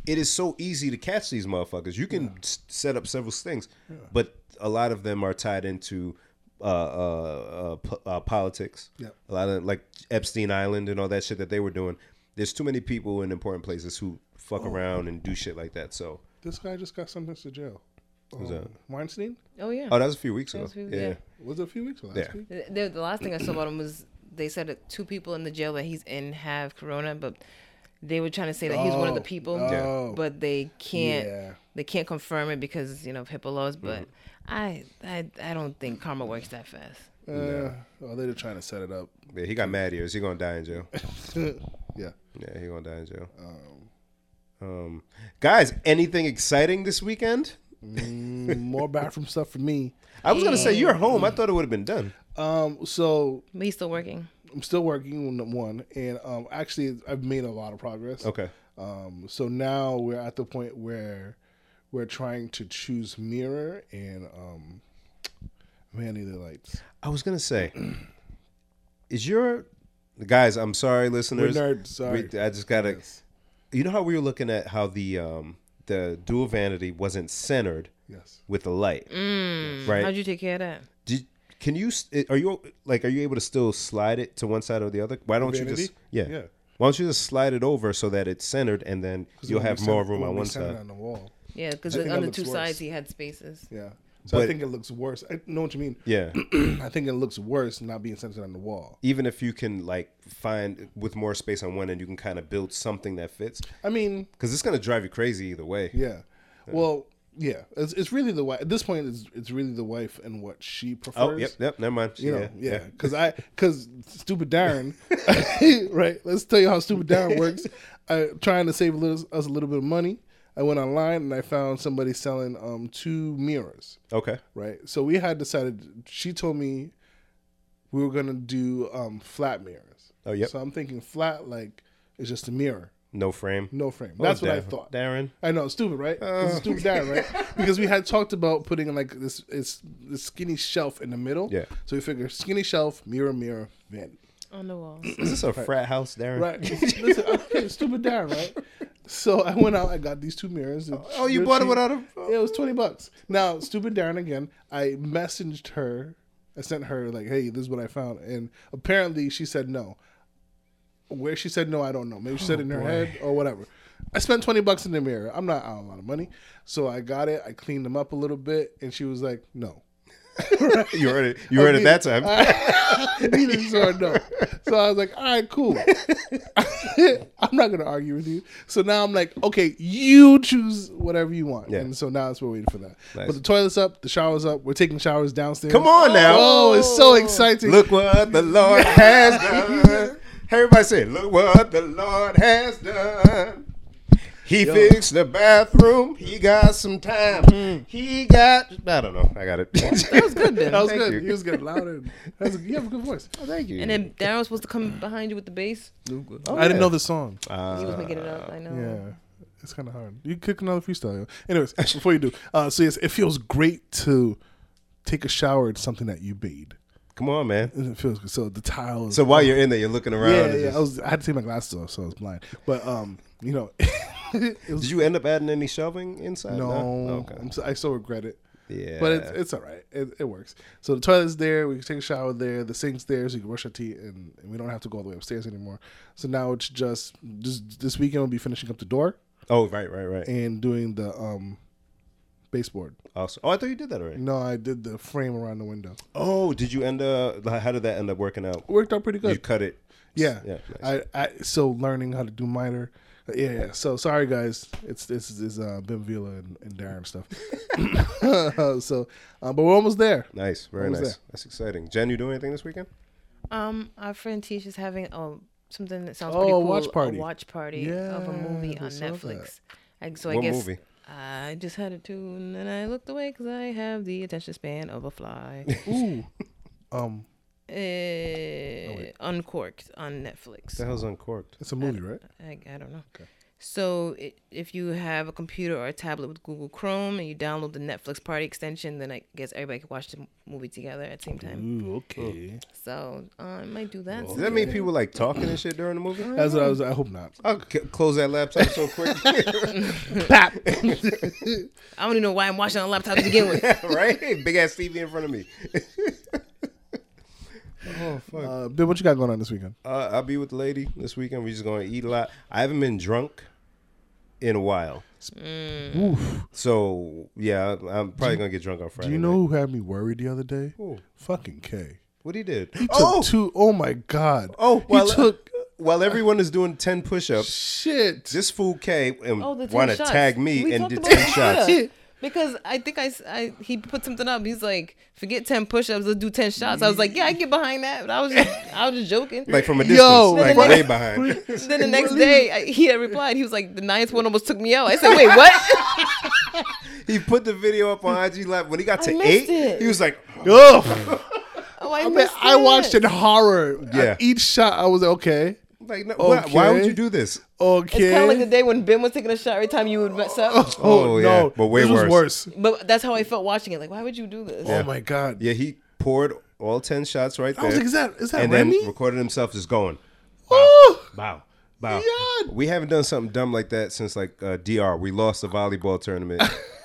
It is so easy to catch these motherfuckers. You can s- set up several things, but a lot of them are tied into uh, uh, uh, po- uh, politics.
Yeah.
A lot of like Epstein Island and all that shit that they were doing. There's too many people in important places who fuck around and do shit like that. So,
This guy just got sentenced to jail. Um,
Who's that?
Weinstein?
Oh yeah.
oh, that was a few weeks ago.
was a few-
yeah.
yeah.
Was it a few weeks or last
Yeah.
week?
The, the- the last thing I saw about him was they said that two people in the jail that he's in have corona, but they were trying to say that he's one of the
Oh,
people,
oh.
but they can't.
Yeah. Mm-hmm.
They can't confirm it because you know of HIPAA laws. But I, I, I don't think karma works that fast.
Uh, oh, they're trying to set it up.
Yeah, he got mad ears. He gonna die in jail.
yeah.
Yeah, he gonna die in jail. Um, guys, anything exciting this weekend?
Mm, more bathroom stuff for me.
I was gonna say you're home. I thought it would have been done.
Um, so
But he's still working.
I'm still working on one, and um, actually I've made a lot of progress.
Okay.
Um, so now we're at the point where we're trying to choose mirror and um, man, I need the lights.
I was gonna say, is your guys? I'm sorry,
We're
listeners.
nerds. Sorry.
We- I just gotta. You know how we were looking at how the um the dual vanity wasn't centered
yes.
with the light, right?
Mm. How'd you take care of that?
Did, can you? s- Are you like? Are you able to still slide it to one side or the other? Why don't you
vanity?
just? Yeah.
Yeah.
Why don't you just slide it over so that it's centered, and then
'Cause it
you'll
won't
have
be
more
centered- it
room
won't
on
be
one
centered
side.
on the wall.
Yeah, because
I think
on
that
the two
looks worse.
sides he had spaces.
Yeah. So I
But-
think it looks worse. I know what you mean.
Yeah.
I think it looks worse not being centered on the wall.
Even if you can like find with more space on one end, you can kind of build something that fits.
I mean,
Because it's gonna drive you crazy either way.
Yeah. Well, yeah, it's, it's really the wife. At this point, it's it's really the wife and what she prefers.
Oh, yep, yep. Never mind.
You
yeah,
know, yeah, because I because stupid Darren, right? Let's tell you how stupid Darren works. I trying to save a little, us a little bit of money. I went online and I found somebody selling um two mirrors,
Okay.
right? So we had decided. She told me we were gonna do um flat mirrors.
Oh, yep.
So I'm thinking flat like it's just a mirror,
No frame.
no frame.
Oh,
That's what I
Darren-
thought.
Darren.
I know, stupid, right? It's a stupid dad, right? Because we had talked about putting like this, it's this skinny shelf in the middle.
Yeah.
So we figure skinny shelf, mirror, mirror, vanity.
on the wall.
Is this a frat house, Darren?
Right. Listen, okay, stupid dad, right? So I went out, I got these two mirrors.
Oh, you bought it without a-
Yeah, it was twenty bucks. Now, stupid Darren again. I messaged her. I sent her like, "Hey, this is what I found," and apparently she said no. Where she said no, I don't know. Maybe she said it in
Oh,
her head or whatever. I spent twenty bucks in the mirror. I'm not out a lot of money, so I got it. I cleaned them up a little bit, and she was like, "No."
You heard it. You heard it that time.
Neither is or no. So I was like, all right, cool. I'm not gonna argue with you. So now I'm like, okay, you choose whatever you want.
Yeah.
And so now it's we're waiting for that.
Nice.
But the toilet's up, the shower's up, we're taking showers downstairs.
Come on now.
Oh, it's so exciting.
Look what the Lord has done. Everybody say, look what the Lord has done. He fixed the bathroom. He got some time. He got. I don't know. I got it. that was good.
that was
Thank
good.
you.
He was getting louder. That was, you have a good voice.
Thank you.
And then Darren was supposed to come behind you with the bass.
I didn't
yeah.
know the song.
he was making it up. I know.
Yeah. It's kind of hard. You cook another freestyle. yo. Anyways, before you do, uh, so yes, it feels great to take a shower at something that you bathed.
Come on, man.
It feels good. So the tile. is
So while you're in there, you're looking around.
Yeah,
and
yeah.
just-
I was. I had to take my glasses off, so I was blind. But um, you know, it
Did
was,
you end up adding any shelving inside?
no,
Okay.
I'm so, I still regret it.
Yeah.
But it's, it's all right. It, it works. So the toilet's there. We can take a shower there. The sink's there, so you can brush our teeth, and, and we don't have to go all the way upstairs anymore. So now it's just this this weekend we'll be finishing up the door
oh, right, right, right.
and doing the um baseboard.
Also, oh, I thought you did that already.
No, I did the frame around the window.
Oh, did you end up? How did that end up working out?
Worked out pretty good.
You cut it.
Yeah.
Yeah. nice.
I, I so learning how to do minor. Yeah, yeah. So sorry guys. It's this is uh Ben Vila and, and Darren stuff. so uh, but we're almost there.
Nice, very
What was
nice. That's exciting. Jen, you doing anything this weekend?
Um, our friend Tisha's having um something that sounds
Oh,
pretty
a
cool.
watch party.
A watch party of a movie
Yeah, I
on
saw that.
Netflix. I, so I
What
guess
movie?
I just had a tune and I looked away because I have the attention span of a fly.
Ooh. um Oh,
uh, uncorked on Netflix.
The hell's uncorked?
it's a movie, right?
I, I don't know. So i if you have a computer or a tablet with Google Chrome and you download the Netflix Party extension, then I guess everybody can watch the m- movie together at the same time.
Ooh, okay.
So uh, I might do that.
Does that Mm. mean people like talking and shit during the movie?
That's what I was I hope not.
I'll c- close that laptop so quick,
Pap.
I don't even know why I'm watching on a laptop to begin with.
right? Big ass TV in front of me. oh fuck!
uh Ben, what you got going on this weekend?
Uh, I'll be with the lady this weekend. We're just gonna eat a lot. I haven't been drunk in a while,
Uh, Oof.
so yeah, I'm- I'm probably gonna get drunk on Friday.
Do you
night.
know who had me worried the other day?
Who?
Fucking K.
what he did?
Oh, two, oh my god.
oh,
he
while,
took
while everyone is doing ten push-ups,
shit.
this fool came and
Oh, the 10
want to
shots.
tag me
We
and
talked
did
about
ten
that.
shots.
Yeah. Because I think I, s- I- he put something up. He's like, forget ten push-ups, let's do ten shots. I was like, yeah, I get behind that. But I was just, I was just joking.
Like from a
Yo,
distance, like
what?
way behind.
then the next day, I, he had replied. He was like, the ninth one almost took me out. I said, wait, what?
He put the video up on IG Live when he got to
missed
eight.
it.
He was like,
Ugh.
oh, I,
I, mean,
missed
I watched
it.
in horror. At
Yeah.
each shot, I was like, okay,
like no, why, why would
Okay.
you do this?
okay.
It's kind of like the day when Ben was taking a shot every time you would mess up.
Oh, yeah, but way
this
worse.
Was worse.
But that's how I felt watching it. Like, why would you do this?
Oh my god.
Yeah, he poured all ten shots right there.
I was like, is that is that
and
Remy?
then recorded himself just going,
Ooh.
wow, wow.
Yeah.
We haven't done something dumb like that since like uh, DR. We lost the volleyball tournament,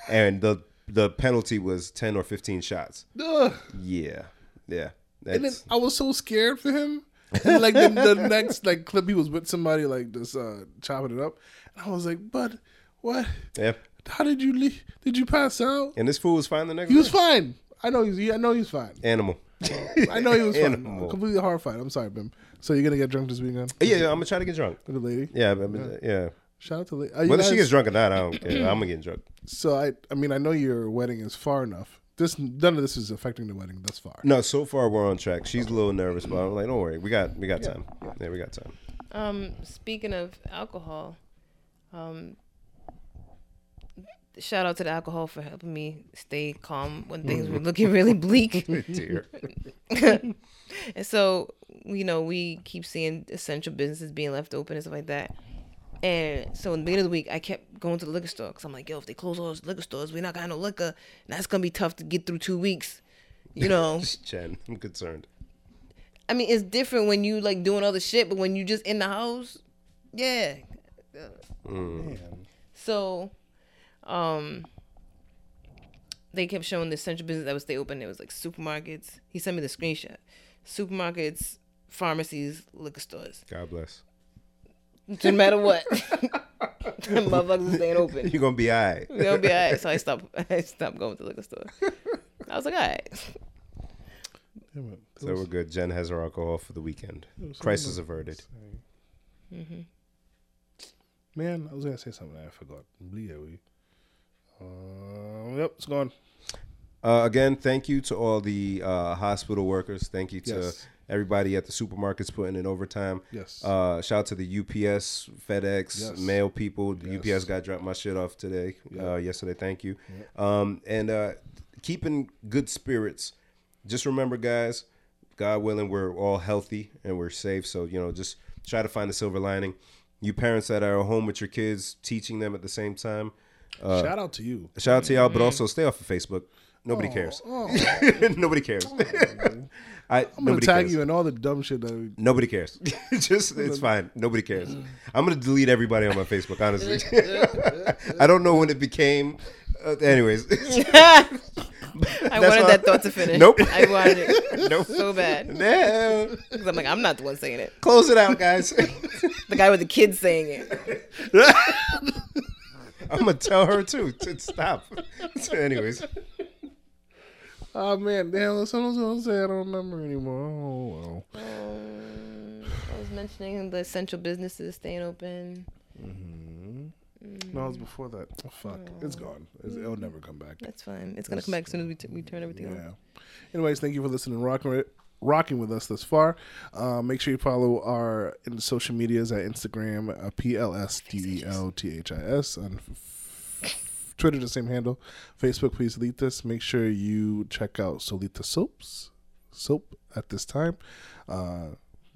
and the the penalty was ten or fifteen shots.
Ugh.
Yeah, yeah.
And then
That's,
I was so scared for him. And like the, the next like clip, he was with somebody like this, uh, chopping it up, and I was like, "But what?
yeah.
How did you leave? Did you pass out?
And this fool was fine the next.
He was
day.
fine. I know he's. I know he's fine.
animal.
I know he was fine.
Animal.
completely horrified. I'm sorry, Bim. So you're gonna get drunk this weekend?
Yeah, yeah, I'm gonna try to get drunk.
Good lady.
Yeah, but- but, yeah.
Shout out to La-
Whether she gets drunk or not, I don't care. I'm gonna get drunk.
So I, I mean, I know your wedding is far enough. This none of this is affecting the wedding thus far.
No, so far we're on track. She's a little nervous, but I'm like, don't worry, we got we got time. Yeah, we got time.
Um, speaking of alcohol, um, shout out to the alcohol for helping me stay calm when things were looking really bleak.
Dear.
And so, you know, we keep seeing essential businesses being left open and stuff like that. And so in the beginning of the week, I kept going to the liquor store because I'm like, yo, if they close all those liquor stores, we're not gonna have no liquor. Now it's gonna be tough to get through two weeks. You know,
Jen, I'm concerned.
I mean, it's different when you like doing other shit, but when you just in the house, yeah. So, um, they kept showing the essential business that would stay open. It was like supermarkets. He sent me the screenshot: supermarkets, pharmacies, liquor stores.
God bless.
no matter what. motherfuckers staying open.
You're gonna be all right.
They'll be alright. So I stopped. I stopped going to the liquor store. I was like, alright.
Damn it. That
So
was-
we're good. Jen has her alcohol for the weekend.
was
Crisis averted.
man, I was gonna say something I forgot. Bleed eh, we. Um, yep, it's gone.
Uh, again, thank you to all the uh, hospital workers. Thank you to
Yes.
everybody at the supermarkets putting in overtime.
Yes.
Uh, shout out to the UPS, FedEx,
Yes.
mail people. The
Yes.
UPS guy dropped my shit off today, uh, yesterday. Thank you. Um, and uh, keeping good spirits. Just remember, guys, God willing, we're all healthy and we're safe. So, you know, just try to find a silver lining. You parents that are home with your kids, teaching them at the same time. Uh,
Shout out to you.
Shout out to y'all, but
Mm-hmm.
also stay off of Facebook. Nobody cares. nobody cares. I,
I'm gonna
nobody
tag
cares.
you in all the dumb shit that we,
Nobody cares. Just it's fine. Nobody cares.
Mm.
I'm gonna delete everybody on my Facebook. Honestly, I don't know when it became. Uh, anyways,
I wanted
all.
that thought to finish.
Nope.
I wanted it
nope.
so bad
Nah.
because I'm like, I'm not the one saying it.
Close it out, guys.
The guy with the kids saying it.
I'm gonna tell her too to stop. So anyways,
Oh man, damn! that's what I was gonna say. I don't remember anymore. Oh well.
Um, I was mentioning the essential businesses staying open.
No, it was before that. Oh, fuck, it's gone. It's, it'll never come back.
That's fine. It's gonna come back as soon as we, t- we turn everything on.
Yeah. Anyways, thank you for listening, and rocking with, rocking with us thus far. Uh, make sure you follow our in social medias at Instagram uh, P L S D E L T H I S on f- Twitter the same handle, Facebook please delete this. Make sure you check out Solita Soaps soap at this time. Uh,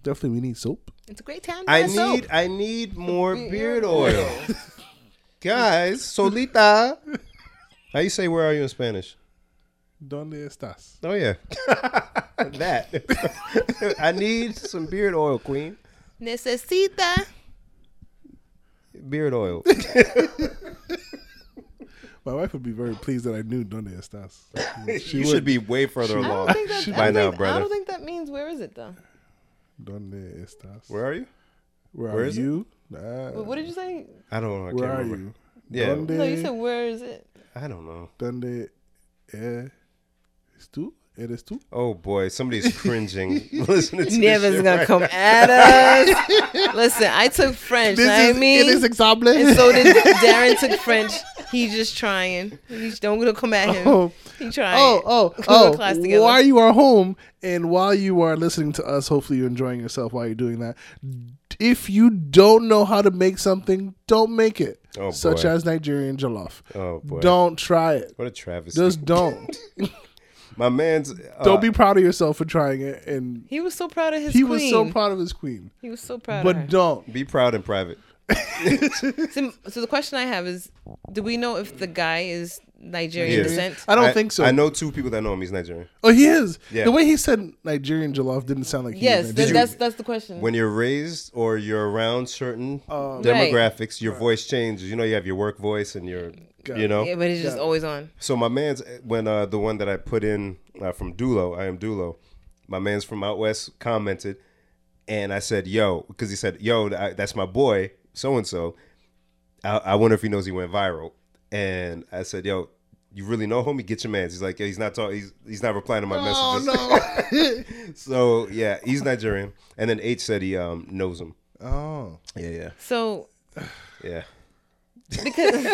definitely we need soap.
It's a great time. to
I
have soap.
need I need more beard oil, guys. Solita. How you say where are you in Spanish?
Donde estás?
Oh yeah, that. I need some beard oil, Queen.
Necesita.
Beard oil.
My wife would be very pleased that I knew Donde estás.
you should be way further
I
along
don't think that.
by
I don't
now,
think, I
brother.
don't think that means where is it though.
Donde estás?
Where are you?
Where,
where
are
is it?
you?
Wait,
Uh,
what did you say?
I don't know. I
where
can't
are
remember.
you?
Yeah,
Donde-
No, you said where is it?
I don't know.
donde eh, es tú, eres tú.
Oh boy, somebody's cringing listening to this
Never's
shit
gonna
right
come at us. Listen, I took French. I mean,
example.
and so did Darren took French. He's just trying. He's don't gonna come at him.
oh,
He trying.
oh, oh,
We're in class
oh.
together.
While you are home and while you are listening to us, hopefully you're enjoying yourself while you're doing that. If you don't know how to make something, don't make it.
Oh,
Such
boy.
as Nigerian jollof.
now. Oh boy,
Don't try it.
what a travesty.
Just don't.
My man's. Uh,
don't be proud of yourself for trying it. And
he was so proud of his
he
queen.
was so proud of his queen.
He was so proud.
But
of
don't.
be proud in private.
her. So, so the question I have is, do we know if the guy is Nigerian
Yes.
descent?
I don't think so.
I know two people that know him. He's Nigerian.
Oh, he is.
Yeah.
The way he said Nigerian jollof didn't sound like he
Yes,
was
th-
Nigerian.
that's that's the question.
When you're raised or you're around certain
Um,
Right.
demographics, your voice changes. You know, you have your work voice and your,
Got
you
it.
know.
yeah, but it's just
Yeah.
always on.
So my man's when uh, the one that I put in uh, from Dulo, I am Dulo. My man's from out west commented, and I said, "Yo," because he said, "Yo, th- I, that's my boy, so and so." I I wonder if he knows he went viral. And I said, "Yo, you really know, homie? Get your man's." He's like, yeah, "He's not talking. He's he's not replying to my
Oh
messages."
no!
So yeah, he's Nigerian. And then H said he um knows him.
oh,
Yeah, yeah,
So
yeah.
because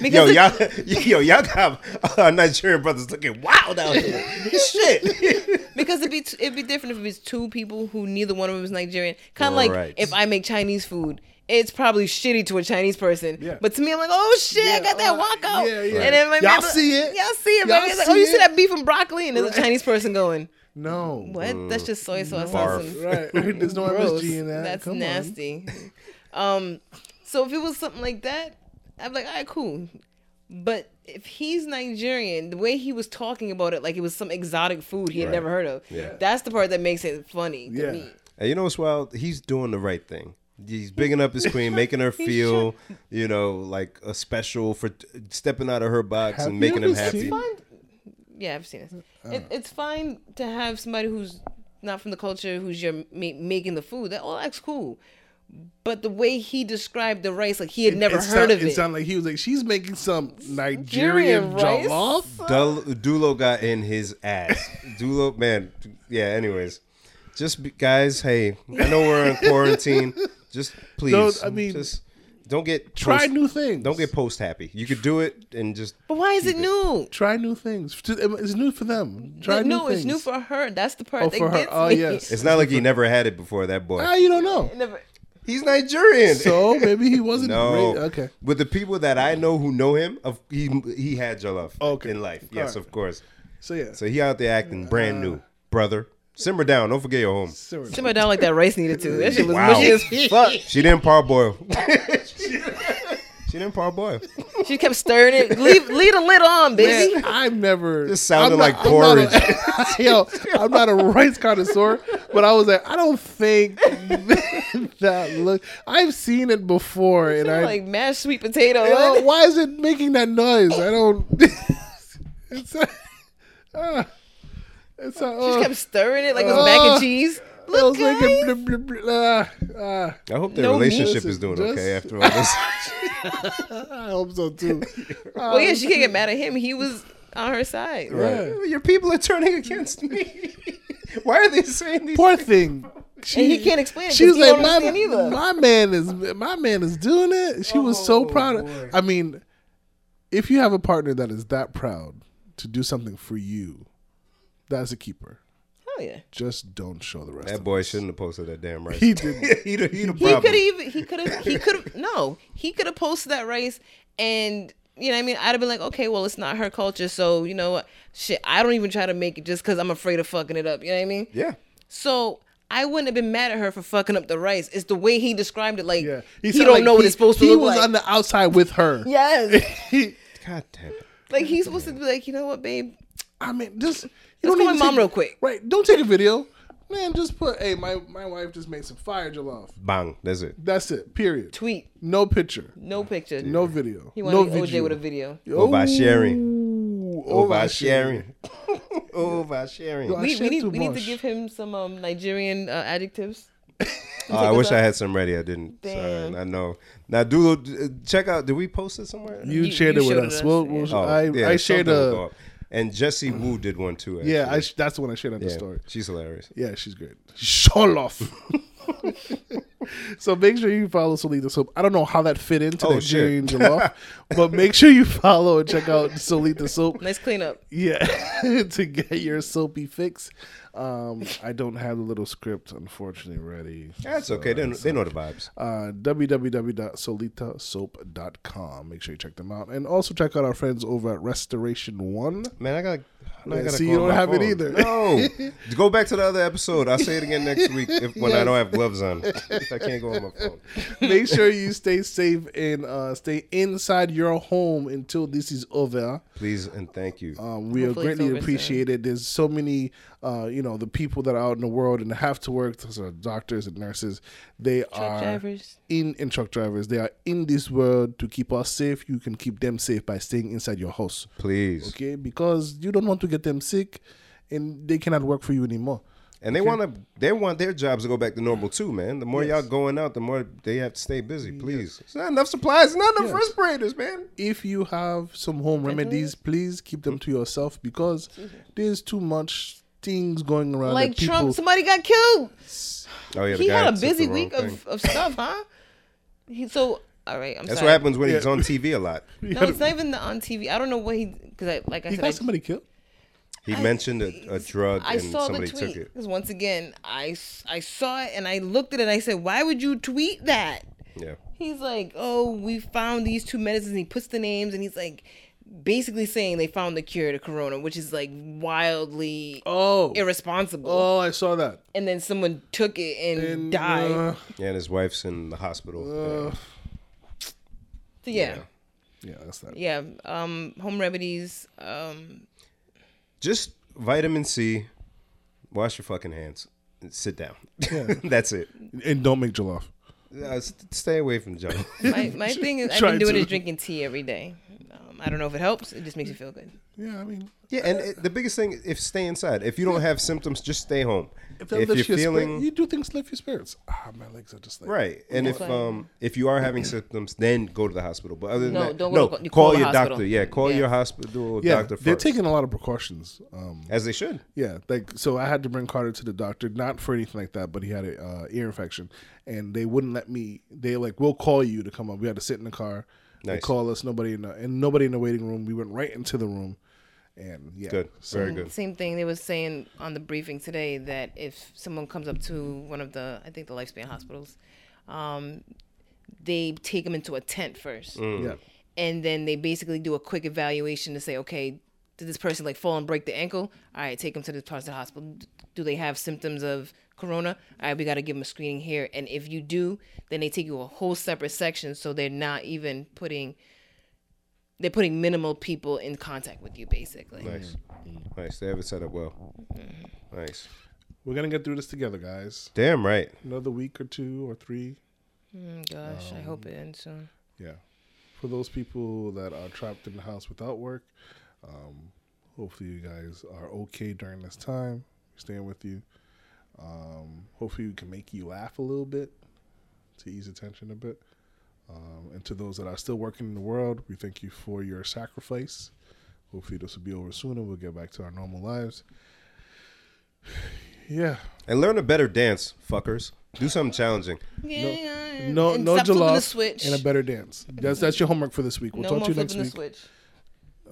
Yo,
because
y'all, yo, y'all got uh, Nigerian brothers looking wild out here. Shit.
Because it'd be t- it'd be different if it was two people who neither one of them is Nigerian. Kind of
Right.
like if I make Chinese food, it's probably shitty to a Chinese person.
Yeah.
But to me, I'm like, oh shit, I
Yeah,
got that
uh,
wako.
yeah, yeah.
And then my
Y'all
member-
see it?
Y'all see it,
Y'all
baby. It's like, oh,
see
you see
it?
that beef and broccoli, and there's a Chinese person going,
No.
what? That's just soy sauce.
Barf.
on some
Right. There's no
Gross.
MSG in that.
That's
Come on.
nasty. um, so if it was something like that, I'd be like, all right, cool. But if he's Nigerian, the way he was talking about it, like it was some exotic food he had
Right.
never heard of.
Yeah.
That's the part that makes it funny to
Yeah.
me.
And you know what's wild? He's doing the right thing. He's bigging up his queen, making her feel, you know, like a special for stepping out of her box
Have
and making
you
him
ever
happy.
seen-
Fine. Yeah, I've seen it.
Uh.
it. It's fine to have somebody who's not from the culture, who's your ma- making the food. That all that's cool. But the way he described the rice, like he had never
it
heard
sound-
of it.
It sounded like he was like, she's making some Nigerian
rice?
jollof.
Dul- Dulo got in his ass. Dulo, man, yeah. Anyways, just be, guys, hey, I know we're in quarantine. Just please,
Don't- I mean,
just don't get
Try
post-
new things.
Don't get post happy. You could do it and just
but why is
Keep
it
it.
new?
Try new things. um, It's new for them. Try new
no,
things.
it's new for her. That's the part
Oh,
that
for her.
gets
Oh,
me.
yes.
It's not like he never had it before. That boy,
Ah, you don't know.
Never-
he's Nigerian.
So maybe he wasn't
no,
great. Okay.
With the people that I know who know him, of he he had jollof
Okay.
in life. Yes,
Alright.
of course.
So yeah.
So he out there acting brand new, brother. Simmer down. Don't forget your home.
So we're-
Simmer down like that rice needed to. That shit was mushy as f-
Fuck. She didn't parboil. she didn't parboil.
She kept stirring it. Leave, leave the lid on, baby.
Man, I've never.
This sounded
I'm
like
I'm a- yo, I'm not a rice connoisseur, but I was like, I don't think that look. I've seen it before, and I.
like mashed sweet potato.
yo, why is it making that noise? I don't. it's. Uh, uh, it's. Uh,
She
uh,
kept stirring it like it was mac and cheese.
I Oh.
Look,
was
guys.
making blip, blip, blip, uh, uh,
I hope their
No
relationship
meat.
is doing
Just-
okay after all this.
ah, I hope so too.
well, yeah, she can't get mad at him. He was on her side.
Yeah.
Your people are turning against me. Why are they saying these?
Poor thing. She,
And he can't explain it.
She was like,
not
my,
understand either.
my man is my man is doing it. She was so proud. Of, I mean, if you have a partner that is that proud to do something for you, that's a keeper.
Hell yeah.
Just don't show the rest.
That
of
boy shouldn't have posted that damn rice.
He didn't.
he the, he the
He could
problem.
have even he could have he could have no he could have posted that race and you know what I mean I'd have been like okay well it's not her culture so you know what shit I don't even try to make it just because I'm afraid of fucking it up you know what I mean
Yeah.
so I wouldn't have been mad at her for fucking up the rice it's the way he described it like
Yeah,
he,
sounded
don't
like
know what
he-
it's supposed
He
to look
was
like
on the outside with her.
yes
He-
God damn it.
like he's supposed to be like you know what babe
I mean, just you
Let's
don't
call
even
my mom
take-
real quick.
Right? Don't take a video, man. Just put, hey, my my wife just made some fire jollof.
Bang. That's it.
That's it. Period.
tweet
No picture.
no picture
No video.
he
no
wanted to be OJ with a video
Oh, by sharing.
Ooh,
Oh, by
oversharing.
sharing. Oh, by sharing.
Yo, I
Oh,
we,
shared
we need
too
we need to
much.
give him some um Nigerian uh, adjectives
Oh, I wish I had some ready. I didn't.
Damn.
Sorry, I know. Now, Dulo, check out. Did we post it somewhere?
You,
You-
shared
you
it with
showed
us.
us,
We'll,
yeah.
we'll,
Oh,
I,
yeah,
I shared
something will
a.
go up. and Jesse Wu did one too. Actually.
Yeah, I, sh- that's the one I shared on the
Yeah,
story.
She's hilarious.
Yeah, she's great. Sholoff. so make sure you follow Solita Soap. I don't know how that fit into
Oh,
Nigerian Jollof, but make sure you follow and check out Solita Soap.
nice cleanup
Yeah, to get your soapy fix. Um, I don't have the little script, unfortunately, ready.
That's okay. They, they know the vibes.
uh, www.solitasoap.com. Make sure you check them out. And also check out our friends over at Restoration One.
Man, I got. I
Yeah,
gotta
see,
call
you don't
my
have it
phone.
either.
No, go back to the other episode. I'll say it again next week if, when I
Yes.
don't have gloves on. I can't go on my phone.
Make sure you stay safe and uh, stay inside your home until this is over.
Please and thank you.
Um,
Hopefully
we are
it's
greatly
over soon.
appreciated. There's so many, uh, you know, the people that are out in the world and have to work. Those are doctors and nurses. They are
drivers.
in and truck drivers. They are in this world to keep us safe. You can keep them safe by staying inside your house.
Please.
okay because you don't want to get them sick and they cannot work for you anymore
And they want to. They want their jobs to go back to normal too, man. The more y'all going out, the more they have to stay busy. Please. It's not enough supplies. Not enough respirators, man.
if you have some home remedies please keep them to yourself because there's too much things going around
like
that people,
Trump somebody got killed
Oh yeah. the
he
guy
had a
took the
busy
wrong
week
thing.
of, of stuff, huh? He, so All right, I'm
That's
sorry.
what happens when he's
Yeah.
on TV a lot.
No, it's not even the on TV. I don't know what he because I like I
He
said I,
got somebody killed.
He mentioned a, a drug
I
and
saw the
somebody
tweet
took it.
because once again I s- I saw it and I looked at it and I said why would you tweet that?
Yeah.
He's like oh we found these two medicines. And he puts the names and he's like basically saying they found the cure to corona, which is like wildly
Oh,
irresponsible.
oh, I saw that.
And then someone took it and,
And,
died.
uh,
Yeah, and his wife's in the hospital.
uh,
so yeah,
yeah, that's that.
yeah. Um, home remedies. Um,
Just vitamin C. Wash your fucking hands. And sit down. That's it.
And don't make jollof.
Uh, s- stay away from junk.
my, my thing is I've
Try
been doing
to.
is drinking tea every day. Um, I don't know if it helps. It just makes you feel good.
Yeah, I mean,
yeah, and it, the biggest thing if stay inside. If you don't have symptoms, just stay home. If,
that
you're
lifts your spirit-
feeling
you do things to lift your spirits. Ah, my legs are just like
right, and if
Right.
um if you are having symptoms, then go to the hospital. But other than
No,
that,
don't go
no,
to- you
call,
call the
your
hospital.
doctor. Yeah, call
Yeah.
your hospital
Yeah,
doctor 1st
they're taking a lot of precautions. Um,
as they should.
Yeah, like so I had to bring Carter to the doctor, not for anything like that, but he had a uh, ear infection, and they wouldn't let me. They like, we'll call you to come up. We had to sit in the car. They
Nice.
call us. Nobody in the and nobody in the waiting room. We went right into the room, and yeah,
Good,
So,
very good.
Same thing they were saying on the briefing today that if someone comes up to one of the I think the lifespan hospitals, um, they take them into a tent first,
yeah,
and then they basically do a quick evaluation to say, okay, did this person like fall and break the ankle? All right, take them to this part of the hospital. Do they have symptoms of corona? All right, we got to give them a screening here, and if you do, then they take you a whole separate section, so they're not even putting. They're putting minimal people in contact with you, basically.
Nice, nice. They have it set up well. Nice.
we're gonna get through this together, guys.
Damn right.
Another week or two or three.
Mm, Gosh, I hope it ends soon.
Yeah, for those people that are trapped in the house without work, um, hopefully you guys are okay during this time. Staying with you. Um, hopefully we can make you laugh a little bit to ease the tension a bit. Um, and to those that are still working in the world, we thank you for your sacrifice. Hopefully this will be over soon and we'll get back to our normal lives. Yeah.
And learn a better dance, fuckers. Do something challenging.
Yeah.
No
and
no
stop flipping the
jollof
switch.
and a better dance. That's that's your homework for this week. We'll
no
talk
more
to you
flipping
next
the
week.
switch.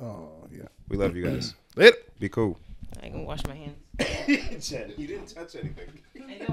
Oh yeah.
We love you guys.
Later.
Be cool.
I can wash my hands.
Jen, you didn't touch anything.
I know.